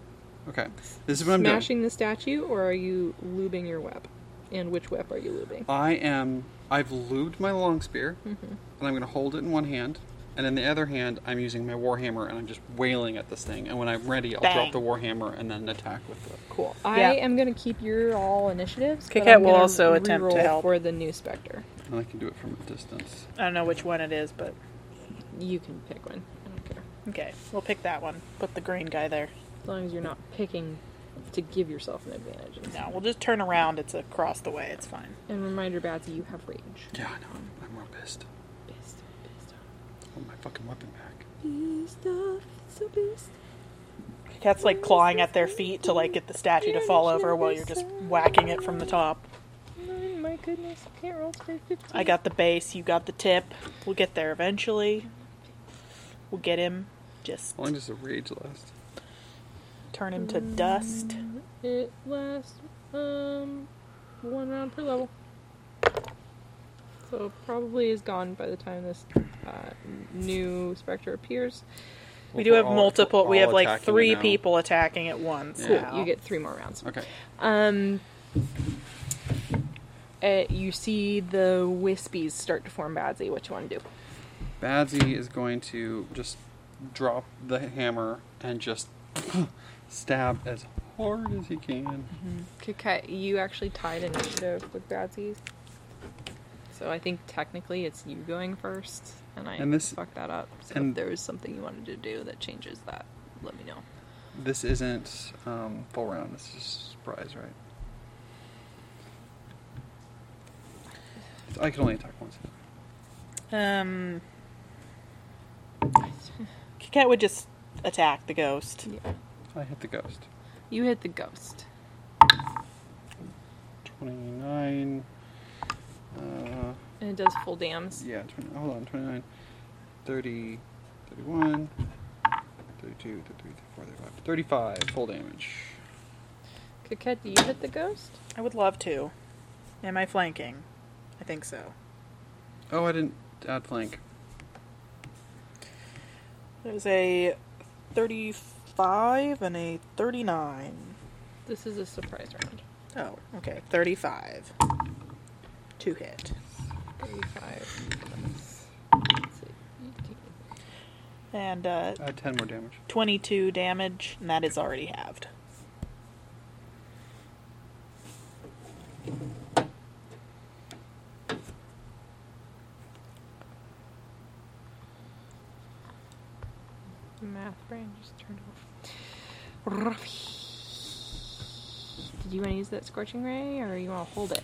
Speaker 2: okay, this is what I'm doing.
Speaker 4: smashing the statue, or are you lubing your web? And which web are you lubing?
Speaker 2: I am. I've lubed my long spear, and I'm going to hold it in one hand, and in the other hand, I'm using my warhammer, and I'm just wailing at this thing. And when I'm ready, I'll
Speaker 1: Bang.
Speaker 2: drop the warhammer and then attack with the.
Speaker 4: Cool.
Speaker 1: Yeah.
Speaker 4: I am going to keep your all initiatives. but
Speaker 1: Kikat
Speaker 4: I'm
Speaker 1: will
Speaker 4: gonna
Speaker 1: also attempt to
Speaker 4: reroll
Speaker 1: help.
Speaker 4: for the new specter.
Speaker 2: And I can do it from a distance.
Speaker 1: I don't know which one it is, but
Speaker 4: You can pick one. I don't care.
Speaker 1: okay, we'll pick that one. Put the green guy there.
Speaker 4: As long as you're not picking to give yourself an advantage.
Speaker 1: No, we'll just turn around. It's across the way. It's fine.
Speaker 4: And reminder, Batsy, you have rage.
Speaker 2: Yeah, I know. I'm, I'm real pissed.
Speaker 4: Pissed, pissed off,
Speaker 2: I want my fucking weapon back.
Speaker 4: pissed off, so pissed.
Speaker 1: Cat's like clawing at their feet to like get the statue to fall over while you're just whacking it from the top.
Speaker 4: Oh my goodness, I can't roll straight 15.
Speaker 1: I got the base, you got the tip. We'll get there eventually. We'll get him. Just
Speaker 2: How long does the rage last?
Speaker 1: turn him to dust.
Speaker 4: It lasts um one round per level. So probably is gone by the time this uh, new specter appears.
Speaker 1: We do have
Speaker 2: All-
Speaker 1: multiple. We
Speaker 2: all
Speaker 1: have like
Speaker 2: attacking
Speaker 1: three
Speaker 2: now.
Speaker 1: people attacking at once.
Speaker 2: Cool,
Speaker 1: now.
Speaker 4: You get three more rounds.
Speaker 2: Okay.
Speaker 4: Um, uh, you see the wispies start to form Badsy. What you want to do?
Speaker 2: Badsy is going to just drop the hammer and just [coughs] stab as hard as he can.
Speaker 4: Kaket, you actually tied initiative with Badsy's. So I think technically it's you going first, and I
Speaker 2: And this-
Speaker 4: fucked that up. So
Speaker 2: and-
Speaker 4: if there was something you wanted to do that changes that, let me know.
Speaker 2: This isn't um, full round. This is surprise, right? I can only attack once.
Speaker 1: Um, Cat would just attack the ghost.
Speaker 4: [laughs] Yeah.
Speaker 2: I hit the ghost.
Speaker 4: You hit the ghost.
Speaker 2: 29. Uh,
Speaker 4: And it does full dams.
Speaker 2: yeah, 20, hold on. 29, 30, 31, 32, 33, 34, 35. 35 full damage.
Speaker 4: Kaket, do you hit the ghost?
Speaker 1: I would love to. Am I flanking? I think so.
Speaker 2: Oh, I didn't add flank.
Speaker 1: It was a 35 and a 39.
Speaker 4: This is a surprise round.
Speaker 1: Oh, okay. 35. Two hit.
Speaker 4: 35 plus. let's see, 18.
Speaker 1: And uh,
Speaker 2: Add 10 more damage.
Speaker 1: 22 damage, and that is already halved.
Speaker 4: Math brain just turned off. Did you want to use that scorching ray or you want to hold it?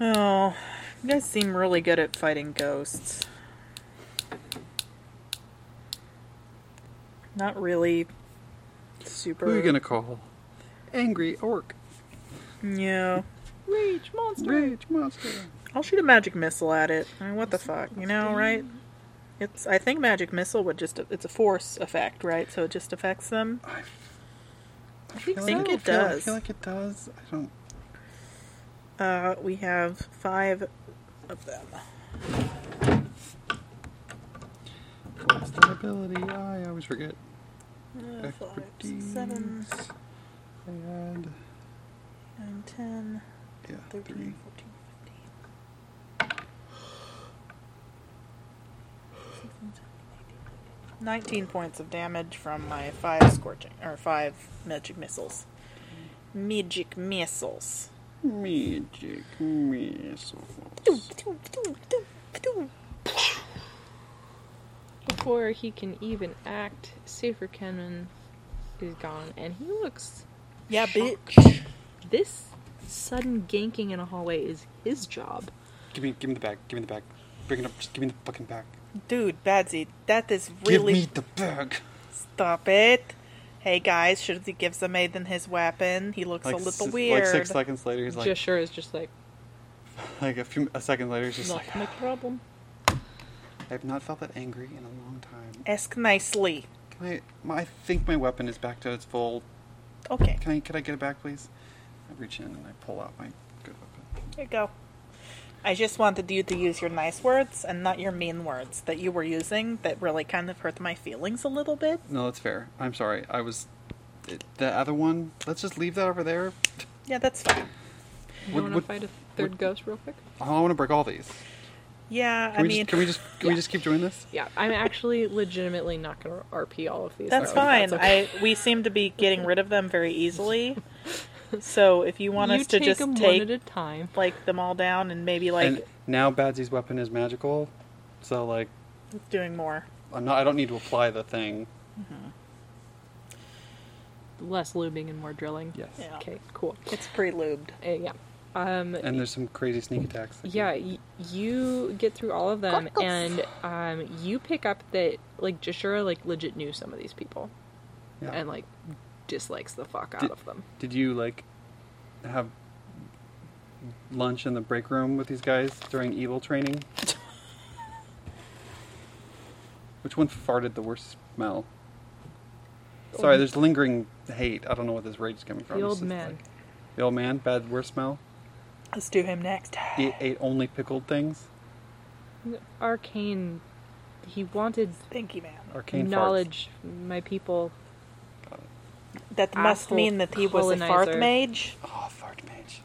Speaker 1: Oh, you guys seem really good at fighting ghosts. Not really super.
Speaker 2: Who are you gonna call? Angry orc.
Speaker 1: Yeah.
Speaker 4: Rage monster.
Speaker 2: Rage monster.
Speaker 1: I'll shoot a magic missile at it. I mean, what the fuck? You know, right? It's. I think magic missile would just. It's a force effect, right? So it just affects them.
Speaker 2: I,
Speaker 4: I think
Speaker 1: I think
Speaker 4: so.
Speaker 1: it
Speaker 2: feel- I
Speaker 1: does.
Speaker 2: feel like it does. I don't.
Speaker 1: Uh, we have five of them.
Speaker 2: What's that ability? I always forget.
Speaker 1: Uh, five, six,
Speaker 2: Expertise.
Speaker 1: seven,
Speaker 2: I add.
Speaker 1: nine, ten,
Speaker 2: Yeah. Three.
Speaker 1: thirteen, fourteen, fifteen. 19 points of damage from my five scorching or five magic missiles. Magic missiles.
Speaker 2: Magic missile.
Speaker 4: Before he can even act, Safer Kenman is gone and he looks
Speaker 1: Yeah, bitch.
Speaker 4: this
Speaker 9: sudden ganking in a hallway is his job.
Speaker 2: Give me, give me the bag. Give me the bag. Bring it up. Just give me the fucking bag.
Speaker 1: Dude, Badsy, that is really.
Speaker 10: Give me the bag.
Speaker 1: Stop it. Hey guys, should he give the maiden his weapon? He looks a
Speaker 2: s-
Speaker 1: little
Speaker 2: Like
Speaker 1: weird.
Speaker 2: six seconds later, he's like,
Speaker 4: Sure is just like
Speaker 2: [laughs] like a few a second later, he's just
Speaker 9: Not
Speaker 2: like,
Speaker 9: my
Speaker 2: [sighs]
Speaker 9: problem.
Speaker 2: I have not felt that angry in a long time.
Speaker 1: Ask nicely.
Speaker 2: Can I, my, I think my weapon is back to its full.
Speaker 1: Okay,
Speaker 2: Can I, can I get it back, please? I reach in and I pull out my good weapon.
Speaker 1: here you go. I just wanted you to use your nice words and not your mean words that you were using that really kind of hurt my feelings a little bit.
Speaker 2: No, that's fair. I'm sorry. I was. it- The other one. Let's just leave that over there.
Speaker 1: Yeah, that's fine.
Speaker 4: you
Speaker 2: Would-
Speaker 4: want to
Speaker 2: would-
Speaker 4: fight a third ghost real quick?
Speaker 2: Oh, I want to break all these.
Speaker 1: Yeah,
Speaker 2: Can
Speaker 1: I
Speaker 2: we
Speaker 1: mean,
Speaker 2: just, can we just can we
Speaker 9: yeah.
Speaker 2: just keep doing this?
Speaker 9: Yeah, I'm actually legitimately not going to RP all of these.
Speaker 1: that's
Speaker 9: so
Speaker 1: fine.
Speaker 9: okay.
Speaker 1: I we seem to be getting rid of them very easily. So if you want
Speaker 4: you
Speaker 1: us to
Speaker 4: take
Speaker 1: just
Speaker 4: them
Speaker 1: take
Speaker 4: one at a time.
Speaker 1: like them all down and maybe like
Speaker 2: and now Badsy's weapon is magical, so like
Speaker 1: doing more.
Speaker 2: I'm not. Uh, I don't need to apply the thing.
Speaker 4: Less lubing and more drilling.
Speaker 2: Yes.
Speaker 1: Yeah.
Speaker 4: Okay, cool.
Speaker 1: It's pre-lubed.
Speaker 4: Uh, yeah. Um,
Speaker 2: And there's some crazy sneak attacks. that
Speaker 4: yeah,
Speaker 2: you-
Speaker 4: y- you get through all of them, and um, you pick up that like Jashura like legit knew some of these people,
Speaker 2: yeah.
Speaker 4: and like dislikes the fuck out
Speaker 2: Did-
Speaker 4: of them.
Speaker 2: Did you like have lunch in the break room with these guys during evil training? [laughs] Which one farted the worst smell? Sorry, there's lingering hate. I don't know what this rage is coming from.
Speaker 4: The
Speaker 2: It's
Speaker 4: old
Speaker 2: just,
Speaker 4: man.
Speaker 2: like- the old man, bad worst smell.
Speaker 1: Let's do him next.
Speaker 2: He ate only pickled things.
Speaker 4: Arcane. He wanted
Speaker 1: Thank you, man.
Speaker 2: Arcane farts.
Speaker 4: knowledge. My people.
Speaker 1: That must
Speaker 4: Asshole
Speaker 1: mean that he was a fart
Speaker 4: colonizer.
Speaker 1: mage.
Speaker 2: Oh, fart mage.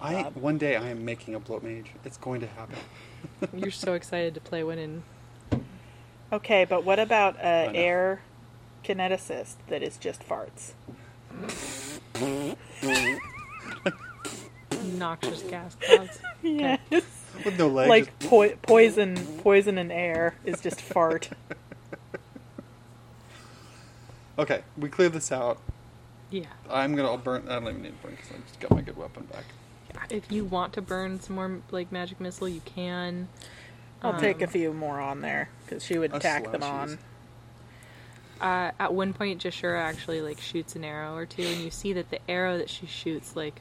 Speaker 2: I one day I am making a bloat mage. It's going to happen.
Speaker 4: You're so [laughs] excited to play one in.
Speaker 1: Okay, but what about a
Speaker 2: know.
Speaker 1: air kineticist that is just farts?
Speaker 4: noxious gas clouds.
Speaker 1: Yes.
Speaker 2: With no legs.
Speaker 1: Like po- poison, poison in air is just fart.
Speaker 2: okay, we cleared this out.
Speaker 4: Yeah.
Speaker 2: I'm gonna I'll burn. I don't even need to burn because I just got my good weapon back.
Speaker 4: If you want to burn some more like magic missile, you can.
Speaker 1: I'll
Speaker 4: [laughs]
Speaker 1: take
Speaker 4: Um.
Speaker 1: a few more on there because she would
Speaker 2: Us
Speaker 1: tack them on.
Speaker 2: slouchies.
Speaker 4: Uh, at one point, Jashura actually like shoots an arrow or two, and you see that the arrow that she shoots like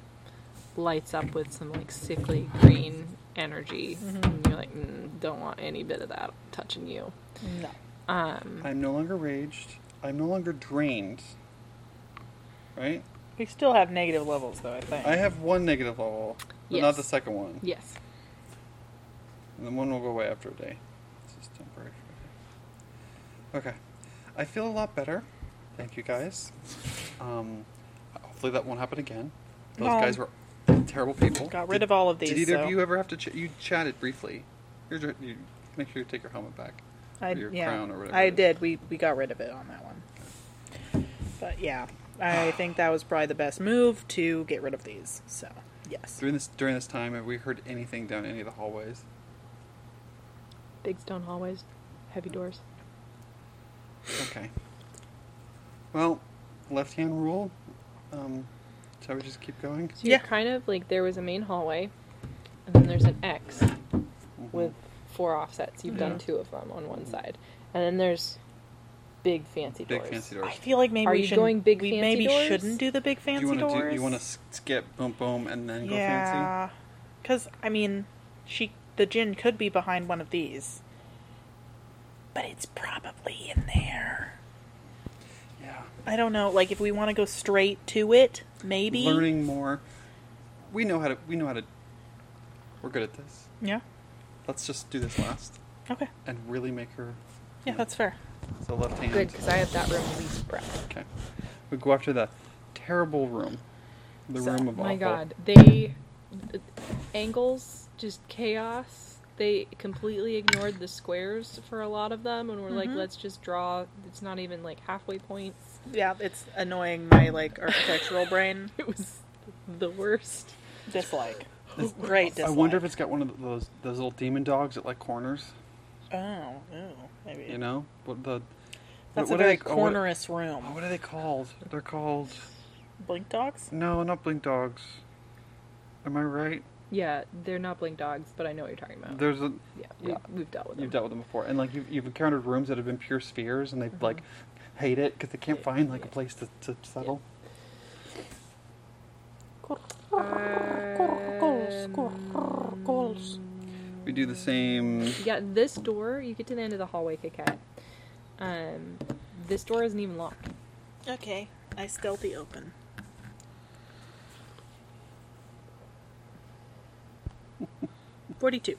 Speaker 4: lights up with some like sickly green energy, and you're like, mm, don't want any bit of that touching you.
Speaker 1: No.
Speaker 2: I'm no longer raged. I'm no longer drained. Right?
Speaker 1: We still have negative levels though. I think.
Speaker 2: I have one negative level, but not
Speaker 4: Yes.
Speaker 2: the second one.
Speaker 4: Yes.
Speaker 2: And then one will go away after a day. It's just temporary. for a day. Okay. I feel a lot better. Thank you guys. Um, hopefully that won't happen again. Those
Speaker 1: No.
Speaker 2: guys were terrible people.
Speaker 1: Got rid of all of
Speaker 2: Did
Speaker 1: these,
Speaker 2: either
Speaker 1: so-
Speaker 2: of you ever have to? Ch- you chatted briefly. You're, dr- you make sure you take your helmet back.
Speaker 1: I,
Speaker 2: or your
Speaker 1: yeah,
Speaker 2: crown or whatever.
Speaker 1: I
Speaker 2: it is.
Speaker 1: did. We we got rid of it on that one. But yeah,
Speaker 2: [sighs]
Speaker 1: I think that was probably the best move to get rid of these. So yes.
Speaker 2: During this during this time, have we heard anything down any of the hallways?
Speaker 4: Big stone hallways, heavy doors.
Speaker 2: Okay. Well, left hand rule. Um, shall we just keep going?
Speaker 4: So you're
Speaker 1: Yeah.
Speaker 4: kind of like there was a main hallway, and then there's an X with
Speaker 2: Mm-hmm.
Speaker 4: four offsets. You've
Speaker 2: Yeah.
Speaker 4: done two of them on one side, and then there's big fancy
Speaker 2: Big
Speaker 4: doors.
Speaker 2: fancy
Speaker 1: I
Speaker 2: doors.
Speaker 1: feel like maybe
Speaker 4: Are
Speaker 1: we
Speaker 4: you
Speaker 1: shouldn't-
Speaker 4: going big
Speaker 1: we
Speaker 4: fancy
Speaker 1: maybe
Speaker 4: doors?
Speaker 1: shouldn't do the big
Speaker 2: Do
Speaker 1: fancy
Speaker 2: you wanna
Speaker 1: doors.
Speaker 2: Do, you want to skip boom boom and then go fancy?
Speaker 1: yeah, because I mean, she the gin could be behind one of these, but it's probably in there.
Speaker 2: Yeah.
Speaker 1: I don't know. Like if we want to go straight to it, maybe
Speaker 2: Learning more. We know how to. We know how to. We're good at this.
Speaker 1: Yeah.
Speaker 2: Let's just do this last
Speaker 1: Okay.
Speaker 2: and really make her.
Speaker 1: Yeah, that's fair.
Speaker 2: So left hand.
Speaker 9: Good, because I have that room least breath.
Speaker 2: Okay. We go after the terrible room. The room of
Speaker 4: my
Speaker 2: awful.
Speaker 4: god, they angles just chaos. They completely ignored the squares for a lot of them, and were like, let's just draw. It's not even like halfway points. [laughs]
Speaker 1: Yeah, it's annoying my like architectural brain.
Speaker 4: It was the worst.
Speaker 1: Dislike. Great
Speaker 2: I
Speaker 1: dislike.
Speaker 2: wonder if it's got one of those those little demon dogs at like corners.
Speaker 1: Oh, oh maybe.
Speaker 2: You know what the.
Speaker 1: That's
Speaker 2: what
Speaker 1: a
Speaker 2: are
Speaker 1: very
Speaker 2: they- oh, what-
Speaker 1: cornerous room.
Speaker 2: What are they called? They're called
Speaker 1: Blink dogs?
Speaker 2: no, not blink dogs.
Speaker 7: Am I right?
Speaker 4: Yeah, they're not blink dogs, but I know what you're talking about.
Speaker 7: There's a
Speaker 4: yeah, we,
Speaker 2: yeah.
Speaker 4: we've dealt with them.
Speaker 2: You've dealt with them before, and like you've, you've encountered rooms that have been pure spheres, and they've like hate it because they can't find like a place to, to settle.
Speaker 4: Um,
Speaker 7: we do the same.
Speaker 4: Yeah, this door, you get to the end of the hallway, Kit Kat. Um, this door isn't even locked.
Speaker 1: Okay, I stealthy open. Forty-two.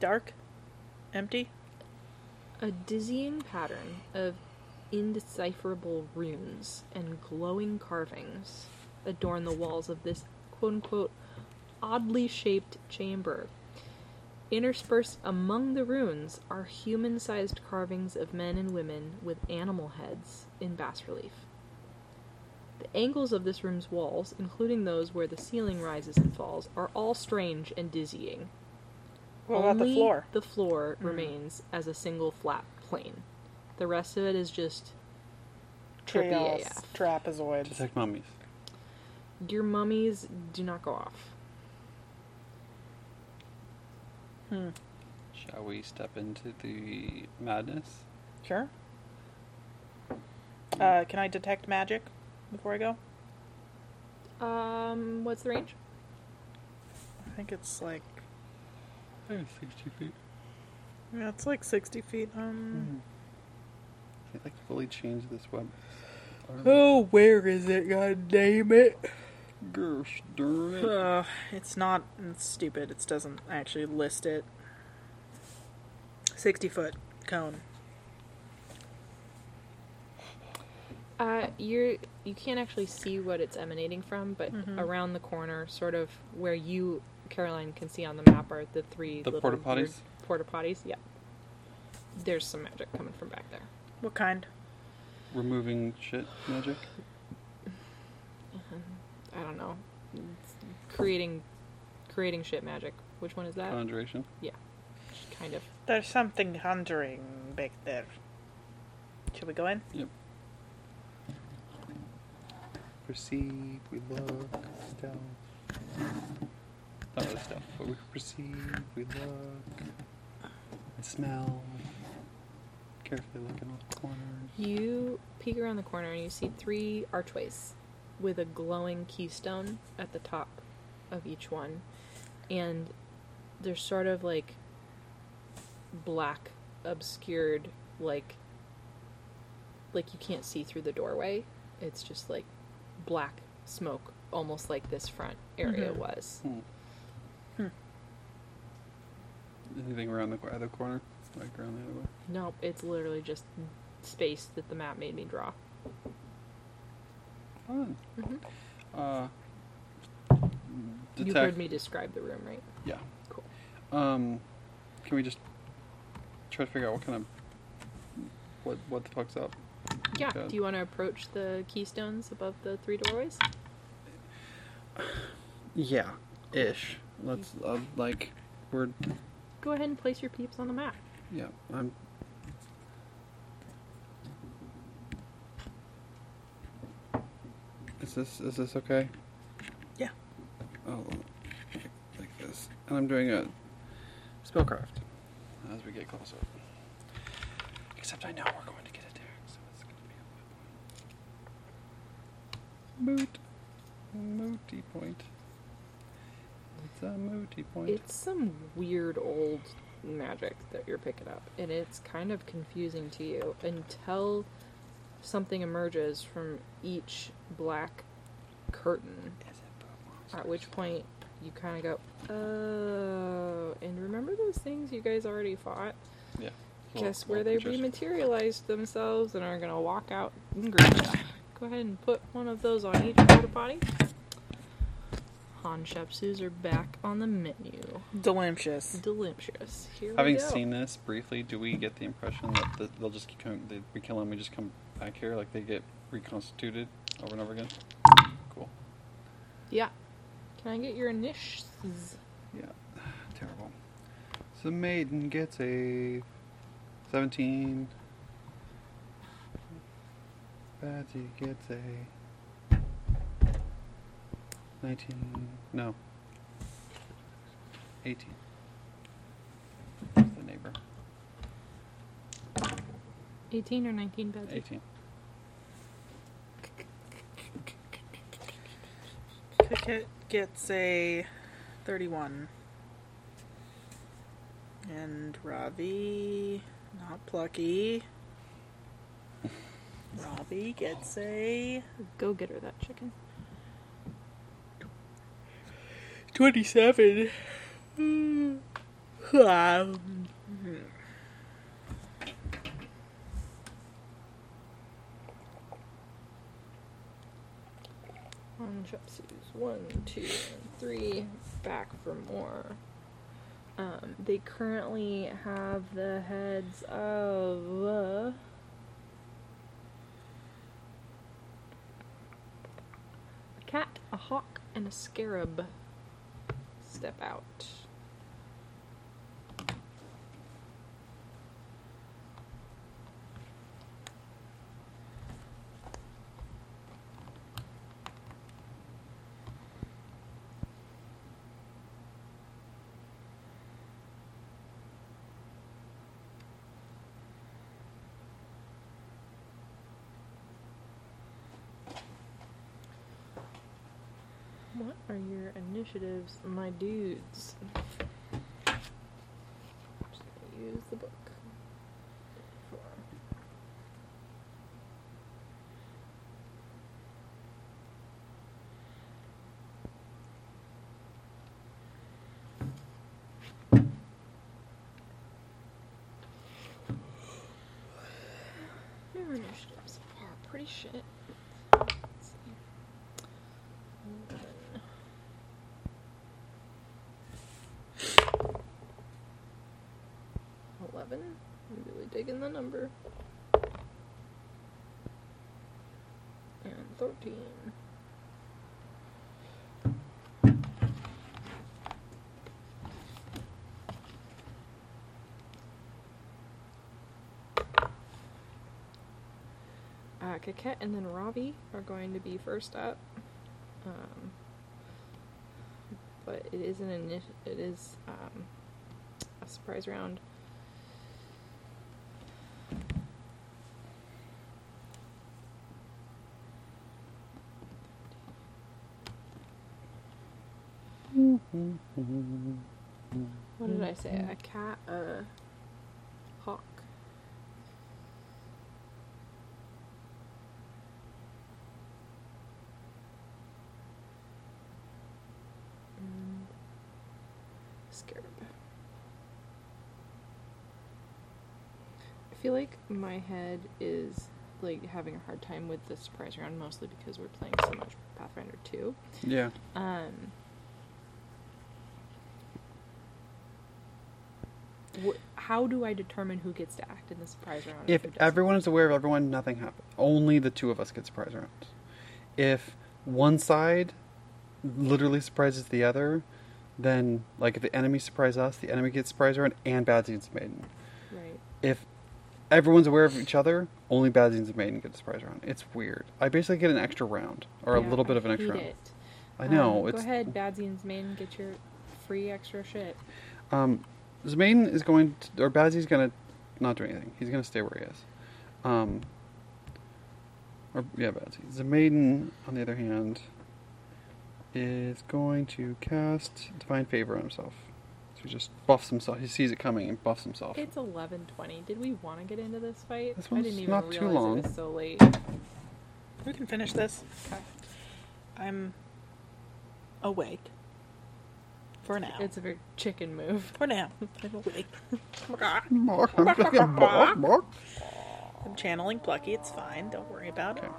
Speaker 1: Dark, empty.
Speaker 4: A dizzying pattern of indecipherable runes and glowing carvings adorn the walls of this quote unquote oddly shaped chamber. Interspersed among the runes are human sized carvings of men and women with animal heads in bas relief. The angles of this room's walls, including those where the ceiling rises and falls, are all strange and dizzying.
Speaker 1: What about the
Speaker 4: Only
Speaker 1: floor?
Speaker 4: The floor remains as a single flat plane. The rest of it is just trippy
Speaker 1: Chaos,
Speaker 4: AF.
Speaker 1: trapezoid.
Speaker 2: Just like mummies.
Speaker 4: Your mummies do not go off.
Speaker 1: Hmm.
Speaker 2: Shall we step into the madness?
Speaker 1: Sure. Uh, can I detect magic before I go?
Speaker 4: Um, what's the range?
Speaker 1: I think it's like
Speaker 2: I think sixty feet.
Speaker 1: yeah, it's like sixty feet. Um.
Speaker 2: I'd like to fully change this web.
Speaker 1: Oh, where is it? God damn it!
Speaker 2: Gosh darn [laughs] it!
Speaker 1: Uh, it's not. It's stupid. It doesn't actually list it. Sixty foot cone.
Speaker 4: Uh, you're you can't actually see what it's emanating from, but around the corner, sort of where you, Caroline, can see on the map are the three
Speaker 2: The
Speaker 4: little
Speaker 2: porta
Speaker 4: weird
Speaker 2: potties?
Speaker 4: Porta potties, yeah. There's some magic coming from back there.
Speaker 1: What kind?
Speaker 2: Removing shit magic.
Speaker 4: I don't know. It's creating, creating shit magic. Which one is that?
Speaker 2: Conjuration.
Speaker 4: yeah, kind of.
Speaker 1: There's something conjuring back there. Shall we go in?
Speaker 2: Yep. Proceed. We look. Stealth. Not really stealth, but we proceed. We look. And smell. Carefully look in all the corners.
Speaker 4: You peek around the corner and you see three archways with a glowing keystone at the top of each one. And they're sort of like black, obscured, like like you can't see through the doorway. It's just like black smoke, almost like this front area was.
Speaker 2: Hmm. Anything around the cor- other corner? Like around the other way?
Speaker 4: Nope, it's literally just space that the map made me draw.
Speaker 2: Fun. Uh, detect.
Speaker 4: You heard me describe the room, right?
Speaker 2: Yeah.
Speaker 4: Cool.
Speaker 2: Um, can we just try to figure out what kind of what what the fuck's up?
Speaker 4: Yeah.
Speaker 2: Good.
Speaker 4: Do you want to approach the keystones above the three doorways?
Speaker 2: Yeah, ish. Let's uh, like we're
Speaker 4: Go ahead and place your peeps on the map.
Speaker 2: yeah. I'm. Is this is this okay?
Speaker 1: Yeah.
Speaker 2: Oh, like this. And I'm doing a spellcraft as we get closer. Except I know we're going to get a Derek, so it's going to be a moot point. Moot. Mooty point. It's a mooty point.
Speaker 4: It's some weird old magic that you're picking up, and it's kind of confusing to you until something emerges from each black curtain.
Speaker 2: Is it Pokemon?
Speaker 4: At which point you kind of go, oh, and remember those things you guys already fought?
Speaker 2: Yeah.
Speaker 4: Guess
Speaker 2: Well,
Speaker 4: where they
Speaker 2: creatures.
Speaker 4: rematerialized themselves and are gonna walk out in groups. Go ahead and put one of those on each porta potty. Han Shepsus are back on the menu.
Speaker 1: Delicious.
Speaker 4: Delicious. Here we
Speaker 2: Having
Speaker 4: go.
Speaker 2: seen this briefly, do we get the impression that the, they'll just keep coming, they, we kill them, we just come back here, like they get reconstituted over and over again? Cool.
Speaker 4: Yeah. Can I get your initials?
Speaker 2: Yeah, terrible. So maiden gets a 17. that, you get a 19. No. 18. That's the neighbor.
Speaker 4: 18 or 19, Betsy?
Speaker 2: 18.
Speaker 1: Cookit gets a 31. And Ravi, not plucky. Ravi gets a
Speaker 4: Go get her that chicken.
Speaker 1: 27. Mm. Um,
Speaker 11: One chopsues. One, two, and three. Back for more. Um, they currently have the heads of. Uh,
Speaker 4: A cat, a hawk, and a scarab step out.
Speaker 11: What are your initiatives, my dudes? I'm just gonna use the book. for- Your initiatives are pretty shit. Let's see. Eleven. I'm really digging the number. And thirteen.
Speaker 4: Uh, Kaket and then Robbie are going to be first up. Um, but it is an init- it is um, a surprise round.
Speaker 2: [laughs]
Speaker 4: What did I say? A cat, a hawk.
Speaker 11: Mm. Scarab.
Speaker 4: I feel like my head is like having a hard time with the surprise round mostly because we're playing so much Pathfinder 2.
Speaker 12: Yeah.
Speaker 4: Um wh- how do I determine who gets to act in the surprise round? and
Speaker 2: If
Speaker 4: who doesn't?
Speaker 2: everyone is aware of everyone, nothing happens. Only the two of us get surprise rounds. If one side literally surprises the other, then like if the enemy surprises us, the enemy gets surprise round and bad scenes maiden.
Speaker 4: right.
Speaker 2: If everyone's aware of each other, only bad scenes and maiden get a surprise round. It's weird. I basically get an extra round or
Speaker 4: Yeah,
Speaker 2: a little bit
Speaker 4: I
Speaker 2: of an extra
Speaker 4: hate
Speaker 2: round.
Speaker 4: it.
Speaker 2: I know.
Speaker 4: Um,
Speaker 2: it's
Speaker 4: Go ahead, Badzian's main, get your free extra shit.
Speaker 2: Um, Zmain is going to, or Bazzi's going to not do anything. He's going to stay where he is. Um, or, yeah, Bazzi. Zmain, on the other hand, is going to cast Divine Favor on himself. So he just buffs himself. He sees it coming and buffs himself. [laughs]
Speaker 4: It's 11:20. Did we want to get into this fight?
Speaker 2: This
Speaker 4: I
Speaker 2: one's
Speaker 4: didn't even
Speaker 2: not too
Speaker 4: realize
Speaker 2: long.
Speaker 4: it was so late.
Speaker 1: we can finish this. I'm awake. For now.
Speaker 4: It's a very chicken move. [laughs]
Speaker 1: For now. I'm awake.
Speaker 2: [laughs]
Speaker 1: I'm channeling Plucky. It's fine. Don't worry about it.
Speaker 2: Okay.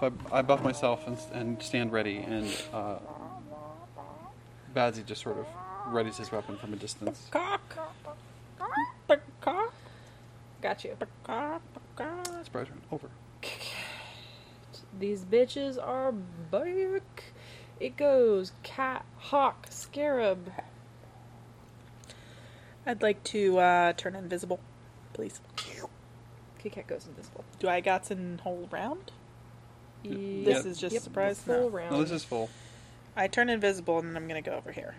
Speaker 2: So I, I buff myself and, and stand ready, and uh, Bazzi just sort of readies his weapon from a distance.
Speaker 1: Cock. Cock.
Speaker 4: Got you.
Speaker 1: Cock. Cock.
Speaker 2: Surprise round over.
Speaker 4: These bitches are back. It goes cat, hawk, scarab.
Speaker 1: I'd like to uh, turn invisible, please.
Speaker 4: Kit Kat goes invisible.
Speaker 1: Do I got an whole round? This is just
Speaker 4: Yep,
Speaker 1: surprise
Speaker 4: the full
Speaker 1: no.
Speaker 4: round.
Speaker 13: No, this is full.
Speaker 1: I turn invisible and then I'm gonna go over here.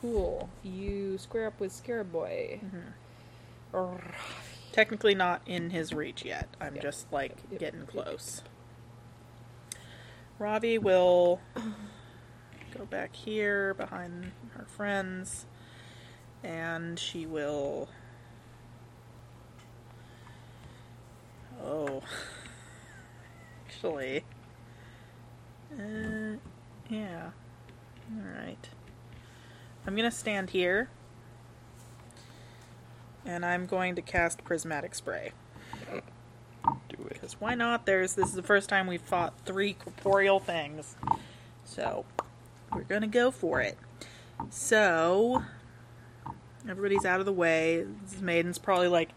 Speaker 4: cool. You square up with Scarab Boy.
Speaker 1: Mm-hmm.
Speaker 4: Arrgh.
Speaker 1: Technically not in his reach yet. I'm
Speaker 4: Yep.
Speaker 1: just like
Speaker 4: Yep.
Speaker 1: getting
Speaker 4: Yep.
Speaker 1: close. Ravi will go back here behind her friends and she will Oh. [laughs] Actually. Uh, yeah. All right. I'm going to stand here. And I'm going to cast Prismatic Spray.
Speaker 13: Do it.
Speaker 1: Because why not? There's this is the first time we've fought three corporeal things. So we're gonna go for it. So everybody's out of the way. This maiden's probably like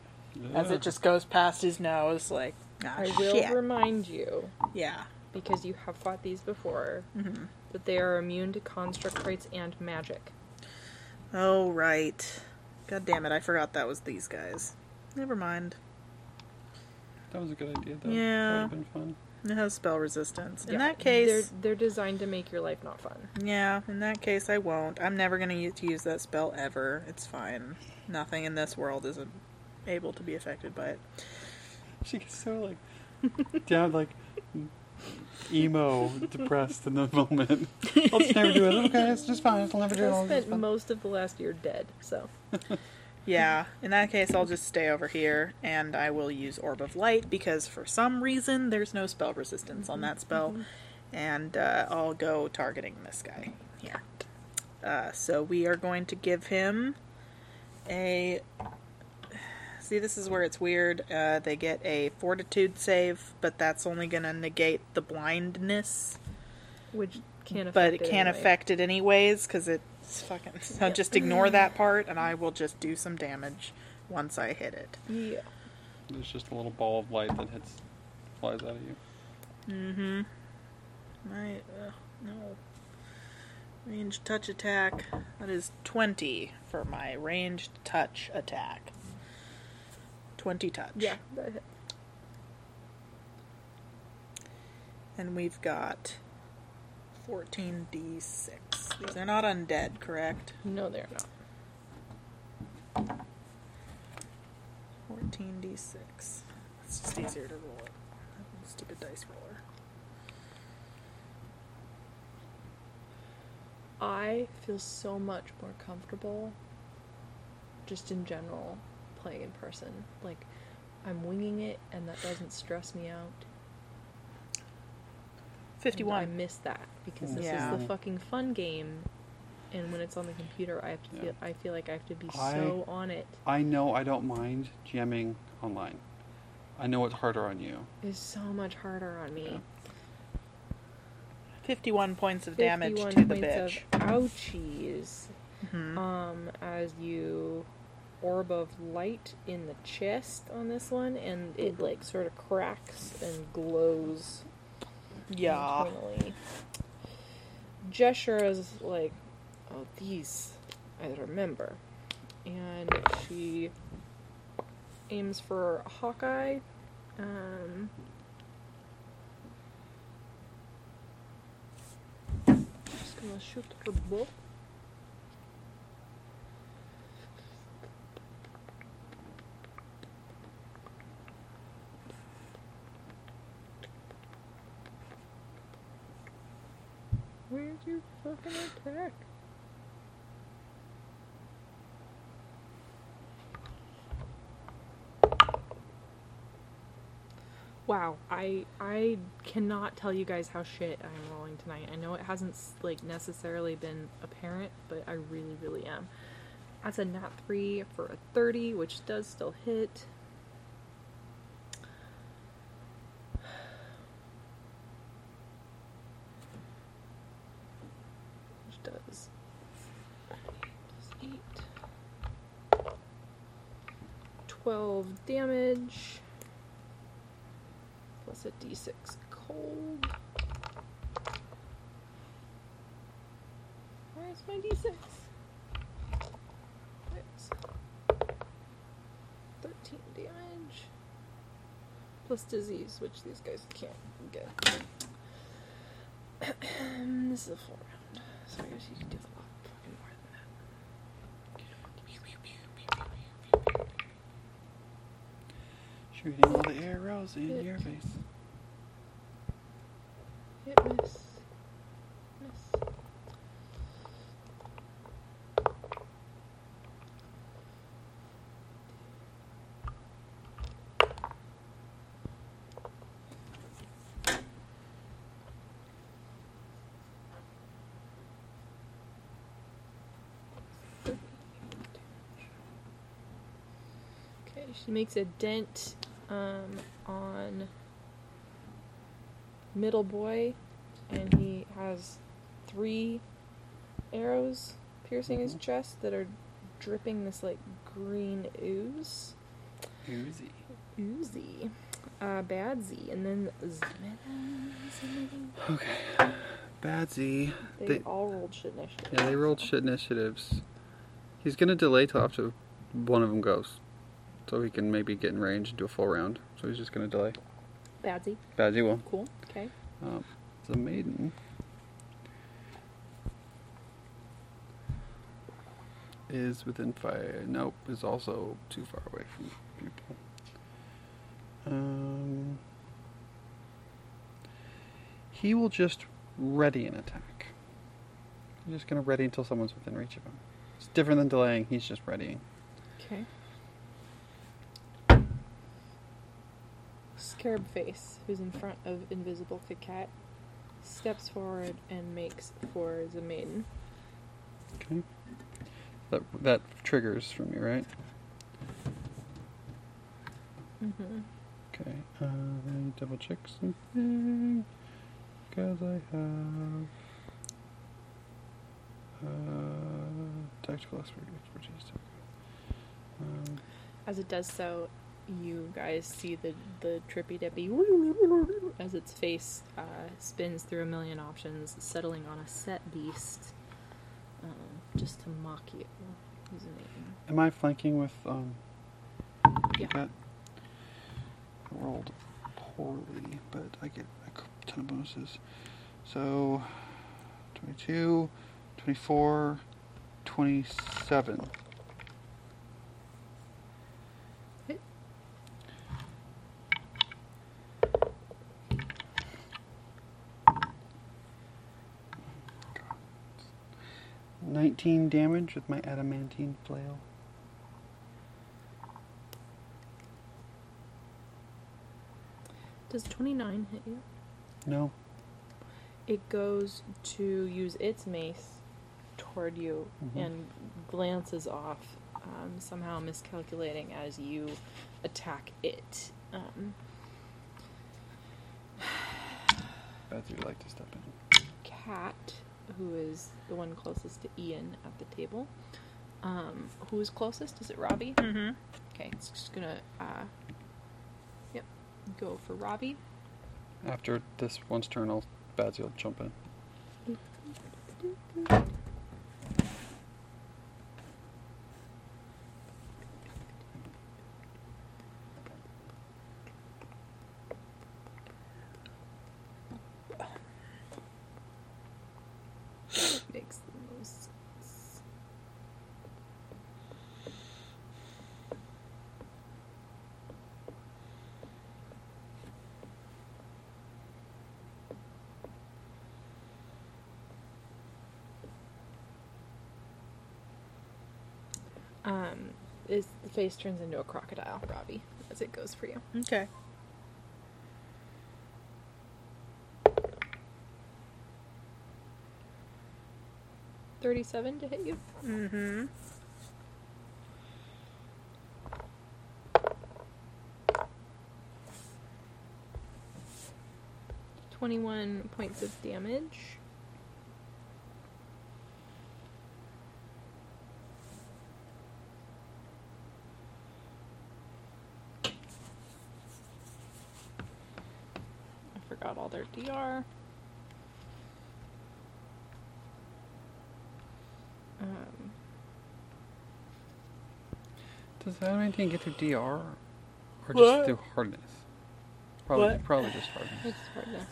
Speaker 1: as it just goes past his nose, like ah,
Speaker 4: I will
Speaker 1: shit.
Speaker 4: remind you,
Speaker 1: yeah.
Speaker 4: because you have fought these before,
Speaker 1: Mm-hmm.
Speaker 4: that they are immune to construct traits and magic.
Speaker 1: Oh right. God damn it, I forgot that was these guys. Never mind.
Speaker 13: That was a good idea, though.
Speaker 1: Yeah.
Speaker 13: That would have been fun. [laughs]
Speaker 1: It has spell resistance. In
Speaker 4: Yeah,
Speaker 1: that case
Speaker 4: they're, they're designed to make your life not fun.
Speaker 1: Yeah, in that case, I won't. I'm never going to use that spell ever. It's fine. Nothing in this world is not able to be affected by it.
Speaker 13: She gets so, like, down, like, emo, depressed in the [laughs] moment. I'll just never do it. Okay, it's just fine. I'll never do it.
Speaker 4: I
Speaker 13: I'll just
Speaker 4: spent
Speaker 13: fine.
Speaker 4: most of the last year dead, so
Speaker 1: Yeah, in that case, I'll just stay over here and I will use Orb of Light because for some reason there's no spell resistance on that spell. And uh, I'll go targeting this guy here. Uh, so we are going to give him a. See, this is where it's weird. Uh, they get a fortitude save, but that's only going to negate the blindness.
Speaker 4: which can affect.
Speaker 1: but it can
Speaker 4: anyway.
Speaker 1: affect it anyways because it's fucking. [laughs] So
Speaker 4: Yeah.
Speaker 1: just ignore that part, and I will just do some damage once I hit it.
Speaker 4: Yeah.
Speaker 13: There's just a little ball of light that hits, flies out of you.
Speaker 1: Mm-hmm. My uh, no range touch attack. That is twenty for my ranged touch attack. Twenty touch.
Speaker 4: Yeah. that hit.
Speaker 1: And we've got fourteen d six. These are not undead, correct?
Speaker 4: No, they're not.
Speaker 1: 14d6. It's just easier to roll it. That Stupid dice roller.
Speaker 4: I feel so much more comfortable just in general playing in person. Like I'm winging it and that doesn't stress me out. And I
Speaker 1: 51.
Speaker 4: miss that because this
Speaker 1: Yeah.
Speaker 4: is the fucking fun game and when it's on the computer I have to
Speaker 13: Yeah.
Speaker 4: feel I feel like I have to be
Speaker 13: I-
Speaker 4: so on it.
Speaker 13: I know I don't mind GMing online. I know it's harder on you.
Speaker 4: It's so much harder on me.
Speaker 13: Yeah.
Speaker 1: 51 points of damage to
Speaker 4: 51
Speaker 1: the
Speaker 4: points
Speaker 1: bitch.
Speaker 4: Of ouchies.
Speaker 1: Mhm.
Speaker 4: Um, as you orb of light in the chest on this one, and it like sort of cracks and glows.
Speaker 1: yeah.
Speaker 4: Internally. Gesture is like, oh, these I remember, and she aims for Hawkeye. Um, just gonna shoot her bow. Where's your fucking attack? Wow, I I cannot tell you guys how shit I'm rolling tonight. I know it hasn't s- like necessarily been apparent, but I really really am. That's a nat three for a thirty, which does still hit. Which does plus eight. 12 damage plus a d6 cold. Where's my d6? Six. 13 damage plus disease, which these guys can't get. [clears throat] this is a full round, so I guess you can do a lot fucking more than that.
Speaker 13: Shooting all the arrows in
Speaker 4: Hit.
Speaker 13: your face.
Speaker 4: Hit miss. Miss. Okay, she makes a dent um, on middle boy, and he has three arrows piercing his chest that are dripping this like green ooze.
Speaker 13: Oozy.
Speaker 4: Oozy. Uh, badsy. And then Zmedan.
Speaker 2: Okay. Badsy.
Speaker 4: They,
Speaker 2: They-
Speaker 4: all rolled shit initiative.
Speaker 2: Yeah, they rolled shit initiatives. He's gonna delay till after one of them goes, so he can maybe get in range and do a full round. So he's just gonna delay.
Speaker 4: Badsy.
Speaker 2: Badsy will.
Speaker 4: Cool. Okay.
Speaker 2: Um, the maiden is within fire. Nope, is also too far away from people. Um, he will just ready an attack. He's just gonna ready until someone's within reach of him. It's different than delaying. He's just readying.
Speaker 4: Okay. Scarab face, who's in front of invisible cat, steps forward and makes for the maiden.
Speaker 2: Okay. That that triggers from you, right?
Speaker 4: Mm-hmm.
Speaker 2: Okay, uh, let me double check something. Because I have. Uh, tactical expert expertise. Um,
Speaker 4: As it does so, you guys see the the trippy dippy as its face uh, spins through a million options, settling on a set beast, um, just to mock you. Who's a maiden.
Speaker 2: am I flanking with um?
Speaker 4: Yeah.
Speaker 2: That rolled poorly, but I get a cou- ton of bonuses. So, 22, 24, 27.
Speaker 4: Hit.
Speaker 2: Nineteen damage with my adamantine flail.
Speaker 4: Does twenty nine hit you?
Speaker 2: No.
Speaker 4: It goes to use its mace toward you
Speaker 2: Mhm.
Speaker 4: and glances off, um, somehow miscalculating as you attack it. Um,
Speaker 2: Betsy would like to step in.
Speaker 4: Cat, who is the one closest to Ian at the table, um, who is closest? Is it Robbie?
Speaker 1: Mm-hmm.
Speaker 4: Okay, it's just gonna, uh, yep, go for Robbie.
Speaker 2: After this one's turn, I'll Badsy will jump in.
Speaker 4: Makes the most sense. Um, is the face turns into a crocodile, Robbie, as it goes for you.
Speaker 1: Okay.
Speaker 4: Thirty-seven to hit you.
Speaker 1: Mm-hmm.
Speaker 4: Twenty-one points of damage. I forgot all their DR. Um,
Speaker 2: Does adamantine get through DR or just
Speaker 4: What?
Speaker 2: through hardness? Probably,
Speaker 1: What?
Speaker 2: probably just hardness.
Speaker 4: It's hardness.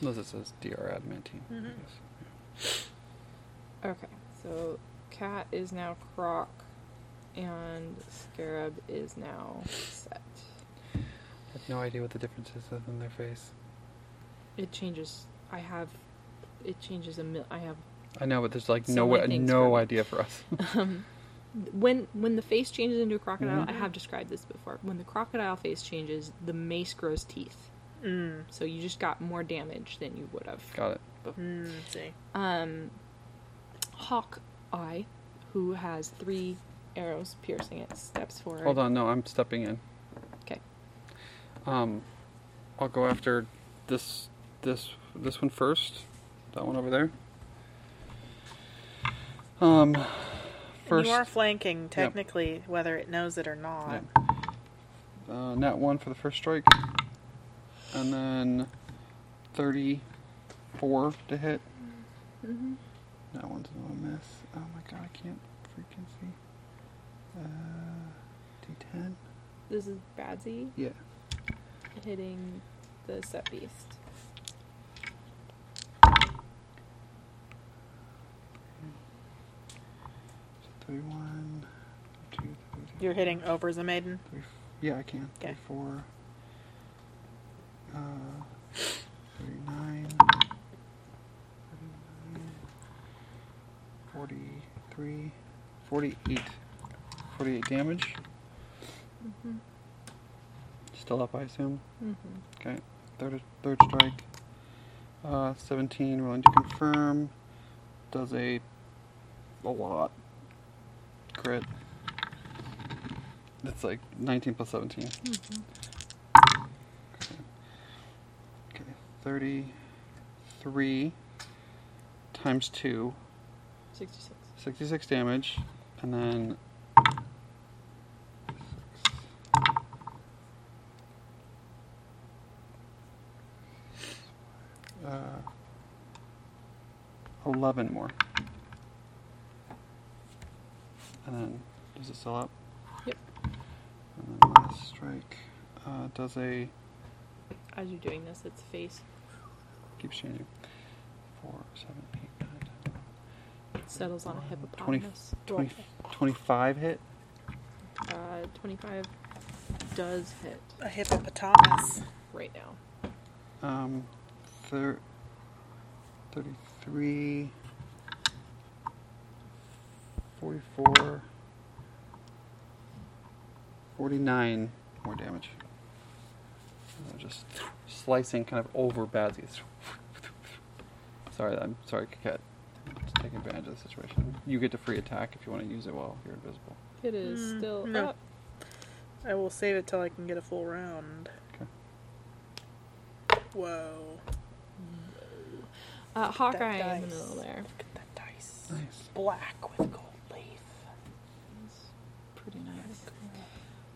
Speaker 2: Unless it says DR adamantine. I
Speaker 4: Mm-hmm.
Speaker 1: Mhm.
Speaker 2: guess.
Speaker 4: Okay, so cat is now croc, and scarab is now set.
Speaker 2: I have no idea what the difference is other than their face.
Speaker 4: It changes. I have. It changes a mil. I have.
Speaker 2: I know, but there's like
Speaker 4: So
Speaker 2: no
Speaker 4: many
Speaker 2: way,
Speaker 4: things
Speaker 2: no
Speaker 4: for me.
Speaker 2: idea for us. [laughs]
Speaker 4: When when the face changes into a crocodile, I
Speaker 2: Mhm.
Speaker 4: have described this before. When the crocodile face changes, the mace grows teeth.
Speaker 1: Mm.
Speaker 4: So you just got more damage than you would have.
Speaker 2: Got it.
Speaker 1: Mm, see.
Speaker 4: Um, Hawk Eye, who has three arrows piercing it, steps forward.
Speaker 2: Hold on, no, I'm stepping in.
Speaker 4: 'Kay.
Speaker 2: Um, I'll go after this, this, this one first. That one over there. Um,
Speaker 1: And
Speaker 2: first,
Speaker 1: you are flanking technically, whether it knows it or not.
Speaker 2: uh, nat one for the first strike, and then thirty-four to hit.
Speaker 4: Mhm.
Speaker 2: That one's a miss. Oh my god, I can't freaking see. Uh, D10.
Speaker 4: This is Badsy
Speaker 2: Yeah.
Speaker 4: hitting the set beast.
Speaker 2: So three, one, two, three,
Speaker 1: You're hitting over the maiden.
Speaker 2: three, f- Yeah, I can.
Speaker 1: Okay.
Speaker 2: Three, four. Uh, three, nine. Forty-three, forty-eight, forty-eight damage.
Speaker 4: Mhm.
Speaker 2: Still up, I assume.
Speaker 4: Mm-hmm.
Speaker 2: Okay, third third strike. Uh, 17, rolling to confirm. Does a a lot crit. It's like 19 plus 17. Okay, 33 times 2,
Speaker 4: 66.
Speaker 2: 66 damage, and then. Uh, 11 more. And then, does it still up?
Speaker 4: Yep.
Speaker 2: And then last strike uh, does a.
Speaker 4: As you're doing this, its face
Speaker 2: keeps changing. 4, 7, 8, 9, 10,
Speaker 4: settles on a
Speaker 2: Twenty-
Speaker 4: hippopotamus.
Speaker 2: 20, 25 hit.
Speaker 4: Uh, 25 does hit
Speaker 1: A hippopotamus.
Speaker 4: right now.
Speaker 2: Um, thir- 33, 44, 49 more damage. And they're just slicing kind of over Bazzi's. Sorry, I'm sorry, Kaket. Just taking advantage of the situation. You get to free attack if you want to use it while you're invisible.
Speaker 4: It is
Speaker 1: Mm,
Speaker 4: still
Speaker 1: no.
Speaker 4: up.
Speaker 1: I will save it till I can get a full round.
Speaker 2: Okay.
Speaker 1: Whoa.
Speaker 4: Uh, Hawkeye
Speaker 1: That
Speaker 4: in the
Speaker 1: dice.
Speaker 4: middle there.
Speaker 1: Look at that dice.
Speaker 2: Nice.
Speaker 1: Black with gold leaf.
Speaker 4: It's pretty nice.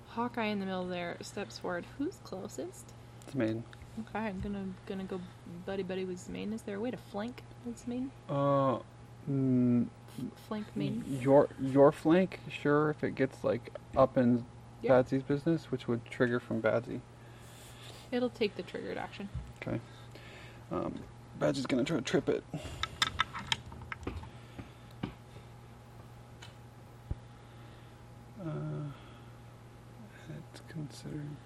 Speaker 4: Hawkeye in the middle there steps forward. Who's closest?
Speaker 2: It's made.
Speaker 4: Okay, I'm gonna gonna go buddy buddy with Zmain. Is there a way to flank with Zmain?
Speaker 2: Uh, mm,
Speaker 4: Flank Maiden?
Speaker 2: Your your flank, sure, if it gets like up in
Speaker 4: Yeah.
Speaker 2: Badsy's business, which would trigger from Badsy.
Speaker 4: It'll take the triggered action.
Speaker 2: Okay. Um, Badsy's gonna try to trip it. Uh, it's considering.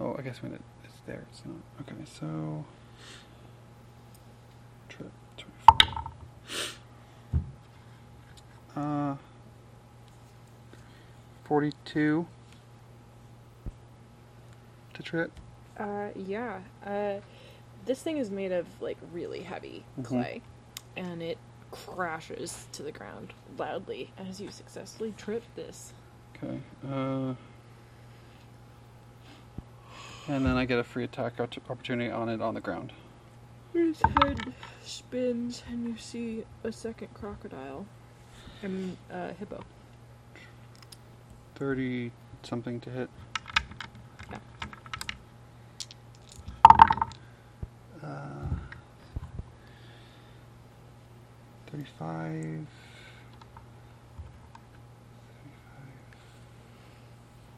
Speaker 2: Oh, I guess when it, it's there, it's not. Okay, so. Trip 24. Uh, 42 to trip.
Speaker 4: Uh, yeah. Uh, this thing is made of like really heavy
Speaker 2: Mhm.
Speaker 4: clay, and it crashes to the ground loudly as you successfully trip this.
Speaker 2: Okay. Uh, and then I get a free attack opt- opportunity on it on the ground.
Speaker 4: His head spins, and you see a second crocodile. I mean, uh, hippo.
Speaker 2: 30 something to hit.
Speaker 4: Yeah.
Speaker 2: Uh, 35.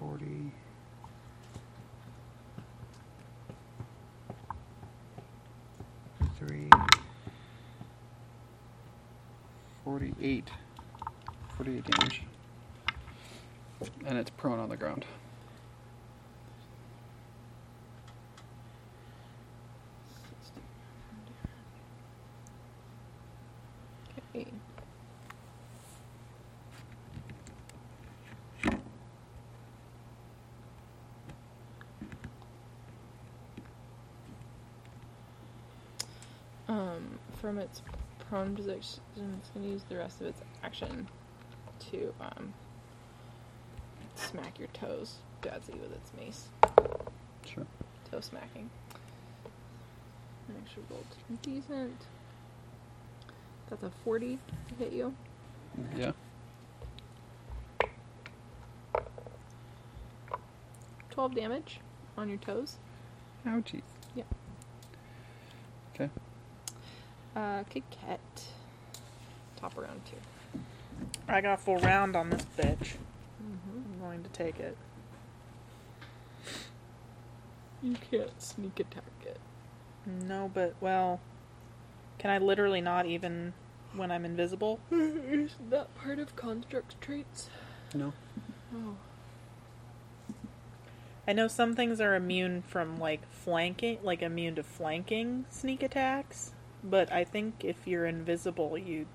Speaker 2: forty. Three. Forty-eight. Forty-eight damage. And it's prone on the ground.
Speaker 4: Okay. Um, from its prone position, it's going to use the rest of its action to um, smack your toes, Dadsy, with its mace.
Speaker 2: Sure.
Speaker 4: Toe smacking. Make sure rolled decent. That's a 40 to hit you.
Speaker 2: Yeah.
Speaker 4: 12 damage on your toes.
Speaker 2: Ouchie.
Speaker 4: Yeah.
Speaker 2: Okay.
Speaker 4: Uh, Kit Kat. Top around two.
Speaker 1: I got full round on this bitch.
Speaker 4: Mm-hmm.
Speaker 1: I'm going to take it.
Speaker 4: You can't sneak attack it.
Speaker 1: No, but well, can I literally not even when I'm invisible?
Speaker 4: Is that part of construct traits?
Speaker 2: No.
Speaker 4: Oh.
Speaker 1: I know some things are immune from like flanking, like immune to flanking sneak attacks, but I think if you're invisible, you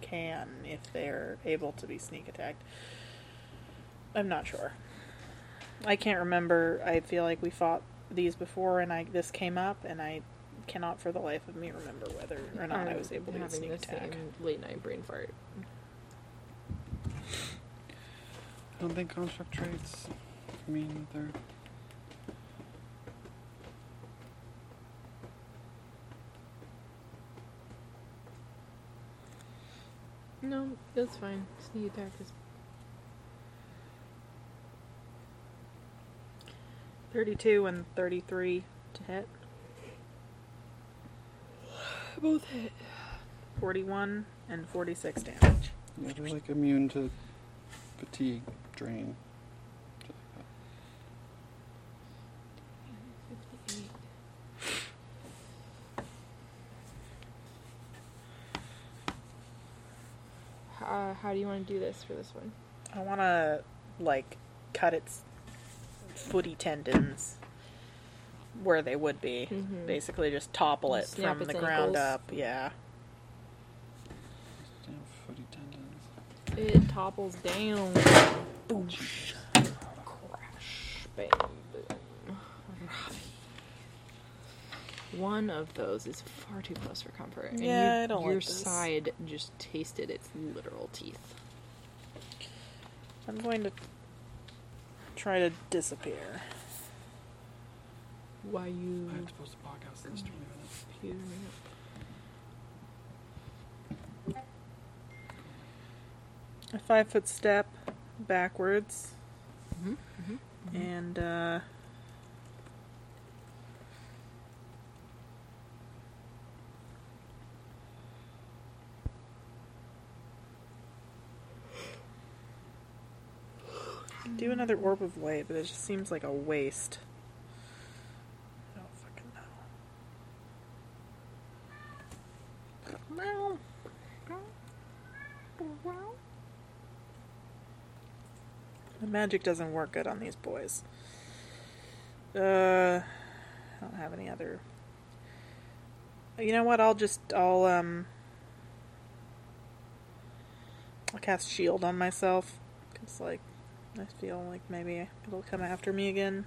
Speaker 1: can if they're able to be sneak attacked. I'm not sure. I can't remember. I feel like we fought these before, and I this came up, and I cannot for the life of me remember whether or not I was able to
Speaker 4: having
Speaker 1: get sneak
Speaker 4: the
Speaker 1: attack.
Speaker 4: same late night brain fart.
Speaker 13: I don't think construct traits mean that they're.
Speaker 4: No, that's fine. Sneak attack is.
Speaker 1: 32 and 33 to hit.
Speaker 4: Both hit.
Speaker 1: 41 and 46 damage.
Speaker 13: Yeah, they're like immune to fatigue, drain.
Speaker 4: 58. Uh, how do you want to do this for this one?
Speaker 1: I want to, like, cut its footy tendons where they would be.
Speaker 4: Mhm.
Speaker 1: Basically, just topple it
Speaker 4: Snap
Speaker 1: from
Speaker 4: its
Speaker 1: the ground
Speaker 4: ankles.
Speaker 1: up. Yeah.
Speaker 13: Damn footy tendons.
Speaker 4: It topples down.
Speaker 1: Boom.
Speaker 4: Crash. Bam. Boom. One of those is far too close for comfort. and
Speaker 1: Yeah,
Speaker 4: you-
Speaker 1: I don't
Speaker 4: Your
Speaker 1: like this.
Speaker 4: side just tasted its literal teeth.
Speaker 1: I'm going to try to disappear.
Speaker 4: Why you?
Speaker 13: I'm supposed to podcast this to minutes.
Speaker 4: Peter,
Speaker 1: A five foot step backwards.
Speaker 4: Mhm,
Speaker 1: And, uh,. Do another orb of light, but it just seems like a waste. I don't fucking know. No. The magic doesn't work good on these boys. Uh, I don't have any other. You know what? I'll just I'll um. I'll cast shield on myself. Cause like, I feel like maybe it'll come after me again.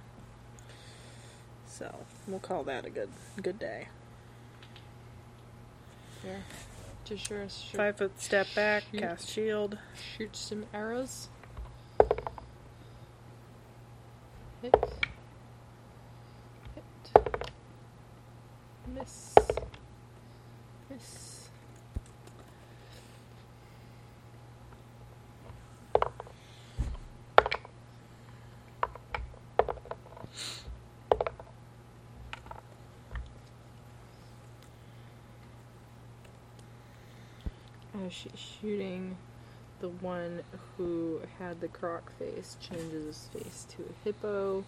Speaker 1: So we'll call that a good good day.
Speaker 4: Here. To sure, sure.
Speaker 1: Five foot step back,
Speaker 4: Shoot.
Speaker 1: cast shield.
Speaker 4: Shoot some arrows. Hit. Hit. Miss. Miss. Oh, she's shooting the one who had the croc face changes his face to a hippo.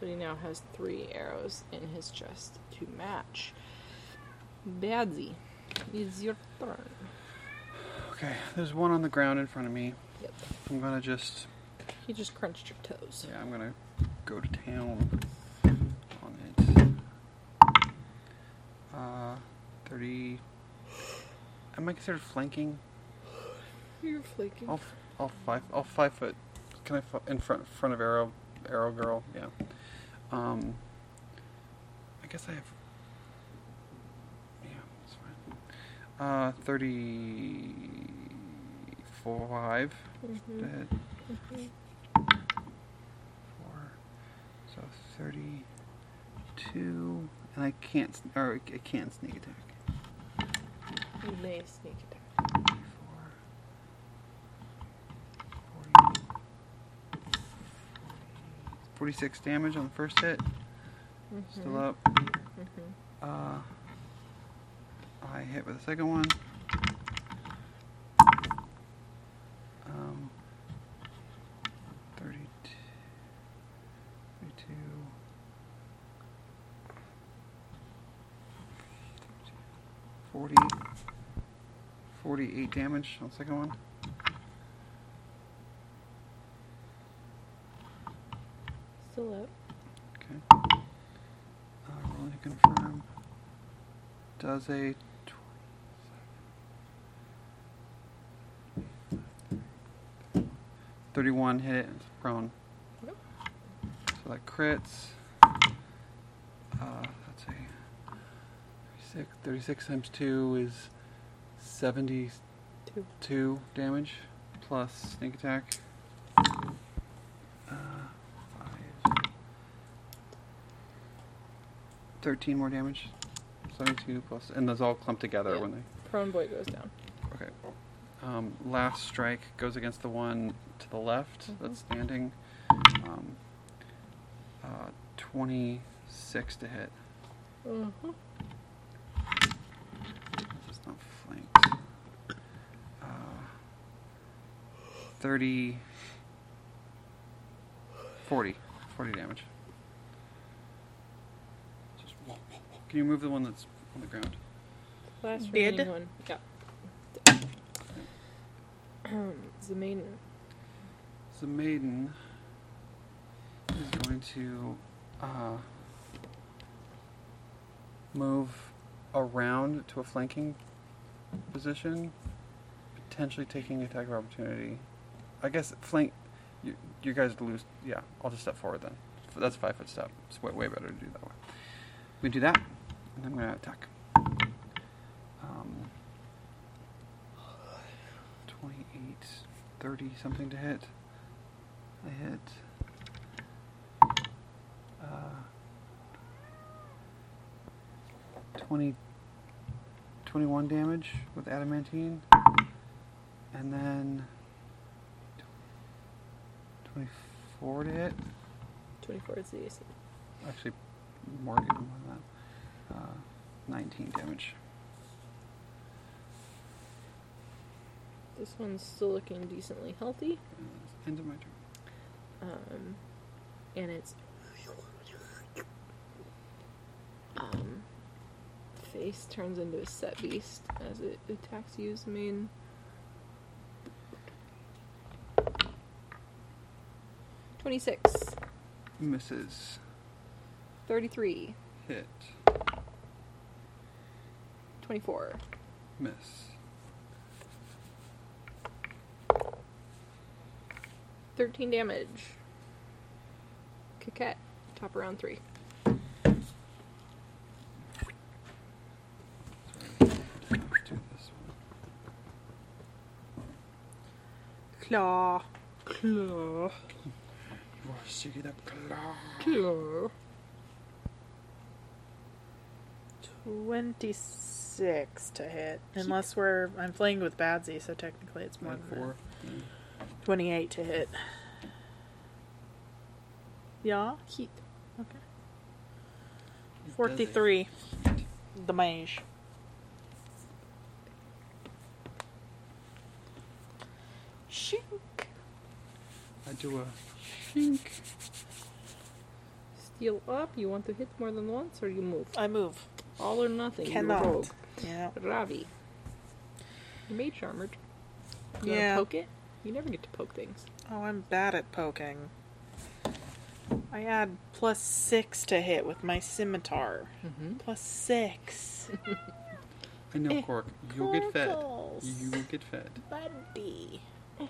Speaker 4: But he now has three arrows in his chest to match. Badsy, it's your turn.
Speaker 2: Okay, there's one on the ground in front of me.
Speaker 4: Yep.
Speaker 2: I'm gonna just
Speaker 4: He just crunched your toes.
Speaker 2: yeah, I'm gonna go to town on it. Uh, thirty. Am I considered flanking?
Speaker 4: You're flaking.
Speaker 2: All, f- all five, all five foot. Can I f- in front front of arrow, arrow girl? Yeah. Um. I guess I have. Yeah, that's fine. Uh, thirty-five. That- Four. So thirty-two, and I can't. sn- Or I can't sneak attack.
Speaker 4: You may sneak attack.
Speaker 2: 46 damage on the first hit. Still up. Uh, I hit with the second one. Um, 32. 32. 40. 48 damage on the second one.
Speaker 4: Still up.
Speaker 2: Okay. Uh, rolling to confirm. Does a 31 hit it? It's prone.
Speaker 4: Yep.
Speaker 2: So that crits. Uh, let's see. 36, 36 times 2 is 72
Speaker 4: Two.
Speaker 2: damage plus sneak attack. Uh, five, 13 more damage. 72 plus, and those all clump together
Speaker 4: Yeah.
Speaker 2: when they.
Speaker 4: Prone boy goes down.
Speaker 2: Okay. Um, last strike goes against the one to the left that's standing. Um, uh, 26 to hit.
Speaker 4: Mm-hmm.
Speaker 2: This is not flanked. Uh, 30. 40. 40 damage. Just whoa, whoa, whoa. Can you move the one that's on the ground?
Speaker 4: Last
Speaker 1: Did?
Speaker 4: remaining one. Yeah. [clears throat] the maiden.
Speaker 2: The maiden is going to uh, move around to a flanking position, potentially taking attack of opportunity. I guess flank. You, you guys lose. Yeah, I'll just step forward then. F- That's a five foot step. It's way, way better to do that way. We do that, and I'm going to attack. Um, 28, 30 something to hit. I hit. Uh, 20, 21 damage with adamantine. And then 24 to hit.
Speaker 4: 24 is the AC.
Speaker 2: Actually, more than more than that. Uh, 19 damage.
Speaker 4: This one's still looking decently healthy.
Speaker 2: And that's the End of my turn.
Speaker 4: Um, and it's. Um, face turns into a set beast as it attacks you, Zemain. Twenty-six.
Speaker 2: Misses.
Speaker 4: 33,
Speaker 2: Hit.
Speaker 4: 24,
Speaker 2: Miss.
Speaker 4: 13 damage. Coquette, top of round three.
Speaker 2: Let's do this one.
Speaker 1: Claw.
Speaker 4: Claw.
Speaker 2: You are seeking that claw.
Speaker 4: Claw.
Speaker 1: 26 to hit. Unless we're. I'm playing with Badsy, so technically it's more
Speaker 2: Add
Speaker 1: than
Speaker 2: four.
Speaker 1: 28 to hit. Yeah?
Speaker 4: Keith.
Speaker 1: Okay. Forty-three. The mage.
Speaker 14: Shink.
Speaker 2: I do a shink.
Speaker 4: Steal up. You want to hit more than once, or you move.
Speaker 1: I move.
Speaker 4: All or nothing. you're
Speaker 1: Cannot.
Speaker 4: rogue.
Speaker 1: Yeah.
Speaker 4: Ravi. You mage armored. You
Speaker 1: Yeah.
Speaker 4: Wanna poke it. You never get to poke things.
Speaker 1: Oh, I'm bad at poking. I add plus six to hit with my scimitar. Plus six.
Speaker 2: I
Speaker 1: Eh,
Speaker 2: know, Cork. You'll get fed.
Speaker 1: Corkles.
Speaker 2: You will get fed.
Speaker 1: Buddy.
Speaker 2: And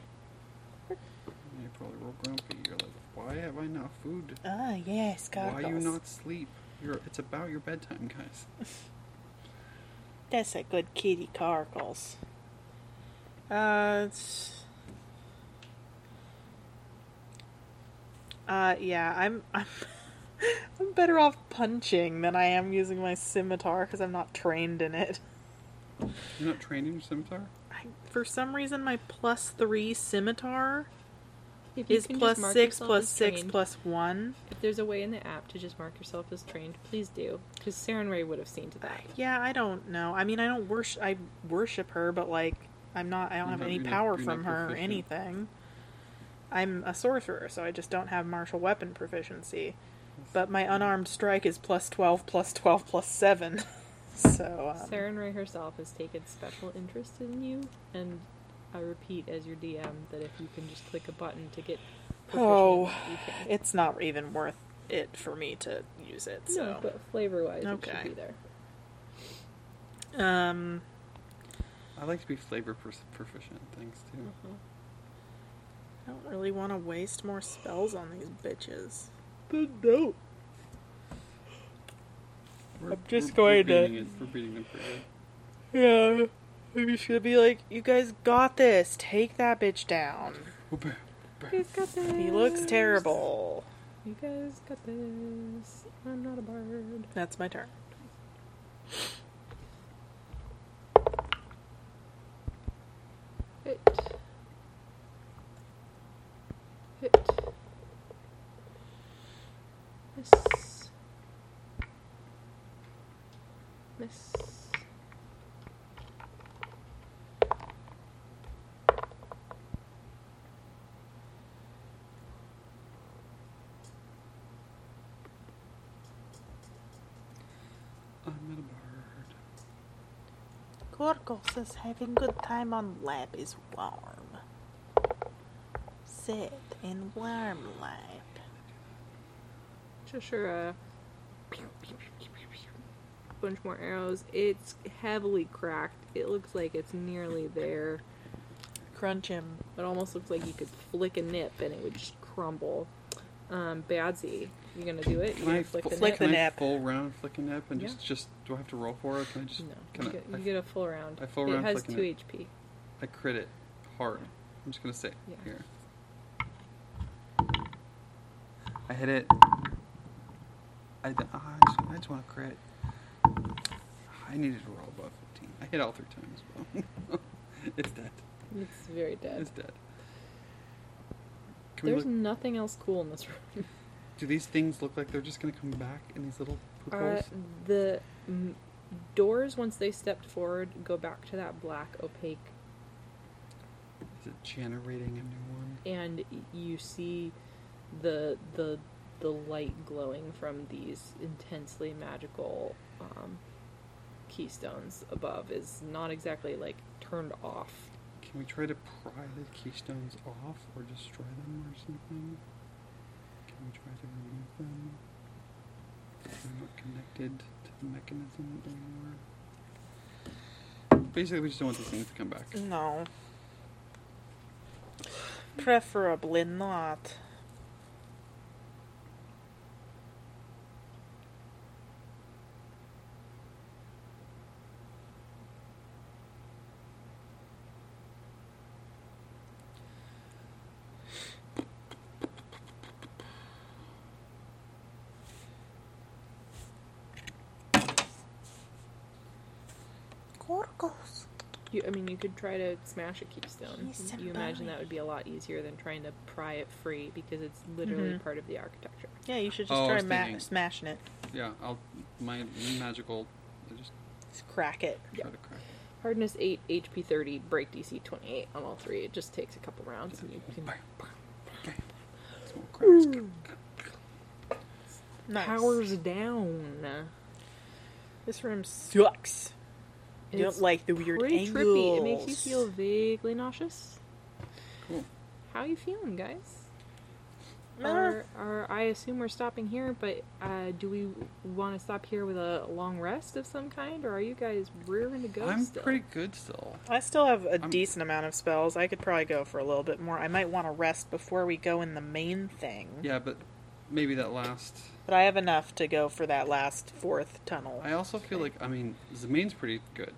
Speaker 2: you probably real grumpy. You're like, why have I not food?
Speaker 1: Ah, yes,
Speaker 2: Why
Speaker 1: Gargles.
Speaker 2: you not sleep? You're, it's about your bedtime, guys.
Speaker 1: That's a good kitty, Gargles. Uh, it's... Uh, yeah, I'm, [laughs] I'm, I'm better off punching than I am using my scimitar because I'm not trained in it.
Speaker 2: You're not training your scimitar?
Speaker 1: I, for some reason, my plus three scimitar
Speaker 4: If you
Speaker 1: is
Speaker 4: can just
Speaker 1: plus
Speaker 4: mark
Speaker 1: six,
Speaker 4: yourself
Speaker 1: plus
Speaker 4: as
Speaker 1: six,
Speaker 4: trained-
Speaker 1: plus one.
Speaker 4: If there's a way in the app to just mark yourself as trained, please do, because Saren Ray would have seen to that.
Speaker 1: Yeah, I don't know. I mean, I don't worship. I worship her, but like, I'm not. I don't
Speaker 2: You're
Speaker 1: have
Speaker 2: not-
Speaker 1: any
Speaker 2: you're not-
Speaker 1: power
Speaker 2: you're not
Speaker 1: from her or
Speaker 2: proficient.
Speaker 1: anything. I'm a sorcerer, so I just don't have martial weapon proficiency. But my unarmed strike is plus twelve, plus twelve, plus seven. [laughs] so um,
Speaker 4: Saren Ray herself has taken special interest in you, and I repeat as your DM that if you can just click a button to get proficient,
Speaker 1: Oh,
Speaker 4: you can.
Speaker 1: it's not even worth it for me to use it. So.
Speaker 4: No, but flavor wise, it
Speaker 1: Okay.
Speaker 4: should be there.
Speaker 1: Um,
Speaker 2: I like to be flavor pers- proficient at things, too.
Speaker 1: Mm-hmm.
Speaker 4: Uh-huh.
Speaker 1: I don't really want to waste more spells on these bitches. But no.
Speaker 2: We're-
Speaker 1: I'm just
Speaker 2: we're,
Speaker 1: going
Speaker 2: we're
Speaker 1: to-
Speaker 2: beating It. We're beating them pretty
Speaker 1: Yeah.
Speaker 2: good.
Speaker 1: I'm just gonna be like, you guys got this. Take that bitch down.
Speaker 2: Oh, bam, bam.
Speaker 4: You guys got this.
Speaker 1: He looks terrible.
Speaker 4: You guys got this. I'm not a bird.
Speaker 1: That's my turn.
Speaker 4: Hit. Hit. Miss. Miss.
Speaker 2: I'm not a bird.
Speaker 1: Gorgos says having good time on lap is warm. Sit in warm lap.
Speaker 4: Cheshire. uh, Bunch more arrows. It's heavily cracked. It looks like it's nearly there.
Speaker 1: Crunch him.
Speaker 4: It almost looks like you could flick a nip and it would just crumble. Um, Badsy, you gonna do it? You
Speaker 2: Can I
Speaker 4: gonna flick the
Speaker 2: fu-
Speaker 1: Flick
Speaker 4: nip?
Speaker 1: the
Speaker 2: can I
Speaker 1: nap.
Speaker 2: full round flick a nap and just,
Speaker 4: Yeah.
Speaker 2: just do I have to roll for it? Can I just
Speaker 4: No,
Speaker 2: can
Speaker 4: you
Speaker 2: I,
Speaker 4: get,
Speaker 2: I,
Speaker 4: you get a full round.
Speaker 2: I full
Speaker 4: it
Speaker 2: round
Speaker 4: has
Speaker 2: flicking
Speaker 4: two
Speaker 2: it.
Speaker 4: HP.
Speaker 2: I crit it hard. I'm just gonna say
Speaker 4: Yeah.
Speaker 2: here. I hit it. I, d- ah, I just, I just want to crit. I needed to roll above 15. I hit all three times. Well, [laughs] it's dead.
Speaker 4: It's very dead.
Speaker 2: It's dead. Can we
Speaker 4: There's
Speaker 2: look,
Speaker 4: nothing else cool in this
Speaker 2: [laughs]
Speaker 4: room.
Speaker 2: do these things look like they're just gonna come back in these little poop
Speaker 4: Uh,
Speaker 2: holes?
Speaker 4: the m- doors, once they stepped forward, go back to that black opaque,
Speaker 2: Is it generating a new one?
Speaker 4: and y- you see the the the light glowing from these intensely magical um, keystones above is not exactly like turned off.
Speaker 2: Can we try to pry the keystones off or destroy them or something? Can we try to remove them? They're not connected to the mechanism anymore. Basically, we just don't want these things to come back.
Speaker 1: No. Preferably not. Gorgos.
Speaker 4: You, I mean, you could try to smash a keystone.
Speaker 1: He's
Speaker 4: You imagine
Speaker 1: somebody.
Speaker 4: that would be a lot easier than trying to pry it free because it's literally
Speaker 1: Mhm.
Speaker 4: part of the architecture.
Speaker 1: Yeah, you should just
Speaker 2: Oh, I
Speaker 1: try
Speaker 2: was
Speaker 1: ma-
Speaker 2: thinking-
Speaker 1: smashing it.
Speaker 2: Yeah, I'll
Speaker 15: my magical. I just
Speaker 1: Just crack it.
Speaker 15: try to crack. it.
Speaker 4: Hardness 8, HP 30, break DC 28 on all three. It just takes a couple rounds and you can.
Speaker 15: It's more cracks.
Speaker 1: Nice.
Speaker 4: Powers down.
Speaker 1: This room sucks. You
Speaker 4: It's
Speaker 1: don't like the weird
Speaker 4: Pretty
Speaker 1: angles.
Speaker 4: trippy. It makes you feel vaguely nauseous.
Speaker 15: Cool.
Speaker 4: How you feeling, guys?
Speaker 1: Ah.
Speaker 4: Or, or I assume we're stopping here, but uh, do we want to stop here with a long rest of some kind, or are you guys rearing to go
Speaker 2: I'm
Speaker 4: still?
Speaker 2: pretty good still.
Speaker 1: I still have a
Speaker 2: I'm-
Speaker 1: decent amount of spells. I could probably go for a little bit more. I might want to rest before we go in the main thing.
Speaker 2: Yeah, but maybe that last.
Speaker 1: But I have enough to go for that last fourth tunnel.
Speaker 2: I also feel like I mean Zameen's pretty good.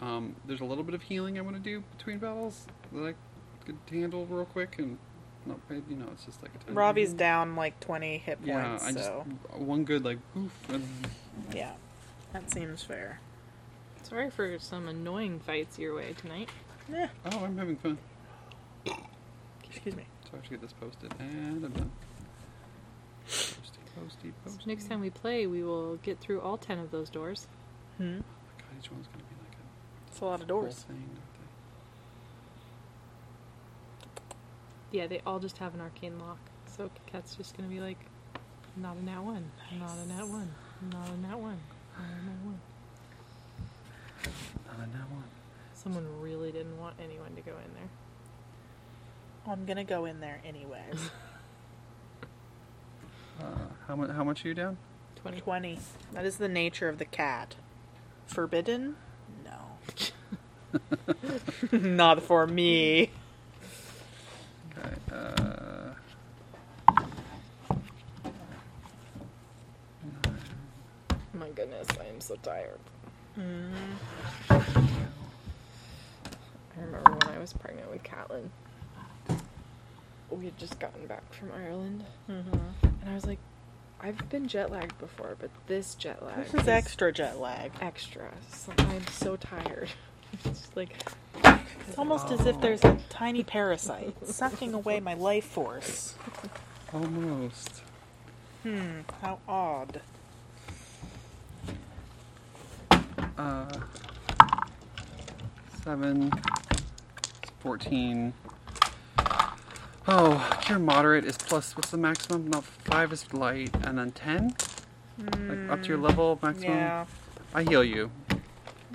Speaker 2: Um, there's a little bit of healing I want to do between battles that I could handle real quick and not pay. You know, it's just like a tiny-
Speaker 1: Ravi's down like 20 hit points,
Speaker 2: Mm-hmm. Yeah, I just
Speaker 1: so
Speaker 2: one good like oof. And
Speaker 1: yeah. That seems fair.
Speaker 4: Sorry for some annoying fights your way tonight.
Speaker 1: Eh,
Speaker 2: oh, I'm having fun.
Speaker 1: excuse me.
Speaker 2: So I have to get this posted and I'm done. Posty, posty,
Speaker 4: So
Speaker 2: posty.
Speaker 4: next time we play, we will get through all ten of those doors.
Speaker 1: Hmm.
Speaker 2: Oh my God, each one's gonna be like a
Speaker 1: It's a lot of
Speaker 2: whole
Speaker 1: doors.
Speaker 2: thing, don't
Speaker 4: Yeah, they all just have an arcane lock. So Cat's just gonna be like, not in that one, not in that one, not in that one, not in that one.
Speaker 2: they? Not in that one.
Speaker 4: Someone really didn't want anyone to go in there.
Speaker 1: I'm gonna go in there anyways.
Speaker 2: Uh, how much? How much are you down?
Speaker 4: 20.
Speaker 1: 20. That is the nature of the cat. Forbidden? No. [laughs] Not for me.
Speaker 2: Okay. Uh,
Speaker 4: My goodness, I am so tired. I remember when I was pregnant with Catelyn. We had just gotten back from Ireland, and I was like, I've been jet lagged before, but this jet lag
Speaker 1: This is extra jet lag.
Speaker 4: extra. So I'm so tired. [laughs] It's just like
Speaker 1: It's almost as if there's a tiny
Speaker 4: [laughs]
Speaker 1: parasite sucking away my life force.
Speaker 2: almost.
Speaker 1: Hmm, how odd.
Speaker 2: Uh, seven. Fourteen. Oh, cure moderate is plus. What's the maximum? Not five is light, and then ten. Like up to your level maximum.
Speaker 1: Yeah,
Speaker 2: I heal you.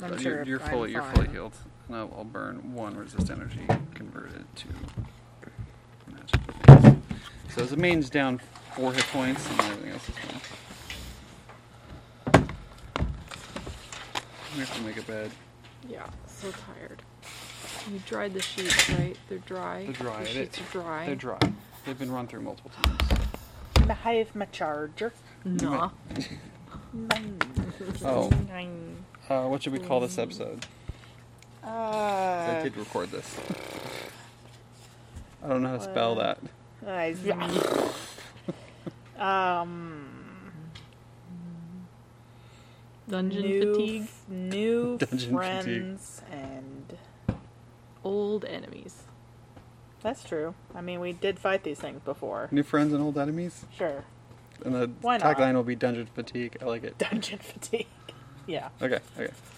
Speaker 1: I'm
Speaker 2: Uh,
Speaker 1: sure
Speaker 2: you're, you're
Speaker 1: I'm
Speaker 2: fully you're
Speaker 1: fine.
Speaker 2: fully healed. And I'll, I'll burn one resist energy converted to magic. So the main's down four hit points and everything else is fine. We have to make a bed.
Speaker 4: yeah, so tired. You dried the sheets, right? They're dry.
Speaker 2: They're dry.
Speaker 4: The
Speaker 2: They-
Speaker 4: sheets are dry.
Speaker 2: They're dry. They've been run through multiple times.
Speaker 1: Can I have my charger?
Speaker 4: Nah. [laughs]
Speaker 1: [laughs]
Speaker 2: Oh,
Speaker 4: Nine.
Speaker 2: uh, what should we call this episode? I
Speaker 1: Uh,
Speaker 2: did record this. [laughs] I don't know how to spell
Speaker 1: uh,
Speaker 2: that.
Speaker 4: [laughs]
Speaker 1: I- um,
Speaker 4: Dungeon
Speaker 1: new,
Speaker 4: fatigue. [laughs]
Speaker 1: new
Speaker 2: Dungeon
Speaker 1: friends, and
Speaker 4: Old enemies.
Speaker 1: that's true. I mean, we did fight these things before.
Speaker 2: New friends and old enemies?
Speaker 1: Sure, [laughs]
Speaker 2: And the
Speaker 1: Why not?
Speaker 2: tagline will be Dungeon Fatigue. I like it.
Speaker 1: dungeon fatigue. yeah.
Speaker 2: Okay, okay.